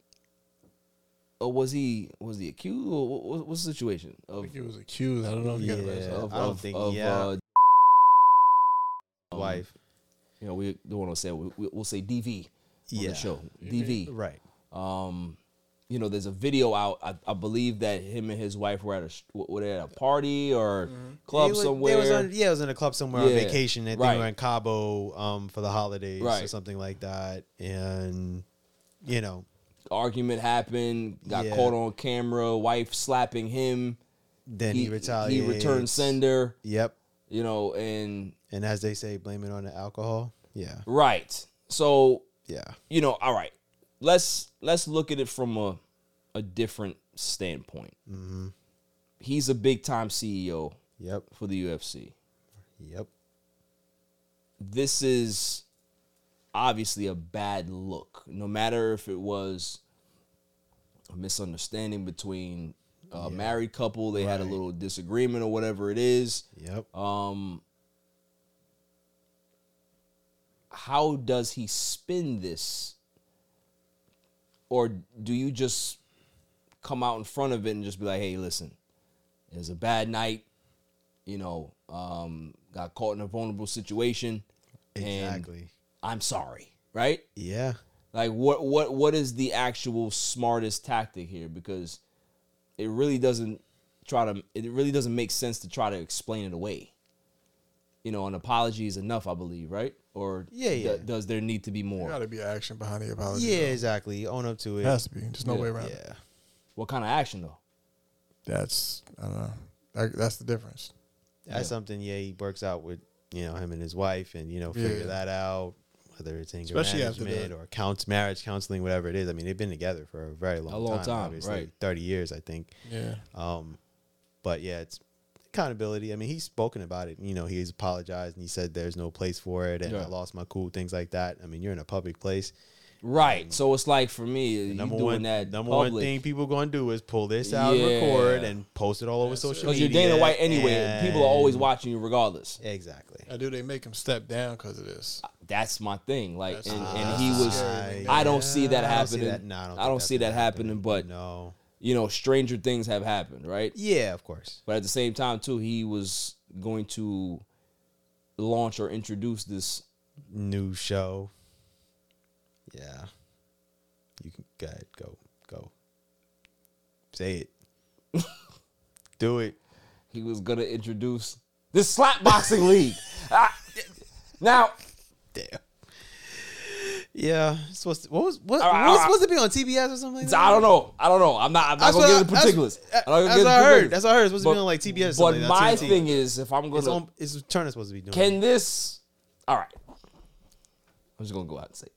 Speaker 3: Or was he was he accused? Or what, what, what's the situation? Of, I think
Speaker 5: he was accused. I don't know if he got arrested.
Speaker 3: Of,
Speaker 5: I don't
Speaker 3: of-
Speaker 5: think-
Speaker 3: of,
Speaker 5: yeah.
Speaker 3: uh, Um,
Speaker 4: Wife.
Speaker 3: You know, we don't want to say we, we- we'll say DV on
Speaker 4: Yeah.
Speaker 3: the show.
Speaker 4: Mhm.
Speaker 3: DV,
Speaker 4: Right.
Speaker 3: Um, you know, there's a video out. I, I believe that him and his wife were at a sh- were they at a party or club
Speaker 4: Mm-hmm. They was- they
Speaker 3: somewhere.
Speaker 4: was on- yeah, it was in a club somewhere on
Speaker 3: Yeah,
Speaker 4: vacation. I think
Speaker 3: right.
Speaker 4: we were in Cabo um, for the holidays or
Speaker 3: Right.
Speaker 4: something like that. And you know,
Speaker 3: argument happened, got
Speaker 4: Yeah.
Speaker 3: caught on camera, wife slapping him.
Speaker 4: Then he
Speaker 3: He returned
Speaker 4: retaliates.
Speaker 3: sender.
Speaker 4: Yep.
Speaker 3: You know, and
Speaker 4: and as they say, blame it on the alcohol. Yeah.
Speaker 3: Right. So
Speaker 4: Yeah.
Speaker 3: You know, all right. Let's let's look at it from a a different standpoint.
Speaker 4: Mm-hmm.
Speaker 3: He's a big time CEO.
Speaker 4: Yep.
Speaker 3: For the UFC.
Speaker 4: Yep.
Speaker 3: This is obviously a bad look. No matter if it was a misunderstanding between a married couple, they had a little disagreement or whatever it is.
Speaker 4: Yep.
Speaker 3: Um how does he spin this? Or do you just come out in front of it and just be like, hey, listen, it was a bad night, you know, um, got caught in a vulnerable situation. And
Speaker 4: Exactly.
Speaker 3: I'm sorry, right?
Speaker 4: Yeah.
Speaker 3: Like what what what is the actual smartest tactic here? Because it really doesn't try to it really doesn't make sense to try to explain it away. You know, an apology is enough, I believe, right? Or
Speaker 4: Yeah,
Speaker 3: d-
Speaker 4: yeah.
Speaker 3: does there need to be
Speaker 5: There
Speaker 3: more?
Speaker 5: got to be action behind the apology.
Speaker 4: Yeah,
Speaker 5: though.
Speaker 4: exactly. Own up to it.
Speaker 5: Has to be. There's no way around it.
Speaker 4: Yeah.
Speaker 3: What kind of action though?
Speaker 5: That's I don't know. That, that's the difference.
Speaker 4: That's something. Yeah, he works out with you know him and his wife, and you know figure
Speaker 5: Yeah.
Speaker 4: that out. Whether it's anger
Speaker 5: Especially after
Speaker 4: management
Speaker 5: the-
Speaker 4: or counts marriage counseling, whatever it is. I mean, they've been together for a very long,
Speaker 3: A long time,
Speaker 4: obviously
Speaker 3: right.
Speaker 4: thirty years, I think.
Speaker 5: Yeah.
Speaker 4: Um, but yeah, it's accountability. I mean, he's spoken about it. You know, he's apologized and he said there's no place for it, and I
Speaker 3: Yeah.
Speaker 4: lost my cool, things like that. I mean, you're in a public place.
Speaker 3: Right. So it's like for me, you
Speaker 4: Number
Speaker 3: doing
Speaker 4: one,
Speaker 3: that
Speaker 4: number
Speaker 3: public.
Speaker 4: one thing people gonna do is pull this out,
Speaker 3: Yeah.
Speaker 4: record, and post it all over social
Speaker 3: Because
Speaker 4: media.
Speaker 3: you're Dana White anyway. people are always
Speaker 4: and-
Speaker 3: watching you regardless.
Speaker 4: Exactly.
Speaker 5: I do. They make him step down because of this.
Speaker 3: That's my thing. Like,
Speaker 5: That's-
Speaker 3: and,
Speaker 5: ah,
Speaker 3: and he
Speaker 5: that's
Speaker 3: was.
Speaker 5: scary.
Speaker 3: I don't see that
Speaker 4: I don't see
Speaker 3: happening.
Speaker 4: that. No, I don't
Speaker 3: I
Speaker 4: think
Speaker 3: don't
Speaker 4: that's
Speaker 3: see that happening. But
Speaker 4: no,
Speaker 3: you know, stranger things have happened, right?
Speaker 4: Yeah, of course.
Speaker 3: But at the same time, too, he was going to launch or introduce this
Speaker 4: new show. Yeah. You can go ahead, go, go. Say it. Do it.
Speaker 3: He was gonna introduce this slap boxing league. Ah, now,
Speaker 4: Yeah. it's Supposed to, what was what,
Speaker 3: All right,
Speaker 4: what
Speaker 3: all
Speaker 4: was
Speaker 3: right.
Speaker 4: supposed to be on TBS or something like that?
Speaker 3: I don't know. I don't know. I'm not. I'm not
Speaker 4: That's
Speaker 3: gonna
Speaker 4: what
Speaker 3: get
Speaker 4: I-
Speaker 3: into
Speaker 4: that's-
Speaker 3: particulars.
Speaker 4: that's
Speaker 3: I'm not gonna get
Speaker 4: what I
Speaker 3: into
Speaker 4: heard.
Speaker 3: particulars.
Speaker 4: That's what I heard. It's supposed to be on, like, TBS or
Speaker 3: But
Speaker 4: something like that,
Speaker 3: my
Speaker 4: TNT.
Speaker 3: thing is, if I'm gonna,
Speaker 4: It's on- it's Turner's supposed to be doing
Speaker 3: Can this? All right. I'm just gonna go out and say, it.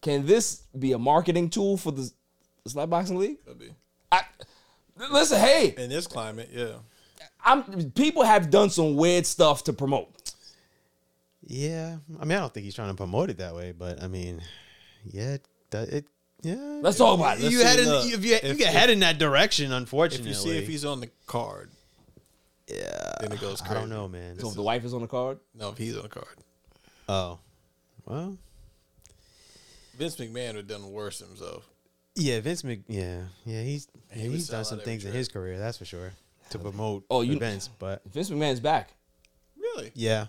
Speaker 3: can this be a marketing tool for the slap boxing league?
Speaker 5: Could be.
Speaker 3: I, listen, hey,
Speaker 5: In this climate, yeah.
Speaker 3: I'm people have done some weird stuff to promote.
Speaker 4: Yeah. I mean, I don't think he's trying to promote it that way, but I mean, yeah, it, that- it yeah.
Speaker 3: Let's talk about it. Let's
Speaker 4: You
Speaker 3: see.
Speaker 4: had
Speaker 3: Look,
Speaker 4: if you,
Speaker 3: if-
Speaker 4: you get head in that direction,
Speaker 5: If
Speaker 4: unfortunately.
Speaker 5: you see if he's on the card,
Speaker 4: yeah,
Speaker 5: then it goes
Speaker 4: I
Speaker 5: crazy.
Speaker 4: don't know, man.
Speaker 3: So if the wife is on the card,
Speaker 5: No, if he's on the card,
Speaker 4: Oh. Well,
Speaker 5: Vince McMahon would have done worse himself.
Speaker 4: Yeah, Vince Mc. Yeah, yeah, he's
Speaker 5: He
Speaker 4: yeah,
Speaker 5: would
Speaker 4: he's
Speaker 5: sell
Speaker 4: done
Speaker 5: out
Speaker 4: some
Speaker 5: every
Speaker 4: things in
Speaker 5: trip.
Speaker 4: his career, that's for sure, to promote
Speaker 3: Oh,
Speaker 4: oh,
Speaker 3: you-
Speaker 4: events. But
Speaker 3: Vince McMahon's back.
Speaker 5: Really?
Speaker 4: yeah,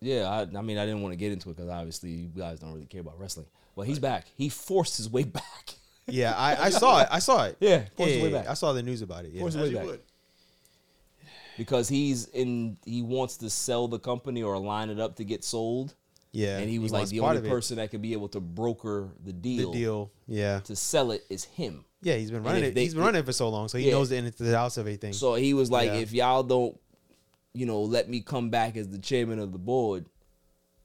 Speaker 3: Yeah, I, I mean, I didn't want to get into it because obviously you guys don't really care about wrestling. But he's back. He forced his way back.
Speaker 4: yeah, I, I saw it. I saw it.
Speaker 3: Yeah,
Speaker 4: yeah,
Speaker 3: forced his way
Speaker 4: yeah,
Speaker 3: back.
Speaker 4: I saw the news about it. Yeah,
Speaker 3: Forced his way back. Because he's in, he wants to sell the company or line it up to get sold.
Speaker 4: Yeah,
Speaker 3: and he
Speaker 4: he
Speaker 3: was like
Speaker 4: wants
Speaker 3: the
Speaker 4: part
Speaker 3: only
Speaker 4: of it.
Speaker 3: person that could be able to broker the deal.
Speaker 4: deal, yeah.
Speaker 3: to sell it is him.
Speaker 4: Yeah, he's been
Speaker 3: And
Speaker 4: running
Speaker 3: if
Speaker 4: it.
Speaker 3: they-
Speaker 4: he's been running it for so long, so he
Speaker 3: Yeah.
Speaker 4: knows the ins and outs of everything.
Speaker 3: So he was like,
Speaker 4: Yeah.
Speaker 3: if y'all don't, you know, let me come back as the chairman of the board,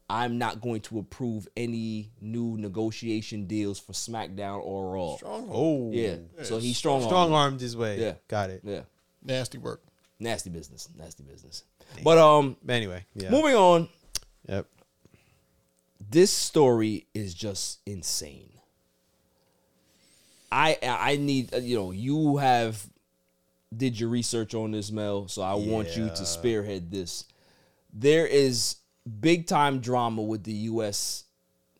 Speaker 3: I'm not going to approve any new negotiation deals for SmackDown or Raw.
Speaker 5: Strong-armed.
Speaker 4: Oh.
Speaker 3: yeah. So he strong
Speaker 4: Strong-armed his way.
Speaker 3: Yeah,
Speaker 4: Got it.
Speaker 3: yeah.
Speaker 5: Nasty work.
Speaker 3: Nasty business. Nasty business. But um.
Speaker 4: Anyway, yeah.
Speaker 3: Moving on.
Speaker 4: Yep.
Speaker 3: This story is just insane. I I I need uh, you know you have did your research on this Mel, so I want you
Speaker 4: Yeah.
Speaker 3: to spearhead this. There is big time drama with the U.S.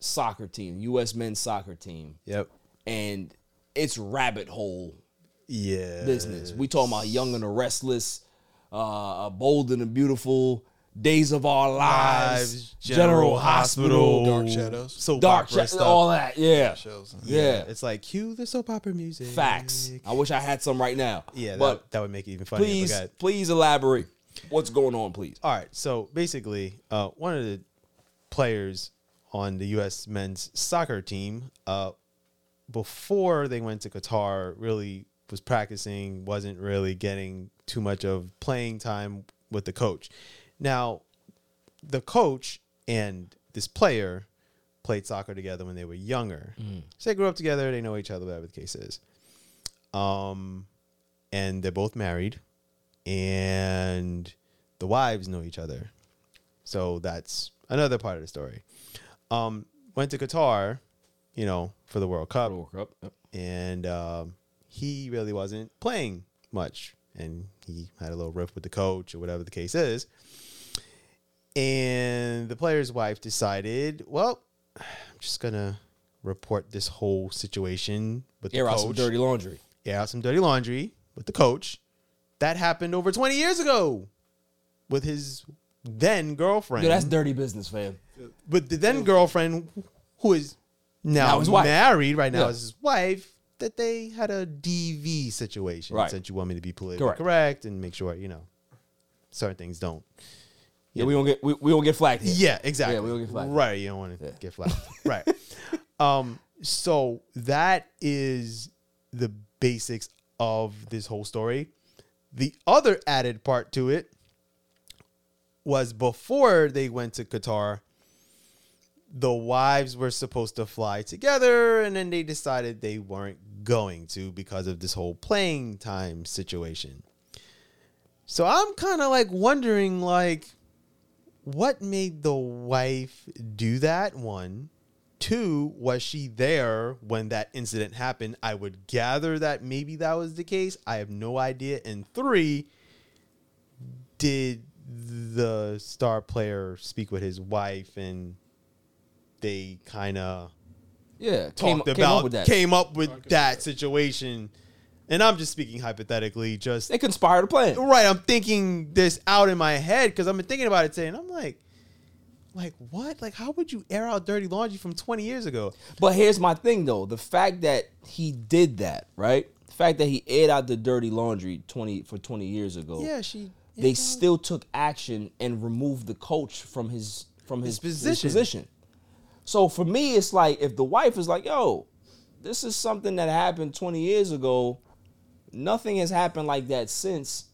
Speaker 3: soccer team, U.S. men's soccer team.
Speaker 4: Yep.
Speaker 3: and it's rabbit hole
Speaker 4: Yeah.
Speaker 3: business. We talking about Young and the Restless, uh, Bold and the Beautiful, Days of Our Lives,
Speaker 4: Lives,
Speaker 3: General,
Speaker 4: Oh.
Speaker 3: Hospital,
Speaker 5: Dark Shadows.
Speaker 3: so
Speaker 4: Soap
Speaker 3: Dark
Speaker 4: opera
Speaker 3: Shadows,
Speaker 4: stuff.
Speaker 3: all that. Yeah.
Speaker 5: Shows.
Speaker 3: yeah,
Speaker 4: It's like cue the soap opera music.
Speaker 3: Facts. I wish I had some right now.
Speaker 4: Yeah, that,
Speaker 3: but
Speaker 4: that would make it even funnier. if I
Speaker 3: please,
Speaker 4: got-
Speaker 3: please elaborate. What's going on, please?
Speaker 4: All right. So basically, uh, one of the players on the U.S. men's soccer team, uh, before they went to Qatar, really was practicing, wasn't really getting too much of playing time with the coach. Now, the coach and this player played soccer together when they were younger.
Speaker 17: Mm.
Speaker 4: So they grew up together. They know each other, whatever the case is. Um, and they're both married, and the wives know each other. So that's another part of the story. Um, went to Qatar, you know, for the World Cup.
Speaker 3: World Cup,
Speaker 4: and um, he really wasn't playing much, and he had a little riff with the coach or whatever the case is. And the player's wife decided, well, I'm just gonna report this whole situation with
Speaker 3: Air
Speaker 4: the
Speaker 3: out
Speaker 4: coach.
Speaker 3: some dirty laundry.
Speaker 4: Air out some dirty laundry with the coach. That happened over 20 years ago with his then girlfriend.
Speaker 3: Yo, that's dirty business, fam.
Speaker 4: But the then girlfriend, who is now,
Speaker 3: Now his wife.
Speaker 4: married right now,
Speaker 3: Yeah.
Speaker 4: is his wife. That they had a DV situation.
Speaker 3: Right.
Speaker 4: Since you want me to be politically
Speaker 3: Correct.
Speaker 4: correct, and make sure you know certain things don't.
Speaker 3: Yeah, we don't get we, we don't get flagged. Here.
Speaker 4: Yeah, exactly.
Speaker 3: Yeah, we don't get flagged.
Speaker 4: Right, you don't want to get flagged. right. Um. So that is the basics of this whole story. The other added part to it was before they went to Qatar, the wives were supposed to fly together, and then they decided they weren't going to because of this whole playing time situation. So I'm kind of like wondering, like, what made the wife do that? One. Two, was she there when that incident happened? I would gather that maybe that was the case. I have no idea. And three, did the star player speak with his wife and they kind of
Speaker 3: Yeah, came-
Speaker 4: talked
Speaker 3: came up
Speaker 4: about
Speaker 3: with that.
Speaker 4: came up with that situation and i'm just speaking hypothetically just
Speaker 3: they conspired a plan
Speaker 4: right i'm thinking this out in my head because i've been thinking about it today and i'm like like what like how would you air out dirty laundry from 20 years ago
Speaker 3: But here's my thing though: the fact that he did that, right? The fact that he aired out the dirty laundry twenty for twenty years ago.
Speaker 4: Yeah, she-
Speaker 3: Oh. They still took action and removed the coach from his from his, his
Speaker 4: position.
Speaker 3: position. So for me, it's like if the wife is like, "Yo, this is something that happened twenty years ago. Nothing has happened like that since."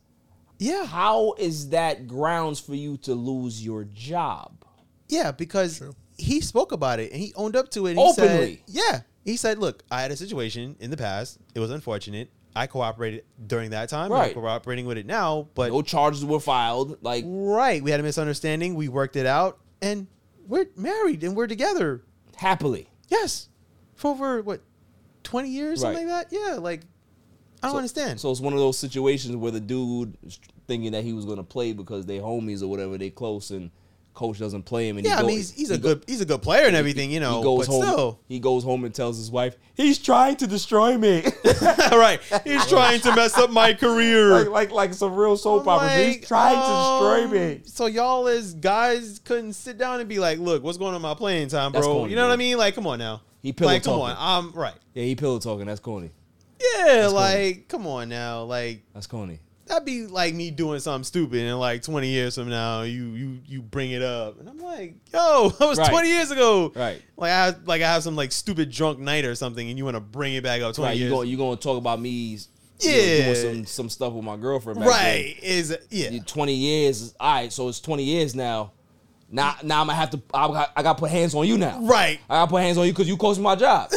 Speaker 4: Yeah.
Speaker 3: How is that grounds for you to lose your job?
Speaker 4: Yeah, because he spoke about it and he owned up to it. And
Speaker 3: Openly.
Speaker 4: He said, yeah. He said, look, I had a situation in the past. It was unfortunate. I cooperated during that time.
Speaker 3: Right.
Speaker 4: I'm cooperating with it now, but
Speaker 3: no charges were filed. Like
Speaker 4: right, we had a misunderstanding. We worked it out, and we're married and we're together
Speaker 3: happily.
Speaker 4: Yes, for over what twenty years, something
Speaker 3: Right.
Speaker 4: like that. Yeah, like I don't
Speaker 3: So-
Speaker 4: understand.
Speaker 3: So it's one of those situations where the dude is thinking that he was going to play because they homies or whatever, they close, and coach doesn't play him. And
Speaker 4: yeah,
Speaker 3: he
Speaker 4: I
Speaker 3: go-
Speaker 4: mean, he's, he's
Speaker 3: he
Speaker 4: a
Speaker 3: go-
Speaker 4: good he's a good player and
Speaker 3: he-
Speaker 4: everything, you know.
Speaker 3: He goes
Speaker 4: but
Speaker 3: e- home.
Speaker 4: Still,
Speaker 3: He goes home and tells his wife, "He's trying to destroy me.
Speaker 4: right? He's trying to mess up my career.
Speaker 3: like, like like some real soap opera.
Speaker 4: like,
Speaker 3: he's trying
Speaker 4: um,
Speaker 3: to destroy me."
Speaker 4: So y'all as guys couldn't sit down and be like, look, what's going on my playing time,
Speaker 3: That's
Speaker 4: bro?
Speaker 3: corny,
Speaker 4: you know what I
Speaker 3: bro.
Speaker 4: mean? Like, come on now.
Speaker 3: He pillow
Speaker 4: like,
Speaker 3: talking.
Speaker 4: come on. I'm right.
Speaker 3: Yeah, he pillow talking. That's corny.
Speaker 4: Yeah,
Speaker 3: That's corny.
Speaker 4: like, come on now. Like
Speaker 3: That's corny.
Speaker 4: that'd be like me doing something stupid and like 20 years from now, you you you bring it up. And I'm like, yo, that was
Speaker 3: Right.
Speaker 4: 20 years ago.
Speaker 3: Right.
Speaker 4: Like I like I have some like stupid drunk night or something and you want to bring it back up 20
Speaker 3: Right, you
Speaker 4: years.
Speaker 3: going you going to talk about me? you know,
Speaker 4: Yeah.
Speaker 3: doing some some stuff with my girlfriend.
Speaker 4: Right, Is yeah.
Speaker 3: Twenty years. All right. So it's twenty years now. Now, now I'm gonna have to. I, got- I got to put hands on you now.
Speaker 4: Right.
Speaker 3: I got to put hands on you because you cost me my job.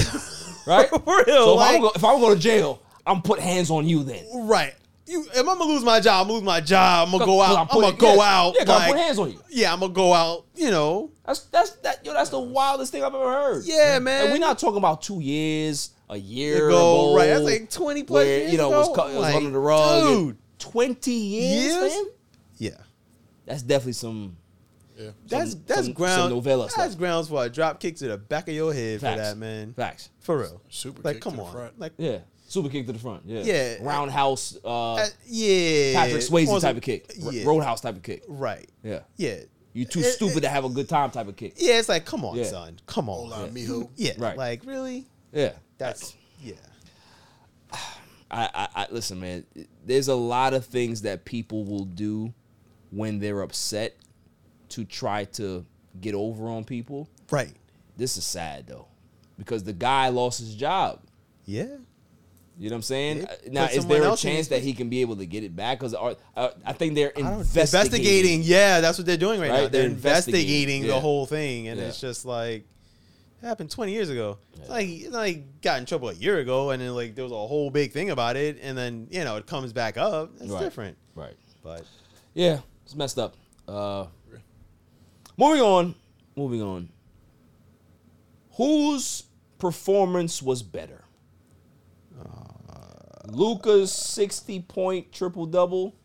Speaker 3: right.
Speaker 4: For real,
Speaker 3: So if,
Speaker 4: like-
Speaker 3: I'm go, if I'm going to jail, I'm put hands on you then.
Speaker 4: Right. You, if I'm gonna lose my job, I'm gonna lose my job. I'm gonna go
Speaker 3: 'Cause
Speaker 4: out.
Speaker 3: I'm
Speaker 4: I'm,
Speaker 3: putting-
Speaker 4: gonna go
Speaker 3: yeah,
Speaker 4: out.
Speaker 3: yeah, 'cause I'm
Speaker 4: like-
Speaker 3: putting hands on you.
Speaker 4: Yeah, I'm gonna go out. You know,
Speaker 3: That's that's that. Yo, that's the wildest thing I've ever heard.
Speaker 4: Yeah,
Speaker 3: And
Speaker 4: man.
Speaker 3: we're not talking about two years, a year
Speaker 4: Ago,
Speaker 3: ago,
Speaker 4: right, that's like 20 plus
Speaker 3: where,
Speaker 4: years
Speaker 3: You know, was,
Speaker 4: ago.
Speaker 3: cu- it was
Speaker 4: Like,
Speaker 3: under the rug. and
Speaker 4: dude.
Speaker 3: twenty years,
Speaker 4: Years?
Speaker 3: man?
Speaker 4: Yeah.
Speaker 3: That's definitely some.
Speaker 5: Yeah.
Speaker 4: that's
Speaker 3: some-
Speaker 4: that's
Speaker 3: some-
Speaker 4: ground.
Speaker 3: Some novella
Speaker 4: that's
Speaker 3: stuff.
Speaker 4: grounds for a drop kick to the back of your head
Speaker 3: Facts.
Speaker 4: for that, man.
Speaker 3: Facts.
Speaker 4: For real.
Speaker 5: Super
Speaker 4: Like,
Speaker 5: kick
Speaker 4: come
Speaker 5: to the
Speaker 4: on.
Speaker 5: front.
Speaker 4: Like,
Speaker 3: Yeah. Super kick to the front. Yeah.
Speaker 4: Yeah.
Speaker 3: Roundhouse. Uh,
Speaker 4: Uh, yeah.
Speaker 3: Patrick Swayze
Speaker 4: On some-
Speaker 3: type of kick. R-
Speaker 4: yeah.
Speaker 3: Roadhouse type of kick.
Speaker 4: Right.
Speaker 3: Yeah.
Speaker 4: Yeah.
Speaker 3: You too
Speaker 4: It-
Speaker 3: stupid
Speaker 4: it-
Speaker 3: to have a good time type of kick.
Speaker 4: Yeah, it's like, come on,
Speaker 3: Yeah.
Speaker 4: son. Come on.
Speaker 5: Hola,
Speaker 4: yeah.
Speaker 5: mijo.
Speaker 4: Yeah.
Speaker 3: Right.
Speaker 4: Like, really?
Speaker 3: Yeah.
Speaker 4: That's yeah.
Speaker 3: I, I, I listen, man. There's a lot of things that people will do when they're upset to try to get over on people.
Speaker 4: Right.
Speaker 3: This is sad though, because the guy lost his job.
Speaker 4: Yeah.
Speaker 3: You know what I'm saying?
Speaker 4: Yeah,
Speaker 3: Uh, now,
Speaker 4: put
Speaker 3: is
Speaker 4: someone
Speaker 3: there a
Speaker 4: else in
Speaker 3: chance
Speaker 4: his-
Speaker 3: that he can be able to get it back? Because uh, I think they're
Speaker 4: I don't-
Speaker 3: investigating.
Speaker 4: investigating. Yeah, that's what they're doing right, now.
Speaker 3: Right?
Speaker 4: They're,
Speaker 3: They're
Speaker 4: investigating,
Speaker 3: investigating,
Speaker 4: the
Speaker 3: yeah.
Speaker 4: whole thing, and
Speaker 3: Yeah.
Speaker 4: it's just like it happened 20 years ago. It's like it's not like he got in trouble a year ago, and then like there was a whole big thing about it, and then you know it comes back up. It's
Speaker 3: Right.
Speaker 4: different,
Speaker 3: Right.
Speaker 4: but
Speaker 3: Yeah, it's messed up. Uh, moving on. Moving on. Whose performance was better? Luca's 60 point triple double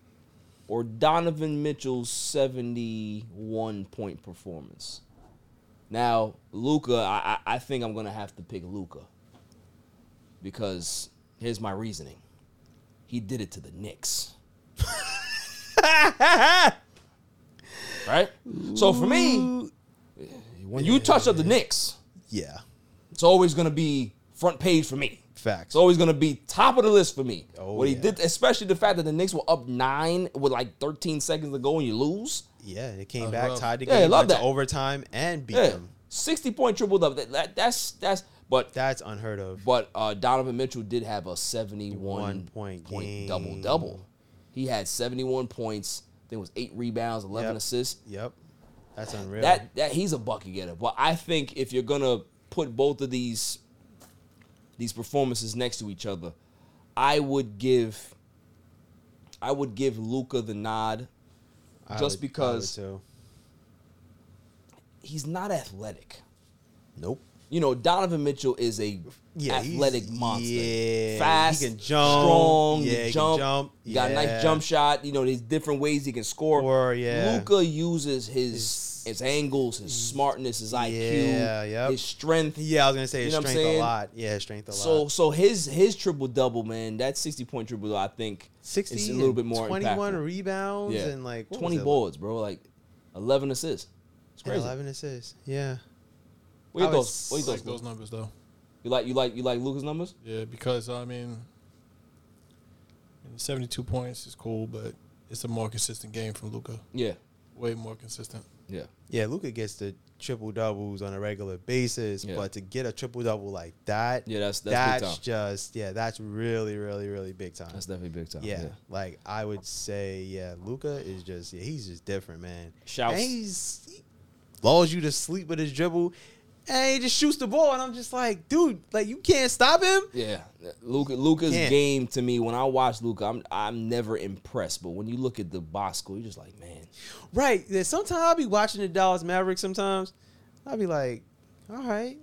Speaker 3: or Donovan Mitchell's 71 point performance? Now, Luca, I, I I think I'm going to have to pick Luca because here's my reasoning he did it to the Knicks. right? So for me, when you touch up the Knicks,
Speaker 4: yeah,
Speaker 3: it's always going to be front page for me.
Speaker 4: facts.
Speaker 3: It's always going to be top of the list for me.
Speaker 4: Oh,
Speaker 3: what he
Speaker 4: yeah.
Speaker 3: did, especially the fact that the Knicks were up nine with like 13 seconds to go and you lose.
Speaker 4: yeah, it came
Speaker 5: That's
Speaker 4: back,
Speaker 5: rough.
Speaker 4: tied the
Speaker 3: Yeah,
Speaker 4: game,
Speaker 3: love
Speaker 4: went to
Speaker 3: that.
Speaker 4: overtime, and beat
Speaker 3: yeah,
Speaker 4: them.
Speaker 3: 60 point triple double. That, that- that's that's but
Speaker 4: That's unheard of.
Speaker 3: but uh, Donovan Mitchell did have a 71
Speaker 4: One
Speaker 3: point,
Speaker 4: point game.
Speaker 3: double double. He had 71 points. I think it was eight rebounds, 11
Speaker 4: Yep.
Speaker 3: assists.
Speaker 4: Yep, that's unreal.
Speaker 3: That that he's a bucket getter. But I think if you're gonna put both of these these performances next to each other, I would give I would give Luca the nod
Speaker 4: I would-
Speaker 3: just
Speaker 4: I would
Speaker 3: because
Speaker 4: too.
Speaker 3: he's not athletic.
Speaker 4: Nope.
Speaker 3: You know, Donovan Mitchell is a
Speaker 4: Yeah, he's-
Speaker 3: athletic monster.
Speaker 4: yeah,
Speaker 3: Fast,
Speaker 4: he can jump,
Speaker 3: strong,
Speaker 4: yeah, he
Speaker 3: he
Speaker 4: can
Speaker 3: jump.
Speaker 4: jump,
Speaker 3: He got a
Speaker 4: yeah.
Speaker 3: nice jump shot. You know, there's different ways he can score.
Speaker 4: Score, yeah.
Speaker 3: Luca uses his his angles, his smartness, his IQ,
Speaker 4: Yeah, yep.
Speaker 3: his strength.
Speaker 4: Yeah, I was gonna say his
Speaker 3: You know what I'm
Speaker 4: strength a
Speaker 3: saying?
Speaker 4: lot. Yeah, his strength a
Speaker 3: So
Speaker 4: lot.
Speaker 3: so his his triple double, man, that sixty point triple double, I think
Speaker 4: sixty
Speaker 3: is a little bit more
Speaker 4: twenty-one
Speaker 3: impactful.
Speaker 4: rebounds
Speaker 3: Yeah.
Speaker 4: and like what was
Speaker 3: twenty
Speaker 4: it?
Speaker 3: boards, bro, like eleven assists. It's
Speaker 4: And
Speaker 3: crazy.
Speaker 4: Eleven assists. Yeah.
Speaker 3: What you
Speaker 4: I
Speaker 3: thoughts? What
Speaker 4: would
Speaker 3: you
Speaker 5: like
Speaker 3: thoughts?
Speaker 5: those
Speaker 3: Luke?
Speaker 5: numbers though.
Speaker 3: You like you like you like Luca's numbers?
Speaker 5: Yeah, because I mean, seventy-two points is cool, but it's a more consistent game from Luca.
Speaker 3: Yeah,
Speaker 5: Way more consistent.
Speaker 3: yeah,
Speaker 4: Yeah, Luca gets the triple doubles on a regular basis,
Speaker 3: Yeah.
Speaker 4: but to get a triple double like that,
Speaker 3: Yeah, that's- that's big time.
Speaker 4: just yeah, that's really, really, really big time.
Speaker 3: that's definitely big time.
Speaker 4: yeah, like I would say, yeah, Luca is just yeah, he's just different, man.
Speaker 3: Shouts.
Speaker 4: And he's he lulls you to sleep with his dribble, and he just shoots the ball, and I'm just like, dude, like you can't stop him.
Speaker 3: Yeah, Luca. Luca's
Speaker 4: Can't.
Speaker 3: game to me when I watch Luca, I'm I'm never impressed. But when you look at the box score, you're just like, man,
Speaker 4: Right. Yeah, sometimes I'll be watching the Dallas Mavericks sometimes. I'll be like, all right.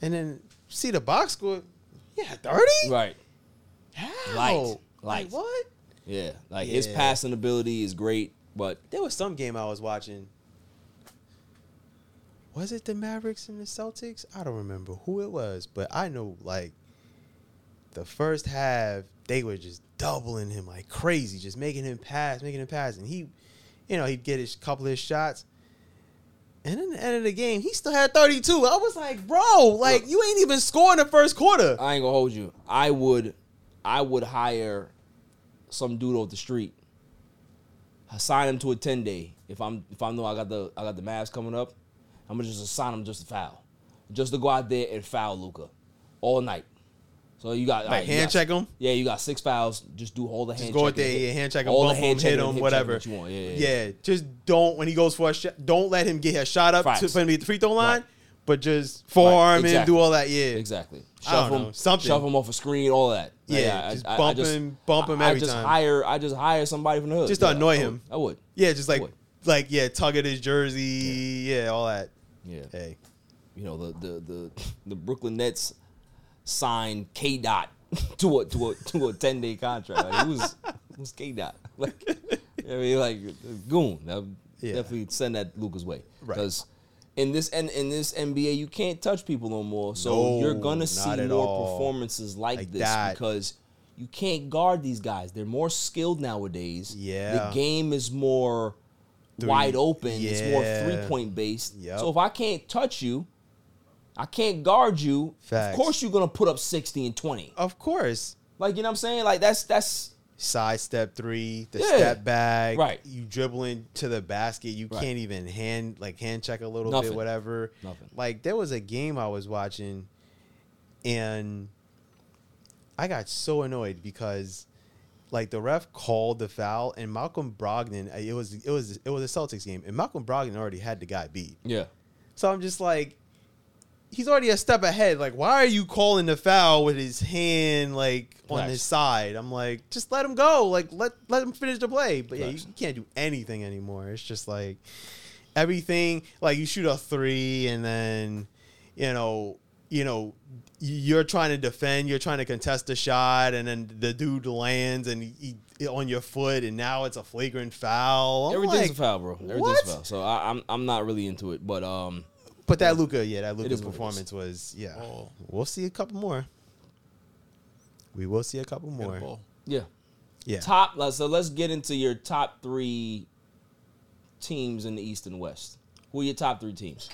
Speaker 4: And then see the box score. Yeah, 30?
Speaker 3: right?
Speaker 4: How?
Speaker 3: Light. Light.
Speaker 4: Like, what?
Speaker 3: Yeah, like his
Speaker 4: Yeah.
Speaker 3: passing ability is great, but
Speaker 4: There was some game I was watching. Was it the Mavericks and the Celtics? I don't remember who it was, but I know like the first half they were just doubling him like crazy, just making him pass, making him pass, and he, you know, he'd get his couple of his shots. And in the end of the game, he still had 32. I was like, bro, like you ain't even scoring the first quarter.
Speaker 3: I ain't gonna hold you. I would, I would hire some dude off the street, assign him to a ten day. If I'm, if I know I got the, I got the Mavs coming up, I'm gonna just assign him just to foul, just to go out there and foul Luca all night. So you got all
Speaker 4: Like
Speaker 3: you
Speaker 4: hand
Speaker 3: got-
Speaker 4: check 'em?
Speaker 3: Yeah, you got six fouls. Just do all the
Speaker 4: Just
Speaker 3: hand.
Speaker 4: go out
Speaker 3: checking,
Speaker 4: there,
Speaker 3: hit-
Speaker 4: yeah, hand check him,
Speaker 3: all the
Speaker 4: bump him,
Speaker 3: hand
Speaker 4: hit
Speaker 3: checking,
Speaker 4: him,
Speaker 3: hip
Speaker 4: whatever.
Speaker 3: checking that you want. Yeah, yeah, yeah.
Speaker 4: Yeah, just don't when he goes for a shot. Don't let him get his shot up to
Speaker 3: Facts.
Speaker 4: from the free throw line, but just forearm and
Speaker 3: exactly.
Speaker 4: do all that. Yeah,
Speaker 3: exactly.
Speaker 4: I don't
Speaker 3: Shove him,
Speaker 4: know, something.
Speaker 3: Shove him off a screen, all that.
Speaker 4: Yeah, just bump him- bump him
Speaker 3: I,
Speaker 4: every
Speaker 3: I just
Speaker 4: time.
Speaker 3: hire, I just hire somebody from the hood.
Speaker 4: Just
Speaker 3: Yeah,
Speaker 4: to annoy
Speaker 3: I
Speaker 4: him.
Speaker 3: would. I would.
Speaker 4: Yeah, just like
Speaker 3: would.
Speaker 4: like yeah, tug at his jersey. Yeah, all that.
Speaker 3: Yeah.
Speaker 4: Hey,
Speaker 3: you know the the the the Brooklyn Nets signed K Dot to a to a to a ten day contract. Like, who's who's K Dot? Like I mean, like goon. I would Definitely send that Lucas way
Speaker 4: Right.
Speaker 3: because. In this and in this NBA, you can't touch people no more. So
Speaker 4: No,
Speaker 3: you're gonna
Speaker 4: not
Speaker 3: see
Speaker 4: at
Speaker 3: more
Speaker 4: all.
Speaker 3: performances like,
Speaker 4: Like
Speaker 3: this
Speaker 4: that.
Speaker 3: because you can't guard these guys. They're more skilled nowadays.
Speaker 4: Yeah.
Speaker 3: the game is more
Speaker 4: Three-
Speaker 3: wide open. It's more
Speaker 4: yeah.
Speaker 3: three point based.
Speaker 4: Yep.
Speaker 3: So if I can't touch you, I can't guard you.
Speaker 4: Facts.
Speaker 3: Of course you're gonna put up 60 and 20.
Speaker 4: Of course.
Speaker 3: Like you know what I'm saying? Like that's that's
Speaker 4: sidestep three, the
Speaker 3: Yeah.
Speaker 4: step back,
Speaker 3: Right.
Speaker 4: You dribbling to the basket, you
Speaker 3: Right.
Speaker 4: can't even hand like hand check a little
Speaker 3: Nothing.
Speaker 4: bit, whatever.
Speaker 3: Nothing.
Speaker 4: Like there was a game I was watching, and I got so annoyed because like the ref called the foul, and Malcolm Brogdon. uh, It was it was it was a Celtics game, and Malcolm Brogdon already had the guy beat.
Speaker 3: Yeah.
Speaker 4: So I'm just like, he's already a step ahead. Like, why are you calling the foul with his hand like on
Speaker 3: Facts.
Speaker 4: his side? I'm like, just let him go. Like, let let him finish the play. But yeah, you,
Speaker 3: Facts.
Speaker 4: you can't do anything anymore. It's just like everything. Like you shoot a three, and then you know, you know, you're trying to defend. You're trying to contest the shot, and then the dude lands and he, he- on your foot, and now it's a flagrant foul. I'm
Speaker 3: everything's
Speaker 4: like,
Speaker 3: a foul, bro. Everything's
Speaker 4: what?
Speaker 3: a foul. So I, I'm I'm not really into it. But um
Speaker 4: But that Luca, yeah, that Luca
Speaker 3: is Oh, what it is.
Speaker 4: performance was, yeah. We'll see a couple more. We will see a couple more.
Speaker 3: Yeah.
Speaker 4: Yeah.
Speaker 3: Top let's- so let's get into your top three teams in the East and West. Who are your top three teams?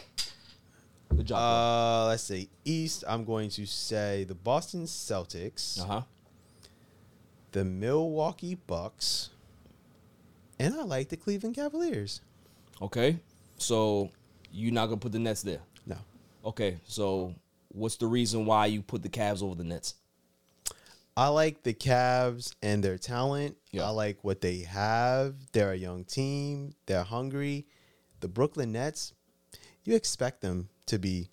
Speaker 3: Good job.
Speaker 4: Uh, let's see. East, I'm going to say the Boston Celtics,
Speaker 3: Uh-huh.
Speaker 4: the Milwaukee Bucks, and I like the Cleveland Cavaliers.
Speaker 3: Okay. So you're not gonna put the Nets there?
Speaker 4: No.
Speaker 3: Okay, so what's the reason why you put the Cavs over the Nets?
Speaker 4: I like the Cavs and their talent. I like what they have. They're a young team. They're hungry. The Brooklyn Nets, you expect them to be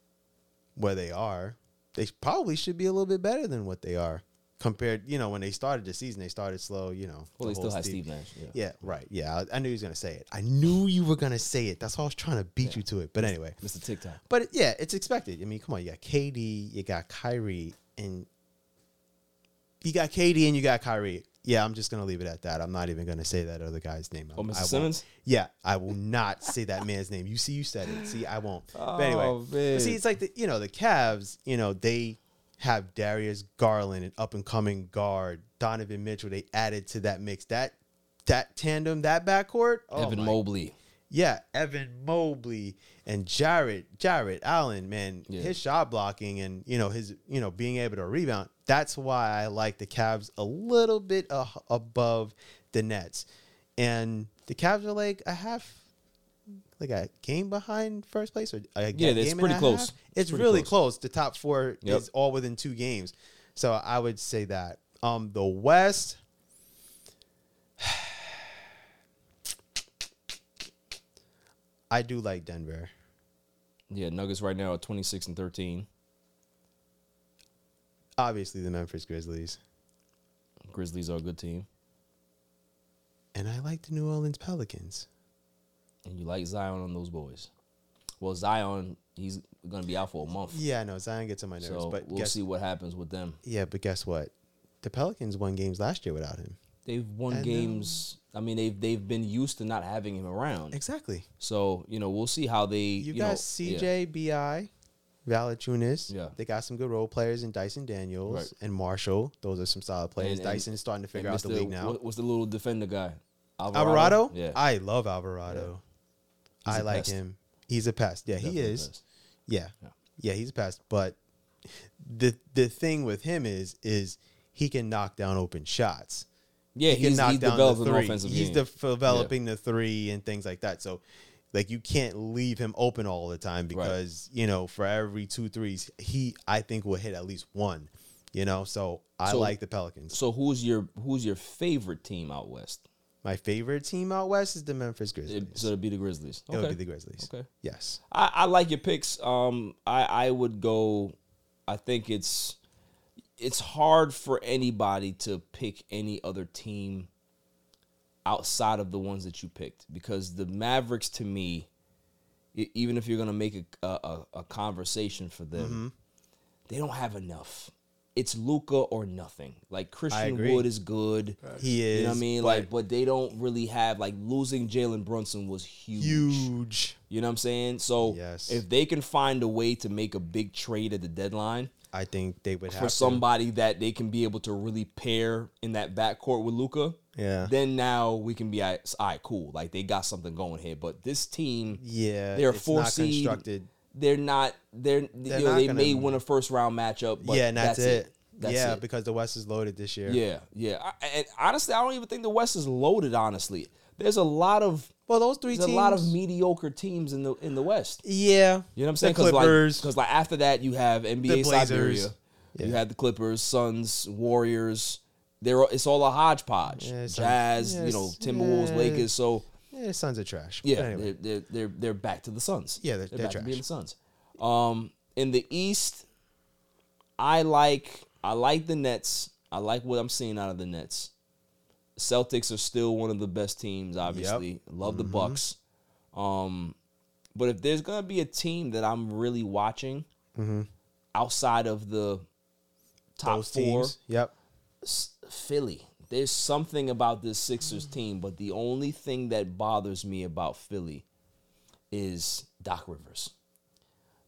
Speaker 4: where they are. They probably should be a little bit better than what they are compared. You know, when they started the season, they started slow. You know, the
Speaker 3: Well, they still
Speaker 4: whole
Speaker 3: had Steve Nash, yeah.
Speaker 4: yeah, right. Yeah, I, I knew he was gonna say it. I knew you were gonna say it. That's why I was trying to beat you to it. But anyway,
Speaker 3: Mr. TikTok.
Speaker 4: but it- yeah, it's expected. I mean, come on, you got KD, you got Kyrie, and you got KD and you got Kyrie. Yeah, I'm just gonna leave it at that. I'm not even gonna say that other guy's name.
Speaker 3: Oh,
Speaker 4: I
Speaker 3: Mr.
Speaker 4: won't.
Speaker 3: Simmons?
Speaker 4: Yeah, I will not say that man's name. You see, you said it. See, I won't. but anyway,
Speaker 3: Oh, man.
Speaker 4: but see, it's like the you know the Cavs. You know they have Darius Garland, an up and coming guard, Donovan Mitchell. They added to that mix. That that tandem, that backcourt. Oh
Speaker 3: Evan
Speaker 4: my
Speaker 3: Mobley.
Speaker 4: yeah, Evan Mobley and Jared Jared Allen, man,
Speaker 3: Yeah.
Speaker 4: his shot blocking and you know his you know being able to rebound. That's why I like the Cavs a little bit a- above the Nets, and the Cavs are like a half, like a game behind first place or a
Speaker 3: Yeah,
Speaker 4: game
Speaker 3: that's
Speaker 4: and
Speaker 3: pretty
Speaker 4: a
Speaker 3: close.
Speaker 4: half.
Speaker 3: It's
Speaker 4: It's,
Speaker 3: pretty
Speaker 4: really
Speaker 3: close.
Speaker 4: close close. The top four
Speaker 3: Yep.
Speaker 4: is all within two games. So I would say that. Um, the West. I do like Denver.
Speaker 3: Yeah, Nuggets right now are 26 and 13.
Speaker 4: Obviously, the Memphis Grizzlies,
Speaker 3: Grizzlies are a good team.
Speaker 4: and I like the New Orleans Pelicans.
Speaker 3: And you like Zion on those boys. Well, Zion, he's going to be out for a month.
Speaker 4: Yeah, I know Zion gets on my nerves,
Speaker 3: So
Speaker 4: but
Speaker 3: we'll
Speaker 4: guess-
Speaker 3: see what happens with them.
Speaker 4: Yeah, but guess what? The Pelicans won games last year without him.
Speaker 3: They've won
Speaker 4: I know.
Speaker 3: games. I mean, they've they've been used to not having him around.
Speaker 4: Exactly.
Speaker 3: So, you know, we'll see how they.
Speaker 4: You,
Speaker 3: You,
Speaker 4: got
Speaker 3: know, yeah.
Speaker 4: CJ Bi, Valachunas. Yeah, they got some good role players in Dyson Daniels
Speaker 3: Right.
Speaker 4: and Marshall. Those are some solid players.
Speaker 3: And- and-
Speaker 4: Dyson's starting to figure
Speaker 3: and
Speaker 4: out the
Speaker 3: Mr.
Speaker 4: league now.
Speaker 3: what- What's the little defender guy?
Speaker 4: Alvarado? Ah,
Speaker 3: Yeah.
Speaker 4: I love Alvarado.
Speaker 3: Yeah. He's
Speaker 4: I
Speaker 3: a
Speaker 4: like
Speaker 3: pest.
Speaker 4: him. He's a pest. Yeah,
Speaker 3: Definitely
Speaker 4: he
Speaker 3: a
Speaker 4: is.
Speaker 3: pest.
Speaker 4: Yeah. yeah. he's a pest. But the the thing with him is is he can knock down open shots.
Speaker 3: Yeah,
Speaker 4: he can
Speaker 3: he's-
Speaker 4: knock
Speaker 3: he's
Speaker 4: down
Speaker 3: developed
Speaker 4: the
Speaker 3: an
Speaker 4: three.
Speaker 3: offensive
Speaker 4: he's
Speaker 3: game.
Speaker 4: def-
Speaker 3: Yeah.
Speaker 4: developing the three and things like that. So like you can't leave him open all the time because you know for every two threes he I think will hit at least one. You know, so I
Speaker 3: So-
Speaker 4: like the Pelicans.
Speaker 3: So who's your who's your favorite team out west?
Speaker 4: My favorite team out west is the Memphis Grizzlies.
Speaker 3: so it'd be the Grizzlies.
Speaker 4: It would
Speaker 3: Okay.
Speaker 4: be the Grizzlies.
Speaker 3: Okay.
Speaker 4: Yes.
Speaker 3: I, I like your picks. Um, I I would go. I think it's it's hard for anybody to pick any other team outside of the ones that you picked because the Mavericks to me, e- even if you're gonna make a a, a conversation for them,
Speaker 4: Mm-hmm.
Speaker 3: they don't have enough. It's Luca or nothing. Like Christian
Speaker 4: agree.
Speaker 3: Wood is good.
Speaker 4: He
Speaker 3: You know what I
Speaker 4: is,
Speaker 3: mean?
Speaker 4: but-
Speaker 3: Like, but they don't really have like losing Jalen Brunson was
Speaker 4: Huge.
Speaker 3: you know what I'm saying? So if they can find a way to make a big trade at the deadline,
Speaker 4: I think they would
Speaker 3: for
Speaker 4: have to.
Speaker 3: somebody that they can be able to really pair in that backcourt with Luca.
Speaker 4: Yeah.
Speaker 3: Then now we can be all right, all right, cool. Like they got something going here, but this team,
Speaker 4: Yeah,
Speaker 3: they're a
Speaker 4: it's
Speaker 3: four
Speaker 4: not
Speaker 3: seed.
Speaker 4: constructed.
Speaker 3: They're not. They're,
Speaker 4: They're
Speaker 3: you know
Speaker 4: not
Speaker 3: they
Speaker 4: gonna-
Speaker 3: may win a first round matchup. But
Speaker 4: yeah, and that's, it.
Speaker 3: That's
Speaker 4: yeah,
Speaker 3: it.
Speaker 4: because the West is loaded this year.
Speaker 3: Yeah, yeah. I, and honestly, I don't even think the West is loaded. Honestly, there's a lot of
Speaker 4: well, those three
Speaker 3: There's a lot of
Speaker 4: teams-
Speaker 3: mediocre teams in the in the West.
Speaker 4: Yeah,
Speaker 3: you know what I'm
Speaker 4: The
Speaker 3: saying? Because like,
Speaker 4: Clippers.
Speaker 3: 'cause, like after that, you have NBA
Speaker 4: The Blazers.
Speaker 3: Siberia, you had the Clippers, Suns, Warriors. They're all- it's all a hodgepodge.
Speaker 4: Yeah, it's-
Speaker 3: Jazz,
Speaker 4: yeah,
Speaker 3: you know,
Speaker 4: it's-
Speaker 3: Timberwolves,
Speaker 4: yeah.
Speaker 3: Lakers. So
Speaker 4: Yeah, the Suns are trash. But
Speaker 3: yeah,
Speaker 4: anyway.
Speaker 3: they're, they're they're they're back to the Suns.
Speaker 4: Yeah, they're- they're
Speaker 3: back to being the
Speaker 4: trash.
Speaker 3: Suns. Um, in the East, I like I like the Nets. I like what I'm seeing out of the Nets. Celtics are still one of the best teams. Obviously, love the
Speaker 4: Mhm.
Speaker 3: Bucks. Um, but if there's gonna be a team that I'm really watching
Speaker 4: Mhm.
Speaker 3: outside of the top
Speaker 4: Those
Speaker 3: four,
Speaker 4: teams, Yep.
Speaker 3: S- Philly. There's something about this
Speaker 4: Mm.
Speaker 3: Sixers team, but the only thing that bothers me about Philly is Doc Rivers.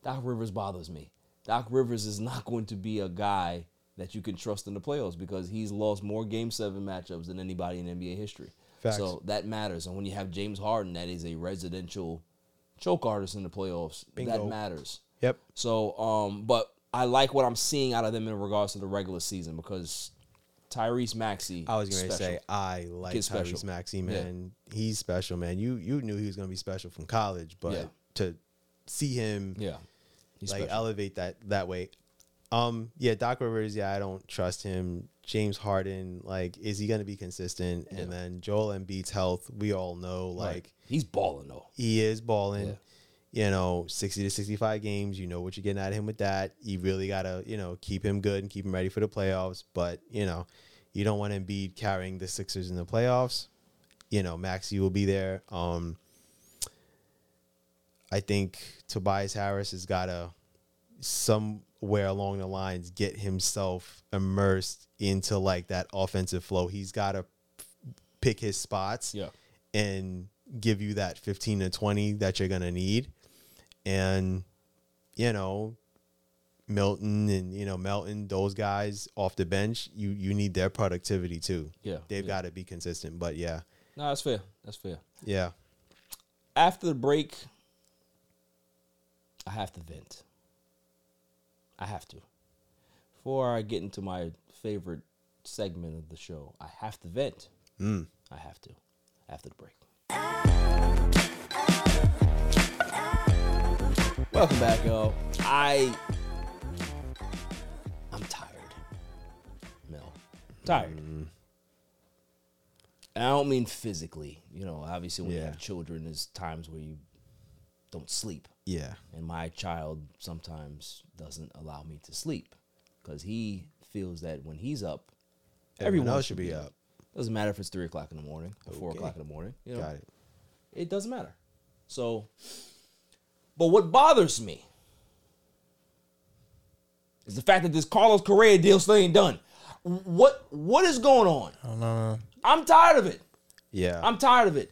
Speaker 3: Doc Rivers bothers me. Doc Rivers is not going to be a guy that you can trust in the playoffs because he's lost more game seven matchups than anybody in NBA history.
Speaker 4: Facts.
Speaker 3: So that matters. And when you have James Harden, that is a residential choke artist in the playoffs. That
Speaker 4: Bingo.
Speaker 3: matters.
Speaker 4: Yep.
Speaker 3: So, um, but I like what I'm seeing out of them in regards to the regular season because Tyrese Maxey.
Speaker 4: I was going to
Speaker 3: special.
Speaker 4: say I like
Speaker 3: Kid's
Speaker 4: Tyrese
Speaker 3: special.
Speaker 4: Maxey,
Speaker 3: Yeah.
Speaker 4: man. He's special, man. You you knew he was going to be special from college, but
Speaker 3: Yeah.
Speaker 4: to see him,
Speaker 3: yeah, He's
Speaker 4: like
Speaker 3: special.
Speaker 4: elevate that that way. Um, yeah, Doc Rivers. Yeah, I don't trust him. James Harden, like, is he going to be consistent? And then Joel Embiid's health, we all know,
Speaker 3: Right.
Speaker 4: like,
Speaker 3: he's balling though.
Speaker 4: he is balling. You know, sixty to sixty-five games. You know what you're getting out of him with that. You really gotta, you know, keep him good and keep him ready for the playoffs. But you know, you don't want Embiid carrying the Sixers in the playoffs. You know, Maxi will be there. Um, I think Tobias Harris has gotta somewhere along the lines get himself immersed into like that offensive flow. He's gotta pick his spots
Speaker 3: yeah.
Speaker 4: and give you that 15 to 20 that you're going to need. And, you know, Milton and, you know, Melton, those guys off the bench, you, you need their productivity too.
Speaker 3: Yeah,
Speaker 4: They've
Speaker 3: yeah.
Speaker 4: got to be consistent. But yeah.
Speaker 3: No, that's fair. That's fair.
Speaker 4: Yeah.
Speaker 3: After the break, I have to vent. I have to. Before I get into my favorite segment of the show, I have to vent.
Speaker 4: Mm.
Speaker 3: I have to. After the break. Welcome back, y'all. I I'm tired. Mel. Tired. And I don't mean physically. You know, obviously when you
Speaker 4: Yeah.
Speaker 3: have children, there's times where you don't sleep.
Speaker 4: Yeah.
Speaker 3: And my child sometimes doesn't allow me to sleep because he feels that when he's up,
Speaker 4: Everyone
Speaker 3: everyone
Speaker 4: else should be up.
Speaker 3: Doesn't matter if it's three o'clock in the morning or four
Speaker 4: Okay.
Speaker 3: o'clock in the morning. You know,
Speaker 4: Got it.
Speaker 3: it doesn't matter. So, but what bothers me is the fact that this Carlos Correa deal still ain't done. What what is going on?
Speaker 5: I don't know.
Speaker 3: I'm tired of it.
Speaker 4: Yeah.
Speaker 3: I'm tired of it.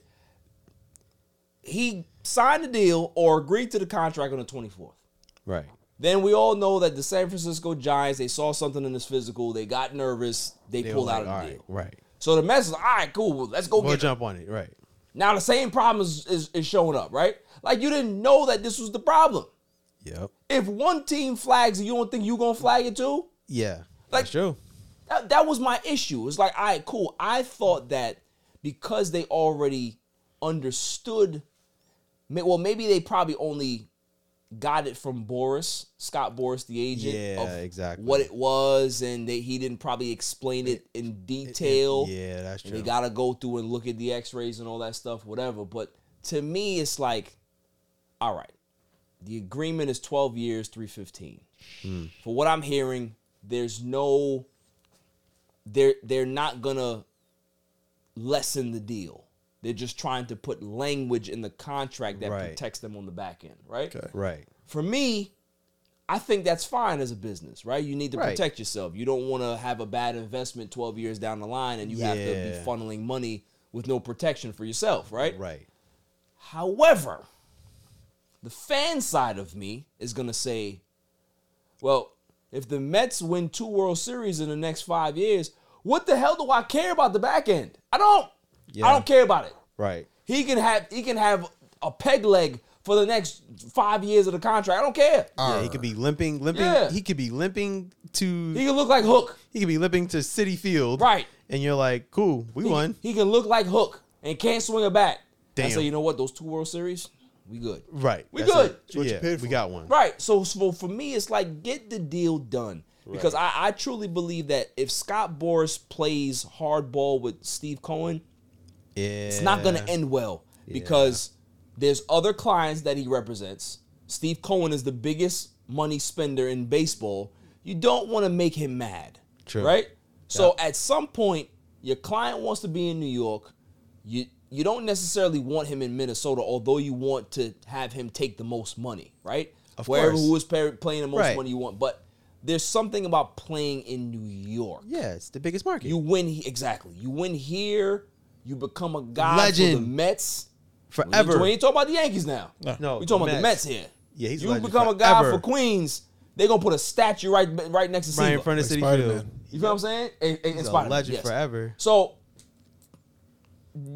Speaker 3: He signed the deal or agreed to the contract on the 24th.
Speaker 4: right.
Speaker 3: Then we all know that the San Francisco Giants, they saw something in his physical, they got nervous, they,
Speaker 4: They were
Speaker 3: pulled out
Speaker 4: like,
Speaker 3: of the
Speaker 4: "All
Speaker 3: deal.
Speaker 4: right, right.
Speaker 3: So the message, all right, cool, well, let's go
Speaker 4: We'll
Speaker 3: get him."
Speaker 4: jump on it. Right.
Speaker 3: Now the same problem is, is, is showing up, right? Like you didn't know that this was the problem.
Speaker 4: Yep.
Speaker 3: If one team flags it, you don't think you gonna flag it too?
Speaker 4: Yeah.
Speaker 3: Like
Speaker 4: true.
Speaker 3: That, that was my issue. It's like, all right, cool. I thought that because they already understood, may- well, maybe they probably only got it from Boris, Scott Boris, the agent.
Speaker 4: Yeah,
Speaker 3: of
Speaker 4: exactly.
Speaker 3: What it was, and they, he didn't probably explain it in detail.
Speaker 4: yeah, that's
Speaker 3: And
Speaker 4: true.
Speaker 3: they got to go through and look at the x rays and all that stuff, whatever. But to me, it's like, all right, the agreement is 12 years, 315.
Speaker 4: Hmm.
Speaker 3: For what I'm hearing, there's no, they're, they're not going to lessen the deal. They're just trying to put language in the contract that
Speaker 4: Right.
Speaker 3: protects them on the back end, right?
Speaker 4: Right.
Speaker 3: For me, I think that's fine as a business, right? You need to
Speaker 4: Right.
Speaker 3: protect yourself. You don't want to have a bad investment 12 years down the line and you have to
Speaker 4: Yeah.
Speaker 3: be funneling money with no protection for yourself, right? Right. However, the fan side of me is going to say, well, if the Mets win two World Series in the next five years, what the hell do I care about the back end? I don't. I
Speaker 4: Yeah.
Speaker 3: don't care about it.
Speaker 4: Right.
Speaker 3: He can have he can have a peg leg for the next five years of the contract. I don't care.
Speaker 4: Yeah, he could be limping, limping.
Speaker 3: Yeah.
Speaker 4: He could be limping to.
Speaker 3: He could look like Hook.
Speaker 4: He could be limping to City Field.
Speaker 3: Right.
Speaker 4: And you're like, cool, we
Speaker 3: He-
Speaker 4: won.
Speaker 3: He can look like Hook and can't swing a bat. I
Speaker 4: Damn.
Speaker 3: say, you know what? Those two World Series, we good.
Speaker 4: Right.
Speaker 3: We
Speaker 4: That's
Speaker 3: good.
Speaker 4: it. Yeah, we got one.
Speaker 3: Right. So, so for me, it's like get the deal done because I, I truly believe that if Scott Boris plays hardball with Steve Cohen,
Speaker 4: Yeah.
Speaker 3: it's not going to end well because there's other clients that he represents. Steve Cohen is the biggest money spender in baseball. You don't want to make him mad,
Speaker 4: True.
Speaker 3: right? So at some point, your client wants to be in New York. You you don't necessarily want him in Minnesota, although you want to have him take the most money, right?
Speaker 4: Of
Speaker 3: Wherever
Speaker 4: course.
Speaker 3: who is pay, playing the most
Speaker 4: Right.
Speaker 3: money you want, but there's something about playing in New York.
Speaker 4: Yeah, it's the biggest market.
Speaker 3: You win he- exactly. You win here. You become a guy for the
Speaker 4: Legend.
Speaker 3: Mets
Speaker 4: Forever.
Speaker 3: We ain't talking about the Yankees now.
Speaker 4: No. No,
Speaker 3: we talking
Speaker 4: the
Speaker 3: about the Mets
Speaker 4: Mets.
Speaker 3: here.
Speaker 4: Yeah, he's a
Speaker 3: you
Speaker 4: legend
Speaker 3: become a guy
Speaker 4: forever.
Speaker 3: for Queens. They gonna put a statue right right next to
Speaker 4: Right in
Speaker 3: Siva.
Speaker 4: front of Like Citi Field. Spider-Man.
Speaker 3: You feel what I'm saying? And, and,
Speaker 4: He's
Speaker 3: and
Speaker 4: a
Speaker 3: Spider-Man,
Speaker 4: legend
Speaker 3: yes.
Speaker 4: forever.
Speaker 3: So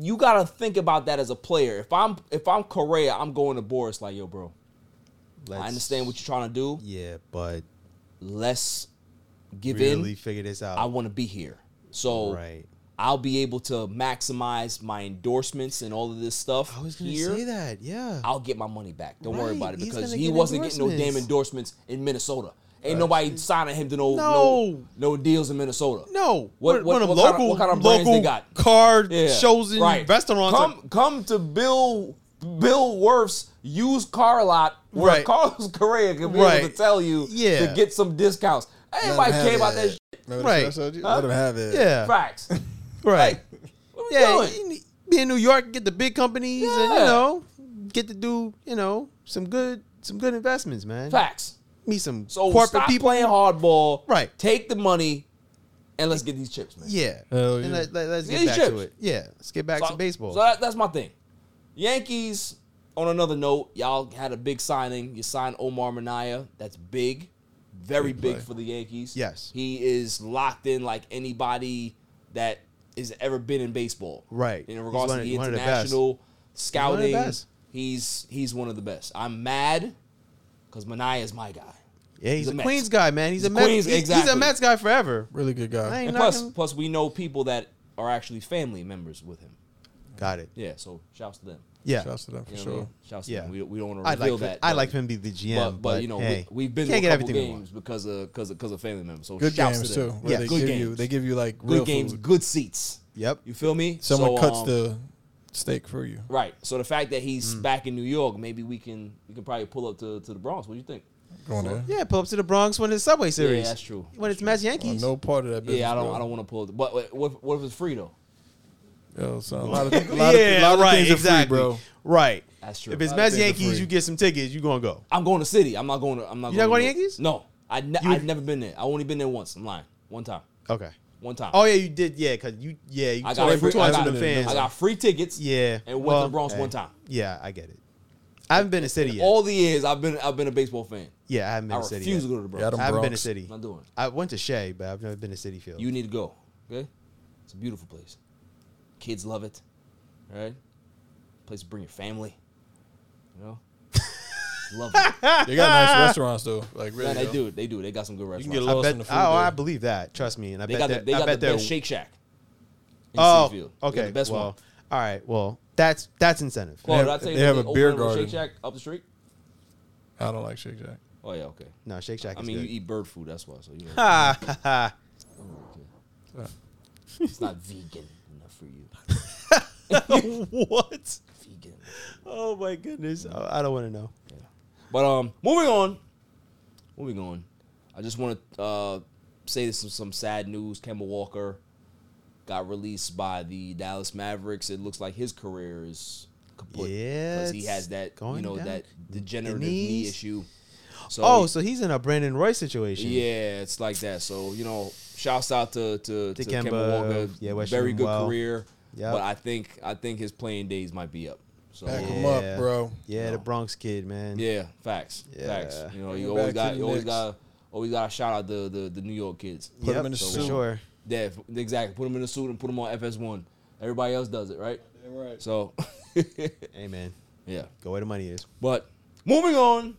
Speaker 3: you gotta think about that as a player. If I'm if I'm Correa, I'm going to Boris like yo, bro. I understand what you're trying to do.
Speaker 4: Yeah, but
Speaker 3: let's give in.
Speaker 4: Really figure this out.
Speaker 3: I want to be here. So
Speaker 4: Right.
Speaker 3: I'll be able to maximize my endorsements and all of this stuff. I was
Speaker 4: gonna
Speaker 3: here.
Speaker 4: say that, yeah.
Speaker 3: I'll get my money back. Don't worry about it
Speaker 4: Right, he's
Speaker 3: because
Speaker 4: gonna
Speaker 3: he
Speaker 4: get
Speaker 3: wasn't getting no damn
Speaker 4: endorsements.
Speaker 3: endorsements in Minnesota. Ain't
Speaker 4: Right.
Speaker 3: nobody signing him to no no,
Speaker 4: No.
Speaker 3: no deals in Minnesota.
Speaker 4: No.
Speaker 3: What what,
Speaker 4: one of
Speaker 3: what
Speaker 4: local
Speaker 3: kind of, what kind of brands
Speaker 4: local
Speaker 3: they got?
Speaker 4: car
Speaker 3: Yeah,
Speaker 4: shows and
Speaker 3: right.
Speaker 4: restaurants. are-
Speaker 3: Come come to Bill Bill Worth's used car lot where
Speaker 4: Right.
Speaker 3: Carlos Correa can be able
Speaker 4: Right.
Speaker 3: to tell you
Speaker 4: Yeah.
Speaker 3: to get some discounts. Anybody
Speaker 4: have
Speaker 3: care
Speaker 4: it.
Speaker 3: about that shit?
Speaker 4: Remember the Right. show I showed you? Let 'em have it. Yeah.
Speaker 3: Facts.
Speaker 4: right.
Speaker 3: what we
Speaker 4: yeah.
Speaker 3: doing?
Speaker 4: you need- Be in New York, get the big companies, and you
Speaker 3: Yeah.
Speaker 4: know, get to do you know some good some good investments, man.
Speaker 3: Facts.
Speaker 4: Meet some
Speaker 3: So
Speaker 4: corporate
Speaker 3: stop
Speaker 4: people.
Speaker 3: playing hardball.
Speaker 4: Right.
Speaker 3: Take the money and let's get these chips, man.
Speaker 4: Yeah. and Let, us
Speaker 3: Get
Speaker 4: get
Speaker 3: these
Speaker 4: back to
Speaker 3: chips.
Speaker 4: it. Yeah. Let's get back
Speaker 3: So-
Speaker 4: to baseball.
Speaker 3: So that, that's my thing. Yankees. On another note, y'all had a big signing. You signed Omar Minaya. That's big, very
Speaker 4: Big
Speaker 3: big
Speaker 4: play.
Speaker 3: for the Yankees.
Speaker 4: Yes.
Speaker 3: he is locked in like anybody that has ever been in baseball.
Speaker 4: Right.
Speaker 3: In
Speaker 4: He's
Speaker 3: regards
Speaker 4: one
Speaker 3: to
Speaker 4: of-
Speaker 3: the
Speaker 4: one of the best.
Speaker 3: international
Speaker 4: one of the
Speaker 3: scouting,
Speaker 4: best.
Speaker 3: he's he's one of the best. I'm mad because Minaya is my guy.
Speaker 4: yeah, he's,
Speaker 3: he's a
Speaker 4: a,
Speaker 3: Mets.
Speaker 4: Queens guy, man. He's,
Speaker 3: He's
Speaker 4: a
Speaker 3: a
Speaker 4: Mets.
Speaker 3: Queens-
Speaker 4: he's, he's a
Speaker 3: exactly.
Speaker 4: Mets guy forever.
Speaker 5: Really good guy.
Speaker 4: I ain't knocking
Speaker 3: And plus,
Speaker 4: him.
Speaker 3: plus we know people that are actually family members with him.
Speaker 4: Got it.
Speaker 3: Yeah, so shouts to them.
Speaker 4: Yeah.
Speaker 5: Shouts to them for
Speaker 3: You know what I
Speaker 5: sure.
Speaker 3: mean? Shouts to
Speaker 4: Yeah.
Speaker 3: them. We, we don't want to
Speaker 4: I'd
Speaker 3: reveal
Speaker 4: like for-
Speaker 3: that.
Speaker 4: I'd
Speaker 3: but-
Speaker 4: like for him to be the GM,
Speaker 3: But, but,
Speaker 4: but
Speaker 3: you know,
Speaker 4: hey,
Speaker 3: we, have been
Speaker 4: can't
Speaker 3: to
Speaker 4: get
Speaker 3: a couple
Speaker 4: everything we want.
Speaker 3: games because of because of, because of family members. So
Speaker 5: Good
Speaker 3: shouts
Speaker 5: games,
Speaker 3: to them.
Speaker 5: too, where they
Speaker 3: good
Speaker 5: give you-
Speaker 3: games.
Speaker 5: they give you, like,
Speaker 3: good
Speaker 5: real
Speaker 3: games,
Speaker 5: food.
Speaker 3: good seats.
Speaker 4: Yep.
Speaker 3: You feel me?
Speaker 5: Someone
Speaker 3: So,
Speaker 5: cuts
Speaker 3: um,
Speaker 5: the steak for you.
Speaker 3: right. So the fact that he's
Speaker 5: Mm.
Speaker 3: back in New York, maybe we can we can probably pull up to, to the Bronx. What do you think?
Speaker 5: Going there.
Speaker 4: Yeah, pull up to the Bronx when it's Subway Series.
Speaker 3: that's true.
Speaker 4: When it's Mets Yankees.
Speaker 5: Oh, no part of that business.
Speaker 3: yeah, I don't
Speaker 5: bro.
Speaker 3: I don't want to pull. Up, but what- what what if it's free though?
Speaker 5: Yo, son, a lot of, a lot of, a lot of things are free, bro.
Speaker 4: Right.
Speaker 3: That's true.
Speaker 4: If it's
Speaker 3: A lot of
Speaker 4: Mets
Speaker 3: things are
Speaker 4: Yankees,
Speaker 3: free.
Speaker 4: you get some tickets. You gonna go?
Speaker 3: I'm going to City. I'm not going to. I'm not.
Speaker 4: You not
Speaker 3: going
Speaker 4: going to Yankees?
Speaker 3: No, I ne-
Speaker 4: You-
Speaker 3: I've never been there. I only been there once. I'm lying. One time.
Speaker 4: Okay.
Speaker 3: One time.
Speaker 4: Oh yeah, you did. Yeah, cause you. Yeah, you
Speaker 3: I
Speaker 4: tore,
Speaker 3: got,
Speaker 4: you
Speaker 3: free,
Speaker 4: tore
Speaker 3: I,
Speaker 4: some
Speaker 3: got,
Speaker 4: fans.
Speaker 3: I got free tickets.
Speaker 4: Yeah.
Speaker 3: and went to
Speaker 4: well,
Speaker 3: the Bronx
Speaker 4: hey.
Speaker 3: one time.
Speaker 4: Yeah, I get it. I haven't been to city yet.
Speaker 3: All the years I've been, I've been a baseball fan.
Speaker 4: yeah, I haven't been
Speaker 3: I
Speaker 4: to city. yet.
Speaker 3: refuse to go to the Bronx.
Speaker 4: I haven't been to city.
Speaker 3: Not doing. it.
Speaker 4: I went to Shea, but I've never been to City Field.
Speaker 3: You need to go. Okay, it's a beautiful place. Kids love it. All right, place to bring your family. You know, love it.
Speaker 5: They got nice restaurants, though. Like, really,
Speaker 3: Man, they
Speaker 5: though.
Speaker 3: do. They do. They got some good restaurants.
Speaker 5: can get lost
Speaker 4: I bet,
Speaker 5: in the food
Speaker 4: oh, I
Speaker 5: there.
Speaker 4: believe that. Trust me, and I
Speaker 3: They
Speaker 4: bet
Speaker 3: got the-
Speaker 4: that,
Speaker 3: they
Speaker 4: I
Speaker 3: got
Speaker 4: bet
Speaker 3: the
Speaker 4: they're-
Speaker 3: best Shake Shack in
Speaker 4: Oh,
Speaker 3: Cityfield. They got
Speaker 4: okay.
Speaker 3: the best
Speaker 4: well,
Speaker 3: one.
Speaker 4: All right. Well, that's that's incentive.
Speaker 3: Claude, I tell you, that they opened up Shake Shack up the street.
Speaker 5: I don't like Shake Shack.
Speaker 3: Oh yeah, okay.
Speaker 4: No, Shake Shack
Speaker 3: I
Speaker 4: is
Speaker 3: mean,
Speaker 4: good.
Speaker 3: you eat bird food, that's why. So you. know.
Speaker 4: Ha, ha, ha.
Speaker 3: Okay. It's not vegan enough for you.
Speaker 4: what? Oh my goodness! I I don't want to know.
Speaker 3: But um, moving on, moving on. I just want to uh, say this is some sad news. Kemba Walker got released by the Dallas Mavericks. It looks like his career is kaput because he
Speaker 4: it's
Speaker 3: has that you
Speaker 4: going
Speaker 3: know
Speaker 4: down.
Speaker 3: that degenerative knee
Speaker 4: knees.
Speaker 3: issue.
Speaker 4: oh,
Speaker 3: he-
Speaker 4: so he's in a Brandon Roy situation.
Speaker 3: yeah, it's like that. So you know, shouts out to to, to,
Speaker 4: To
Speaker 3: Kemba,
Speaker 4: Kemba,
Speaker 3: Walker.
Speaker 4: yeah, wishing
Speaker 3: very
Speaker 4: him
Speaker 3: good
Speaker 4: well.
Speaker 3: career.
Speaker 4: Yep.
Speaker 3: But I think I think his playing days might be up. So
Speaker 4: Yeah. Yeah, the Bronx kid, man.
Speaker 3: Yeah, facts. Facts. You know,
Speaker 4: Bring
Speaker 3: you
Speaker 4: him
Speaker 3: always
Speaker 4: back to
Speaker 3: got
Speaker 4: the
Speaker 3: you
Speaker 4: Knicks.
Speaker 3: always got always got to shout out the the, the New York kids.
Speaker 4: Put 'em in a
Speaker 3: So-
Speaker 4: suit. For sure.
Speaker 3: Yeah, f- exactly. Put them in a suit and put them on FS1. Everybody else does it, right?
Speaker 5: Yeah, right.
Speaker 3: So,
Speaker 4: amen.
Speaker 3: Yeah.
Speaker 4: Go where the money is.
Speaker 3: But moving on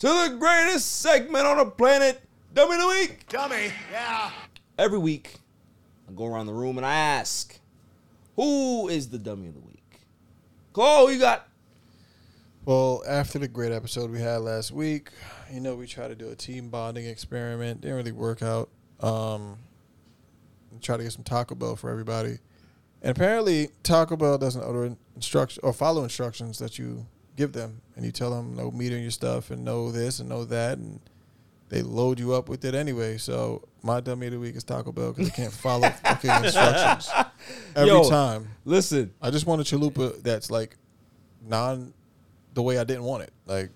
Speaker 3: to the greatest segment on the planet, Dummy of the Week.
Speaker 11: Dummy, yeah.
Speaker 3: Every week, I go around the room and I ask, who is the Dummy of the Week? Cole, you got?
Speaker 5: Well, after the great episode we had last week, you know we try to do a team bonding experiment. Didn't really work out. Um, try to get some Taco Bell for everybody, and apparently Taco Bell doesn't order instruction or follow instructions that you give them, and you tell them no meat on your stuff and no this and no that, and they load you up with it anyway. So my dummy of the week is Taco Bell because I can't follow fucking instructions every
Speaker 3: Yo,
Speaker 5: time.
Speaker 3: Listen,
Speaker 5: I just want a chalupa that's like non the way I didn't want it. Like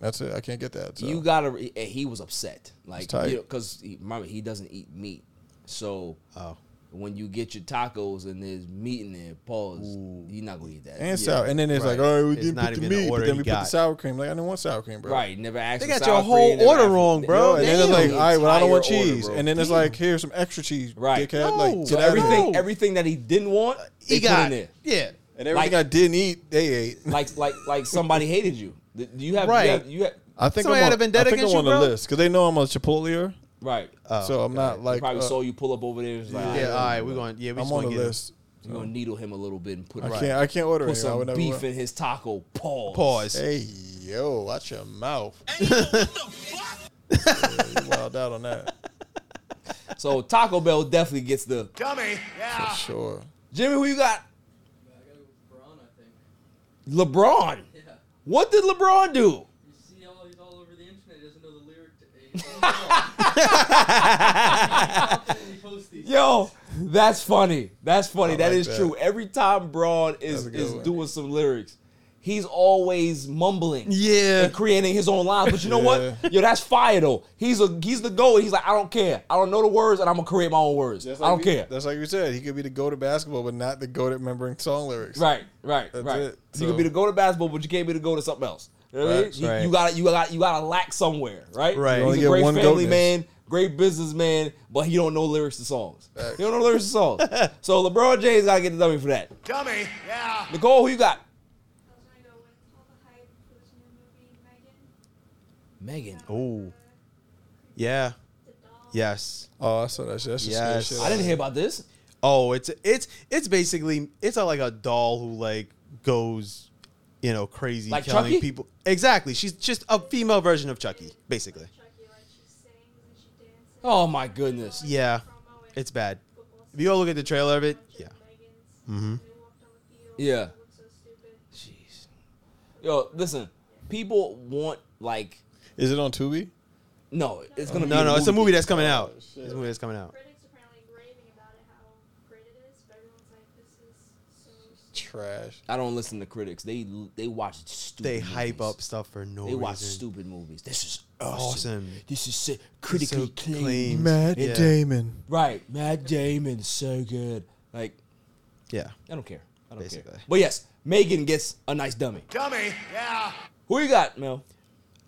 Speaker 5: that's it. I can't get that. So.
Speaker 3: You gotta. re- and He was upset, like
Speaker 5: tight.
Speaker 3: because he, remember he doesn't eat meat, so
Speaker 5: Oh.
Speaker 3: when you get your tacos and there's meat in there, pause. You're not gonna eat that.
Speaker 5: and sour, and then it's like, all right, we didn't put the meat, but then we put the sour cream. Like I didn't want sour cream, bro.
Speaker 3: Right, never asked.
Speaker 4: They
Speaker 3: for
Speaker 4: got
Speaker 3: sour
Speaker 4: your whole
Speaker 3: cream, never
Speaker 4: order
Speaker 3: asked for-
Speaker 4: wrong, bro.
Speaker 3: Yo,
Speaker 5: and then it's
Speaker 3: damn.
Speaker 5: like, all right, well, I don't want
Speaker 3: Entire order,
Speaker 5: cheese.
Speaker 3: bro.
Speaker 5: and then it's
Speaker 3: Damn.
Speaker 5: like, here's some extra cheese,
Speaker 3: Right.
Speaker 5: dickhead. Like,
Speaker 3: so
Speaker 5: get out of
Speaker 3: everything,
Speaker 5: here.
Speaker 3: everything that he didn't want, they put
Speaker 5: got
Speaker 3: in there.
Speaker 5: it. Yeah. And everything
Speaker 3: Like-
Speaker 5: I didn't eat, they ate.
Speaker 3: Like, like, like somebody hated you. Th- Do you have?
Speaker 5: Right.
Speaker 3: You have, you have
Speaker 5: I think I'm on, I think I'm on the list because they know I'm a Chipotle.
Speaker 3: Right.
Speaker 5: so I'm not
Speaker 3: Oh,
Speaker 5: like
Speaker 3: They probably
Speaker 5: uh,
Speaker 3: saw you pull up over there. and was like,
Speaker 5: Yeah,
Speaker 3: "Ah,
Speaker 5: alright,
Speaker 3: you
Speaker 5: we're
Speaker 3: know,
Speaker 5: going- yeah, we I'm just on gonna the get him." list,
Speaker 3: You're gonna needle him a little bit and put.
Speaker 5: I can't- I can't order
Speaker 3: put
Speaker 5: it, I
Speaker 3: some
Speaker 5: would never
Speaker 3: beef
Speaker 5: order.
Speaker 3: in his taco. Pause.
Speaker 5: Hey, yo, watch your mouth. Yeah, you wild out on that.
Speaker 3: So Taco Bell definitely gets the
Speaker 11: Dummy, yeah.
Speaker 5: Sure.
Speaker 3: Jimmy, who you got? LeBron. What did LeBron do? Yo, that's funny. That's funny.
Speaker 5: I
Speaker 3: that
Speaker 5: like
Speaker 3: is
Speaker 5: that.
Speaker 3: true. Every time Braun is
Speaker 5: That's a good
Speaker 3: is
Speaker 5: one.
Speaker 3: doing some lyrics, he's always mumbling.
Speaker 4: Yeah.
Speaker 3: And creating his own lines. But you know
Speaker 5: Yeah.
Speaker 3: what? Yo, that's fire though. He's a he's the goat. He's like, I don't care. I don't know the words and I'm gonna create my own words.
Speaker 5: That's
Speaker 3: I don't
Speaker 5: like you-
Speaker 3: care.
Speaker 5: That's like you said. He could be the go to basketball, but not the go to remembering song lyrics.
Speaker 3: Right, right,
Speaker 5: That's
Speaker 3: right.
Speaker 5: it.
Speaker 3: You can be the go to basketball, but you can't be the go to something else. You, know what I mean?
Speaker 5: Facts,
Speaker 3: You-
Speaker 5: right.
Speaker 3: you gotta you gotta you gotta lack somewhere, right?
Speaker 5: Right. You only
Speaker 3: He's a
Speaker 5: get
Speaker 3: great
Speaker 5: one
Speaker 3: family
Speaker 5: goatness.
Speaker 3: man, great businessman, but he don't know lyrics to songs. He don't know lyrics to songs. so LeBron James gotta get the W for that.
Speaker 11: Dummy, yeah.
Speaker 3: Nicole, who you got? Megan.
Speaker 4: Oh. Yeah. Yes.
Speaker 5: Oh, I saw that shit. That's just scared
Speaker 4: Yes.
Speaker 5: shit I didn't out of hear me.
Speaker 3: about this.
Speaker 4: Oh, it's it's it's basically it's a, like a doll who like goes, you know, crazy
Speaker 3: Like
Speaker 4: killing
Speaker 3: Chucky?
Speaker 4: people. Exactly. She's just a female version of Chucky, basically.
Speaker 3: Oh my goodness.
Speaker 4: Yeah. It's bad. If you go look at the trailer of it, yeah. Mm-hmm.
Speaker 3: Yeah. Jeez. Yo, listen. People want like
Speaker 5: Is it on Tubi?
Speaker 3: no. It's gonna be
Speaker 4: No, no, it's a movie that's coming
Speaker 3: Oh,
Speaker 4: out.
Speaker 3: shit.
Speaker 4: It's a movie that's coming out.
Speaker 5: Trash.
Speaker 3: I don't listen to critics. They they watch stupid.
Speaker 4: They
Speaker 3: movies.
Speaker 4: hype up stuff for no
Speaker 3: They watch
Speaker 4: reason.
Speaker 3: stupid movies. This is awesome.
Speaker 4: Awesome.
Speaker 3: This is so critically
Speaker 4: acclaimed.
Speaker 3: acclaimed.
Speaker 4: Matt
Speaker 3: Yeah.
Speaker 4: Damon.
Speaker 3: Right, Matt Damon, so good. Like,
Speaker 4: yeah,
Speaker 3: I don't care. I don't
Speaker 4: Basically.
Speaker 3: care. But yes, Megan gets a nice dummy.
Speaker 11: Dummy, yeah.
Speaker 3: Who you got, Mel?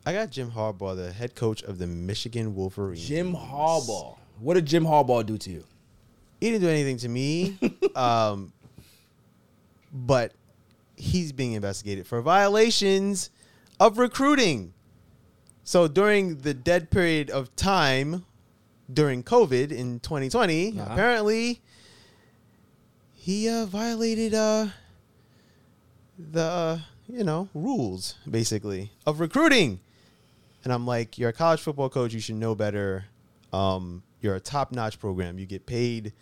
Speaker 4: I got Jim Harbaugh, the head coach of the Michigan Wolverines.
Speaker 3: Jim Harbaugh. What did Jim Harbaugh do to you?
Speaker 4: He didn't do anything to me. um, but he's being investigated for violations of recruiting. So during the dead period of time during COVID in 2020,
Speaker 3: Uh-huh.
Speaker 4: apparently he uh, violated uh, the you know, rules basically of recruiting. And I'm like, you're a college football coach, you should know better. Um, you're a top notch program. You get paid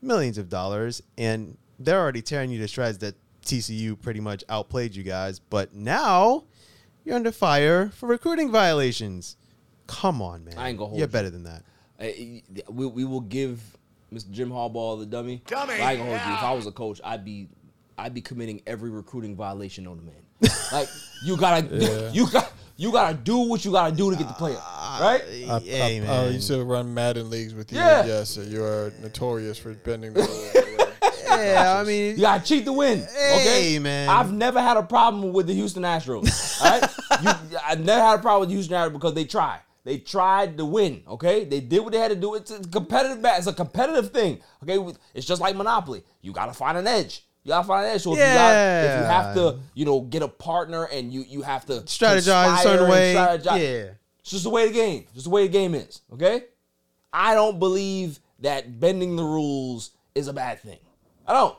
Speaker 4: millions of dollars, and they're already tearing you to shreds that TCU pretty much outplayed you guys. But now you're under fire for recruiting violations. Come on, man.
Speaker 3: I ain't gonna hold
Speaker 4: You're
Speaker 3: you.
Speaker 4: better than that.
Speaker 3: I- Uh, we, we will give Mr. Jim Harbaugh the dummy.
Speaker 4: Dummy,
Speaker 3: But I ain't gonna hold you. If
Speaker 4: yeah.
Speaker 3: I was a coach, I'd be I'd be committing every recruiting violation on the man. like you gotta
Speaker 5: Yeah.
Speaker 3: you got you gotta do what you gotta do to get the player.
Speaker 4: Uh,
Speaker 3: Right?
Speaker 5: I- I- Oh, you should run Madden leagues with you.
Speaker 3: Yeah.
Speaker 5: Yes, sir. You are notorious for bending the rules.
Speaker 4: yeah, I mean,
Speaker 3: you gotta cheat to win. okay,
Speaker 5: Hey, man.
Speaker 3: I've never had a problem with the Houston Astros. All right, you, I never had a problem with the Houston Astros because they try. They tried to win. Okay, they did what they had to do. It's a competitive match. It's a competitive thing. Okay, it's just like Monopoly. You gotta find an edge. You gotta find an edge. So if, you got, if you have
Speaker 4: Yeah.
Speaker 3: to, you know, get a partner and you you have to
Speaker 4: Strategize a certain
Speaker 3: conspire and
Speaker 4: way.
Speaker 3: strategize.
Speaker 4: Yeah.
Speaker 3: It's just the way the game. It's just the way the game is. Okay. I don't believe that bending the rules is a bad thing. I don't.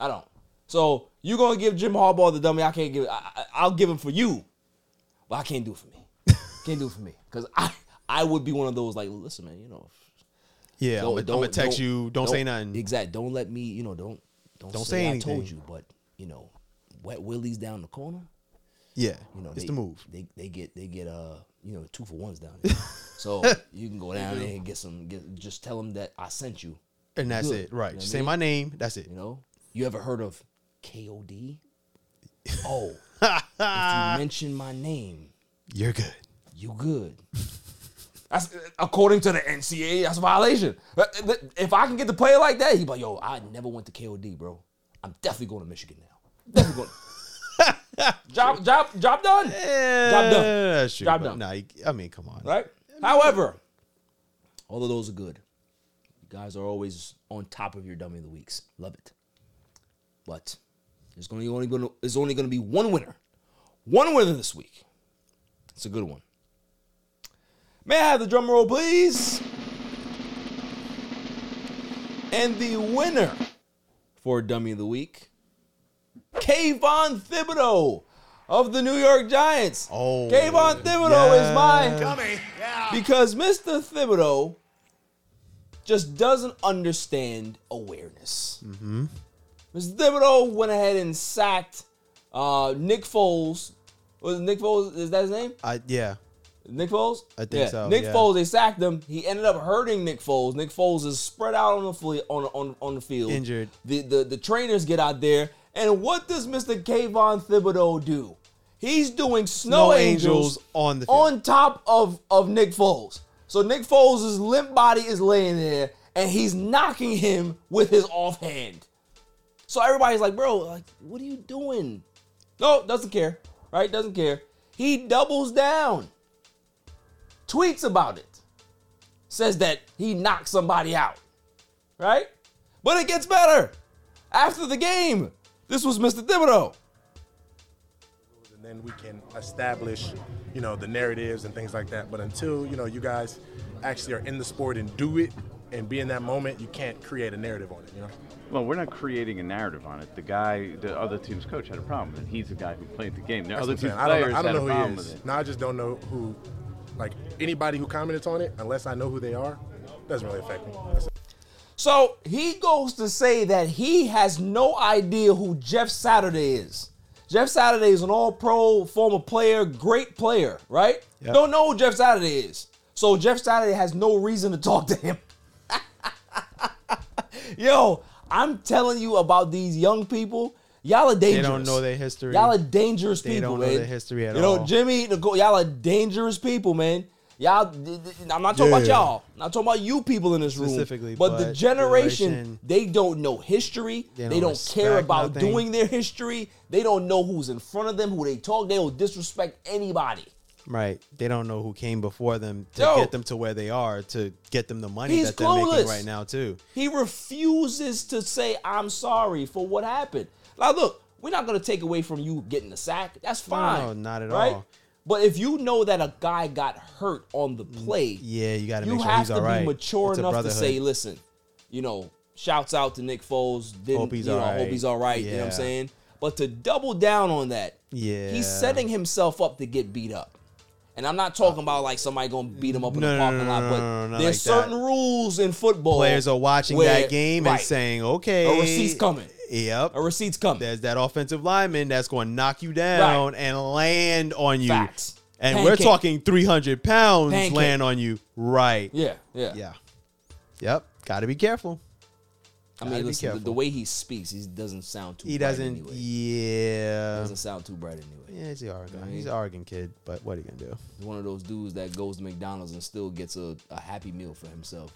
Speaker 3: I don't. So you gonna give Jim Harbaugh the dummy? I can't give. I, I, I'll give him for you, but I can't do it for me. can't do it for me because I I would be one of those like, listen, man, you know.
Speaker 4: Yeah, I'ma- I'ma text you, don't say nothing.
Speaker 3: Exact. Don't let me. You know. Don't don't,
Speaker 4: Don't
Speaker 3: say,
Speaker 4: say
Speaker 3: I told
Speaker 4: anything.
Speaker 3: you, but you know, wet willies down the corner.
Speaker 4: Yeah,
Speaker 3: You know,
Speaker 4: it's
Speaker 3: they,
Speaker 4: the move.
Speaker 3: They they get they get uh you know two for ones down there. so you can go
Speaker 4: They
Speaker 3: down
Speaker 4: do.
Speaker 3: there and get some. Get, just tell them that I sent you.
Speaker 4: And that's
Speaker 3: Good.
Speaker 4: it, right?
Speaker 3: You know
Speaker 4: Just
Speaker 3: what
Speaker 4: say
Speaker 3: I mean?
Speaker 4: my name. That's it.
Speaker 3: You know, you ever heard of KOD? Oh, if you mention my name,
Speaker 4: You're good.
Speaker 3: you good. That's according to the NCAA. That's a violation. Uh, uh, If I can get the player like that, he's like, yo, I never went to KOD, bro. I'm definitely going to Michigan now. Definitely going. job, job, job done. job
Speaker 4: Yeah,
Speaker 3: done.
Speaker 4: That's true.
Speaker 3: Job
Speaker 4: but
Speaker 3: done.
Speaker 4: Nah, you- I mean, come on.
Speaker 3: Right. However, all of those are good. You guys are always on top of your dummy of the weeks. Love it. But there's going to only going to there's only going to be one winner, one winner this week. It's a good one. May I have the drum roll, please? And the winner for Dummy of the Week, Kayvon Thibodeau of the New York Giants. Oh, Kayvon Thibodeau is my because Mr. Thibodeau just doesn't understand awareness.
Speaker 4: Mm-hmm.
Speaker 3: Mr. Thibodeau went ahead and sacked uh, Nick Foles. Was it Nick Foles? Is that his name?
Speaker 4: I yeah.
Speaker 3: Nick Foles?
Speaker 4: I think so,
Speaker 3: Nick
Speaker 4: yeah.
Speaker 3: Foles, they sacked him. He ended up hurting Nick Foles. Nick Foles is spread out on the fle- on, on on the field.
Speaker 4: Injured.
Speaker 3: The, the the trainers get out there. And what does Mr. Kayvon Thibodeau do? He's doing snow,
Speaker 4: Snow angels
Speaker 3: angels,
Speaker 4: on the
Speaker 3: on top of, of Nick Foles. So Nick Foles' limp body is laying there and he's knocking him with his offhand. So everybody's like, bro, like, what are you doing? No, doesn't care. Right? Doesn't care. He doubles down. Tweets about it. Says that he knocked somebody out. Right? But it gets better. After the game, this was Mr. Thibodeau.
Speaker 17: and then we can establish, you know, the narratives and things like that. But until you know you guys actually are in the sport and do it and be in that moment, you can't create a narrative on it. You know.
Speaker 18: Well, we're not creating a narrative on it. The guy, the other team's coach had a problem, and he's the guy who played the game. The
Speaker 17: That's
Speaker 18: other
Speaker 17: what I'm
Speaker 18: team's
Speaker 17: saying. I don't
Speaker 18: players
Speaker 17: know, I
Speaker 18: had
Speaker 17: don't know
Speaker 18: a
Speaker 17: who
Speaker 18: problem
Speaker 17: he
Speaker 18: with
Speaker 17: is.
Speaker 18: it.
Speaker 17: No, I just don't know who, like anybody who comments on it, unless I know who they are, doesn't really affect me. That's it.
Speaker 3: So he goes to say that he has no idea who Jeff Saturday is. Jeff Saturday is an all pro, former player, great player, right?
Speaker 4: Yep.
Speaker 3: Don't know who Jeff Saturday is. So Jeff Saturday has no reason to talk to him. Yo, I'm telling you about these young people. Y'all are
Speaker 4: They
Speaker 3: dangerous.
Speaker 4: don't know their history.
Speaker 3: Y'all are dangerous
Speaker 4: They
Speaker 3: people,
Speaker 4: don't know
Speaker 3: man.
Speaker 4: their history at
Speaker 3: you know,
Speaker 4: all.
Speaker 3: Jimmy, Nicole, y'all are dangerous people, man. Y'all, I'm not talking about
Speaker 4: Yeah.
Speaker 3: y'all. I'm not talking about you people in this room.
Speaker 4: Specifically,
Speaker 3: but, the
Speaker 4: but
Speaker 3: generation,
Speaker 4: generation-
Speaker 3: they don't know history. They
Speaker 4: They
Speaker 3: don't,
Speaker 4: don't
Speaker 3: care
Speaker 4: respect
Speaker 3: about
Speaker 4: nothing.
Speaker 3: doing their history. They don't know who's in front of them, who they talk. They will disrespect anybody.
Speaker 4: Right. They don't know who came before them to
Speaker 3: Yo.
Speaker 4: get them to where they are to get them the money
Speaker 3: He's
Speaker 4: that they're
Speaker 3: clueless.
Speaker 4: making right now too.
Speaker 3: He refuses to say I'm sorry for what happened. Now look, we're not gonna take away from you getting the sack. That's
Speaker 4: No,
Speaker 3: fine.
Speaker 4: no, not at
Speaker 3: right?
Speaker 4: all.
Speaker 3: But if you know that a guy got hurt on the play,
Speaker 4: Yeah, you got to
Speaker 3: you
Speaker 4: make sure
Speaker 3: have
Speaker 4: he's
Speaker 3: to
Speaker 4: all right.
Speaker 3: be mature
Speaker 4: It's a
Speaker 3: enough to
Speaker 4: brotherhood.
Speaker 3: say, listen, you know, shouts out to Nick Foles. Didn't,
Speaker 4: Hope he's
Speaker 3: you know,
Speaker 4: all
Speaker 3: Hope
Speaker 4: right.
Speaker 3: he's all right. You know what I'm
Speaker 4: Yeah.
Speaker 3: saying? But to double down on that,
Speaker 4: Yeah.
Speaker 3: he's setting himself up to get beat up. And I'm not talking about like somebody gonna beat him up in
Speaker 4: No,
Speaker 3: the
Speaker 4: no,
Speaker 3: parking
Speaker 4: no, no,
Speaker 3: lot,
Speaker 4: no,
Speaker 3: but
Speaker 4: no, no, not
Speaker 3: there's
Speaker 4: like that.
Speaker 3: certain rules in football.
Speaker 4: Players are watching
Speaker 3: where-
Speaker 4: that game
Speaker 3: right.
Speaker 4: and saying, "Okay,
Speaker 3: a receipt's coming."
Speaker 4: Yep,
Speaker 3: a receipt's coming.
Speaker 4: There's that offensive lineman that's going to knock you down and land on you.
Speaker 3: Facts.
Speaker 4: And we're
Speaker 3: Pancake.
Speaker 4: talking 300 pounds
Speaker 3: Pancake.
Speaker 4: land on you, right?
Speaker 3: Yeah, yeah,
Speaker 4: yeah. Yep, got to be careful.
Speaker 3: I
Speaker 4: Gotta
Speaker 3: mean,
Speaker 4: be
Speaker 3: listen, the,
Speaker 4: careful.
Speaker 3: the way he speaks, he doesn't sound too.
Speaker 4: He
Speaker 3: bright
Speaker 4: doesn't.
Speaker 3: Anyway.
Speaker 4: Yeah,
Speaker 3: Doesn't sound too bright anyway.
Speaker 4: Yeah, he's the Oregon.
Speaker 3: You know what I
Speaker 4: He's
Speaker 3: mean?
Speaker 4: an Oregon kid, but what are you gonna do?
Speaker 3: He's one of those dudes that goes to McDonald's and still gets a, a happy meal for himself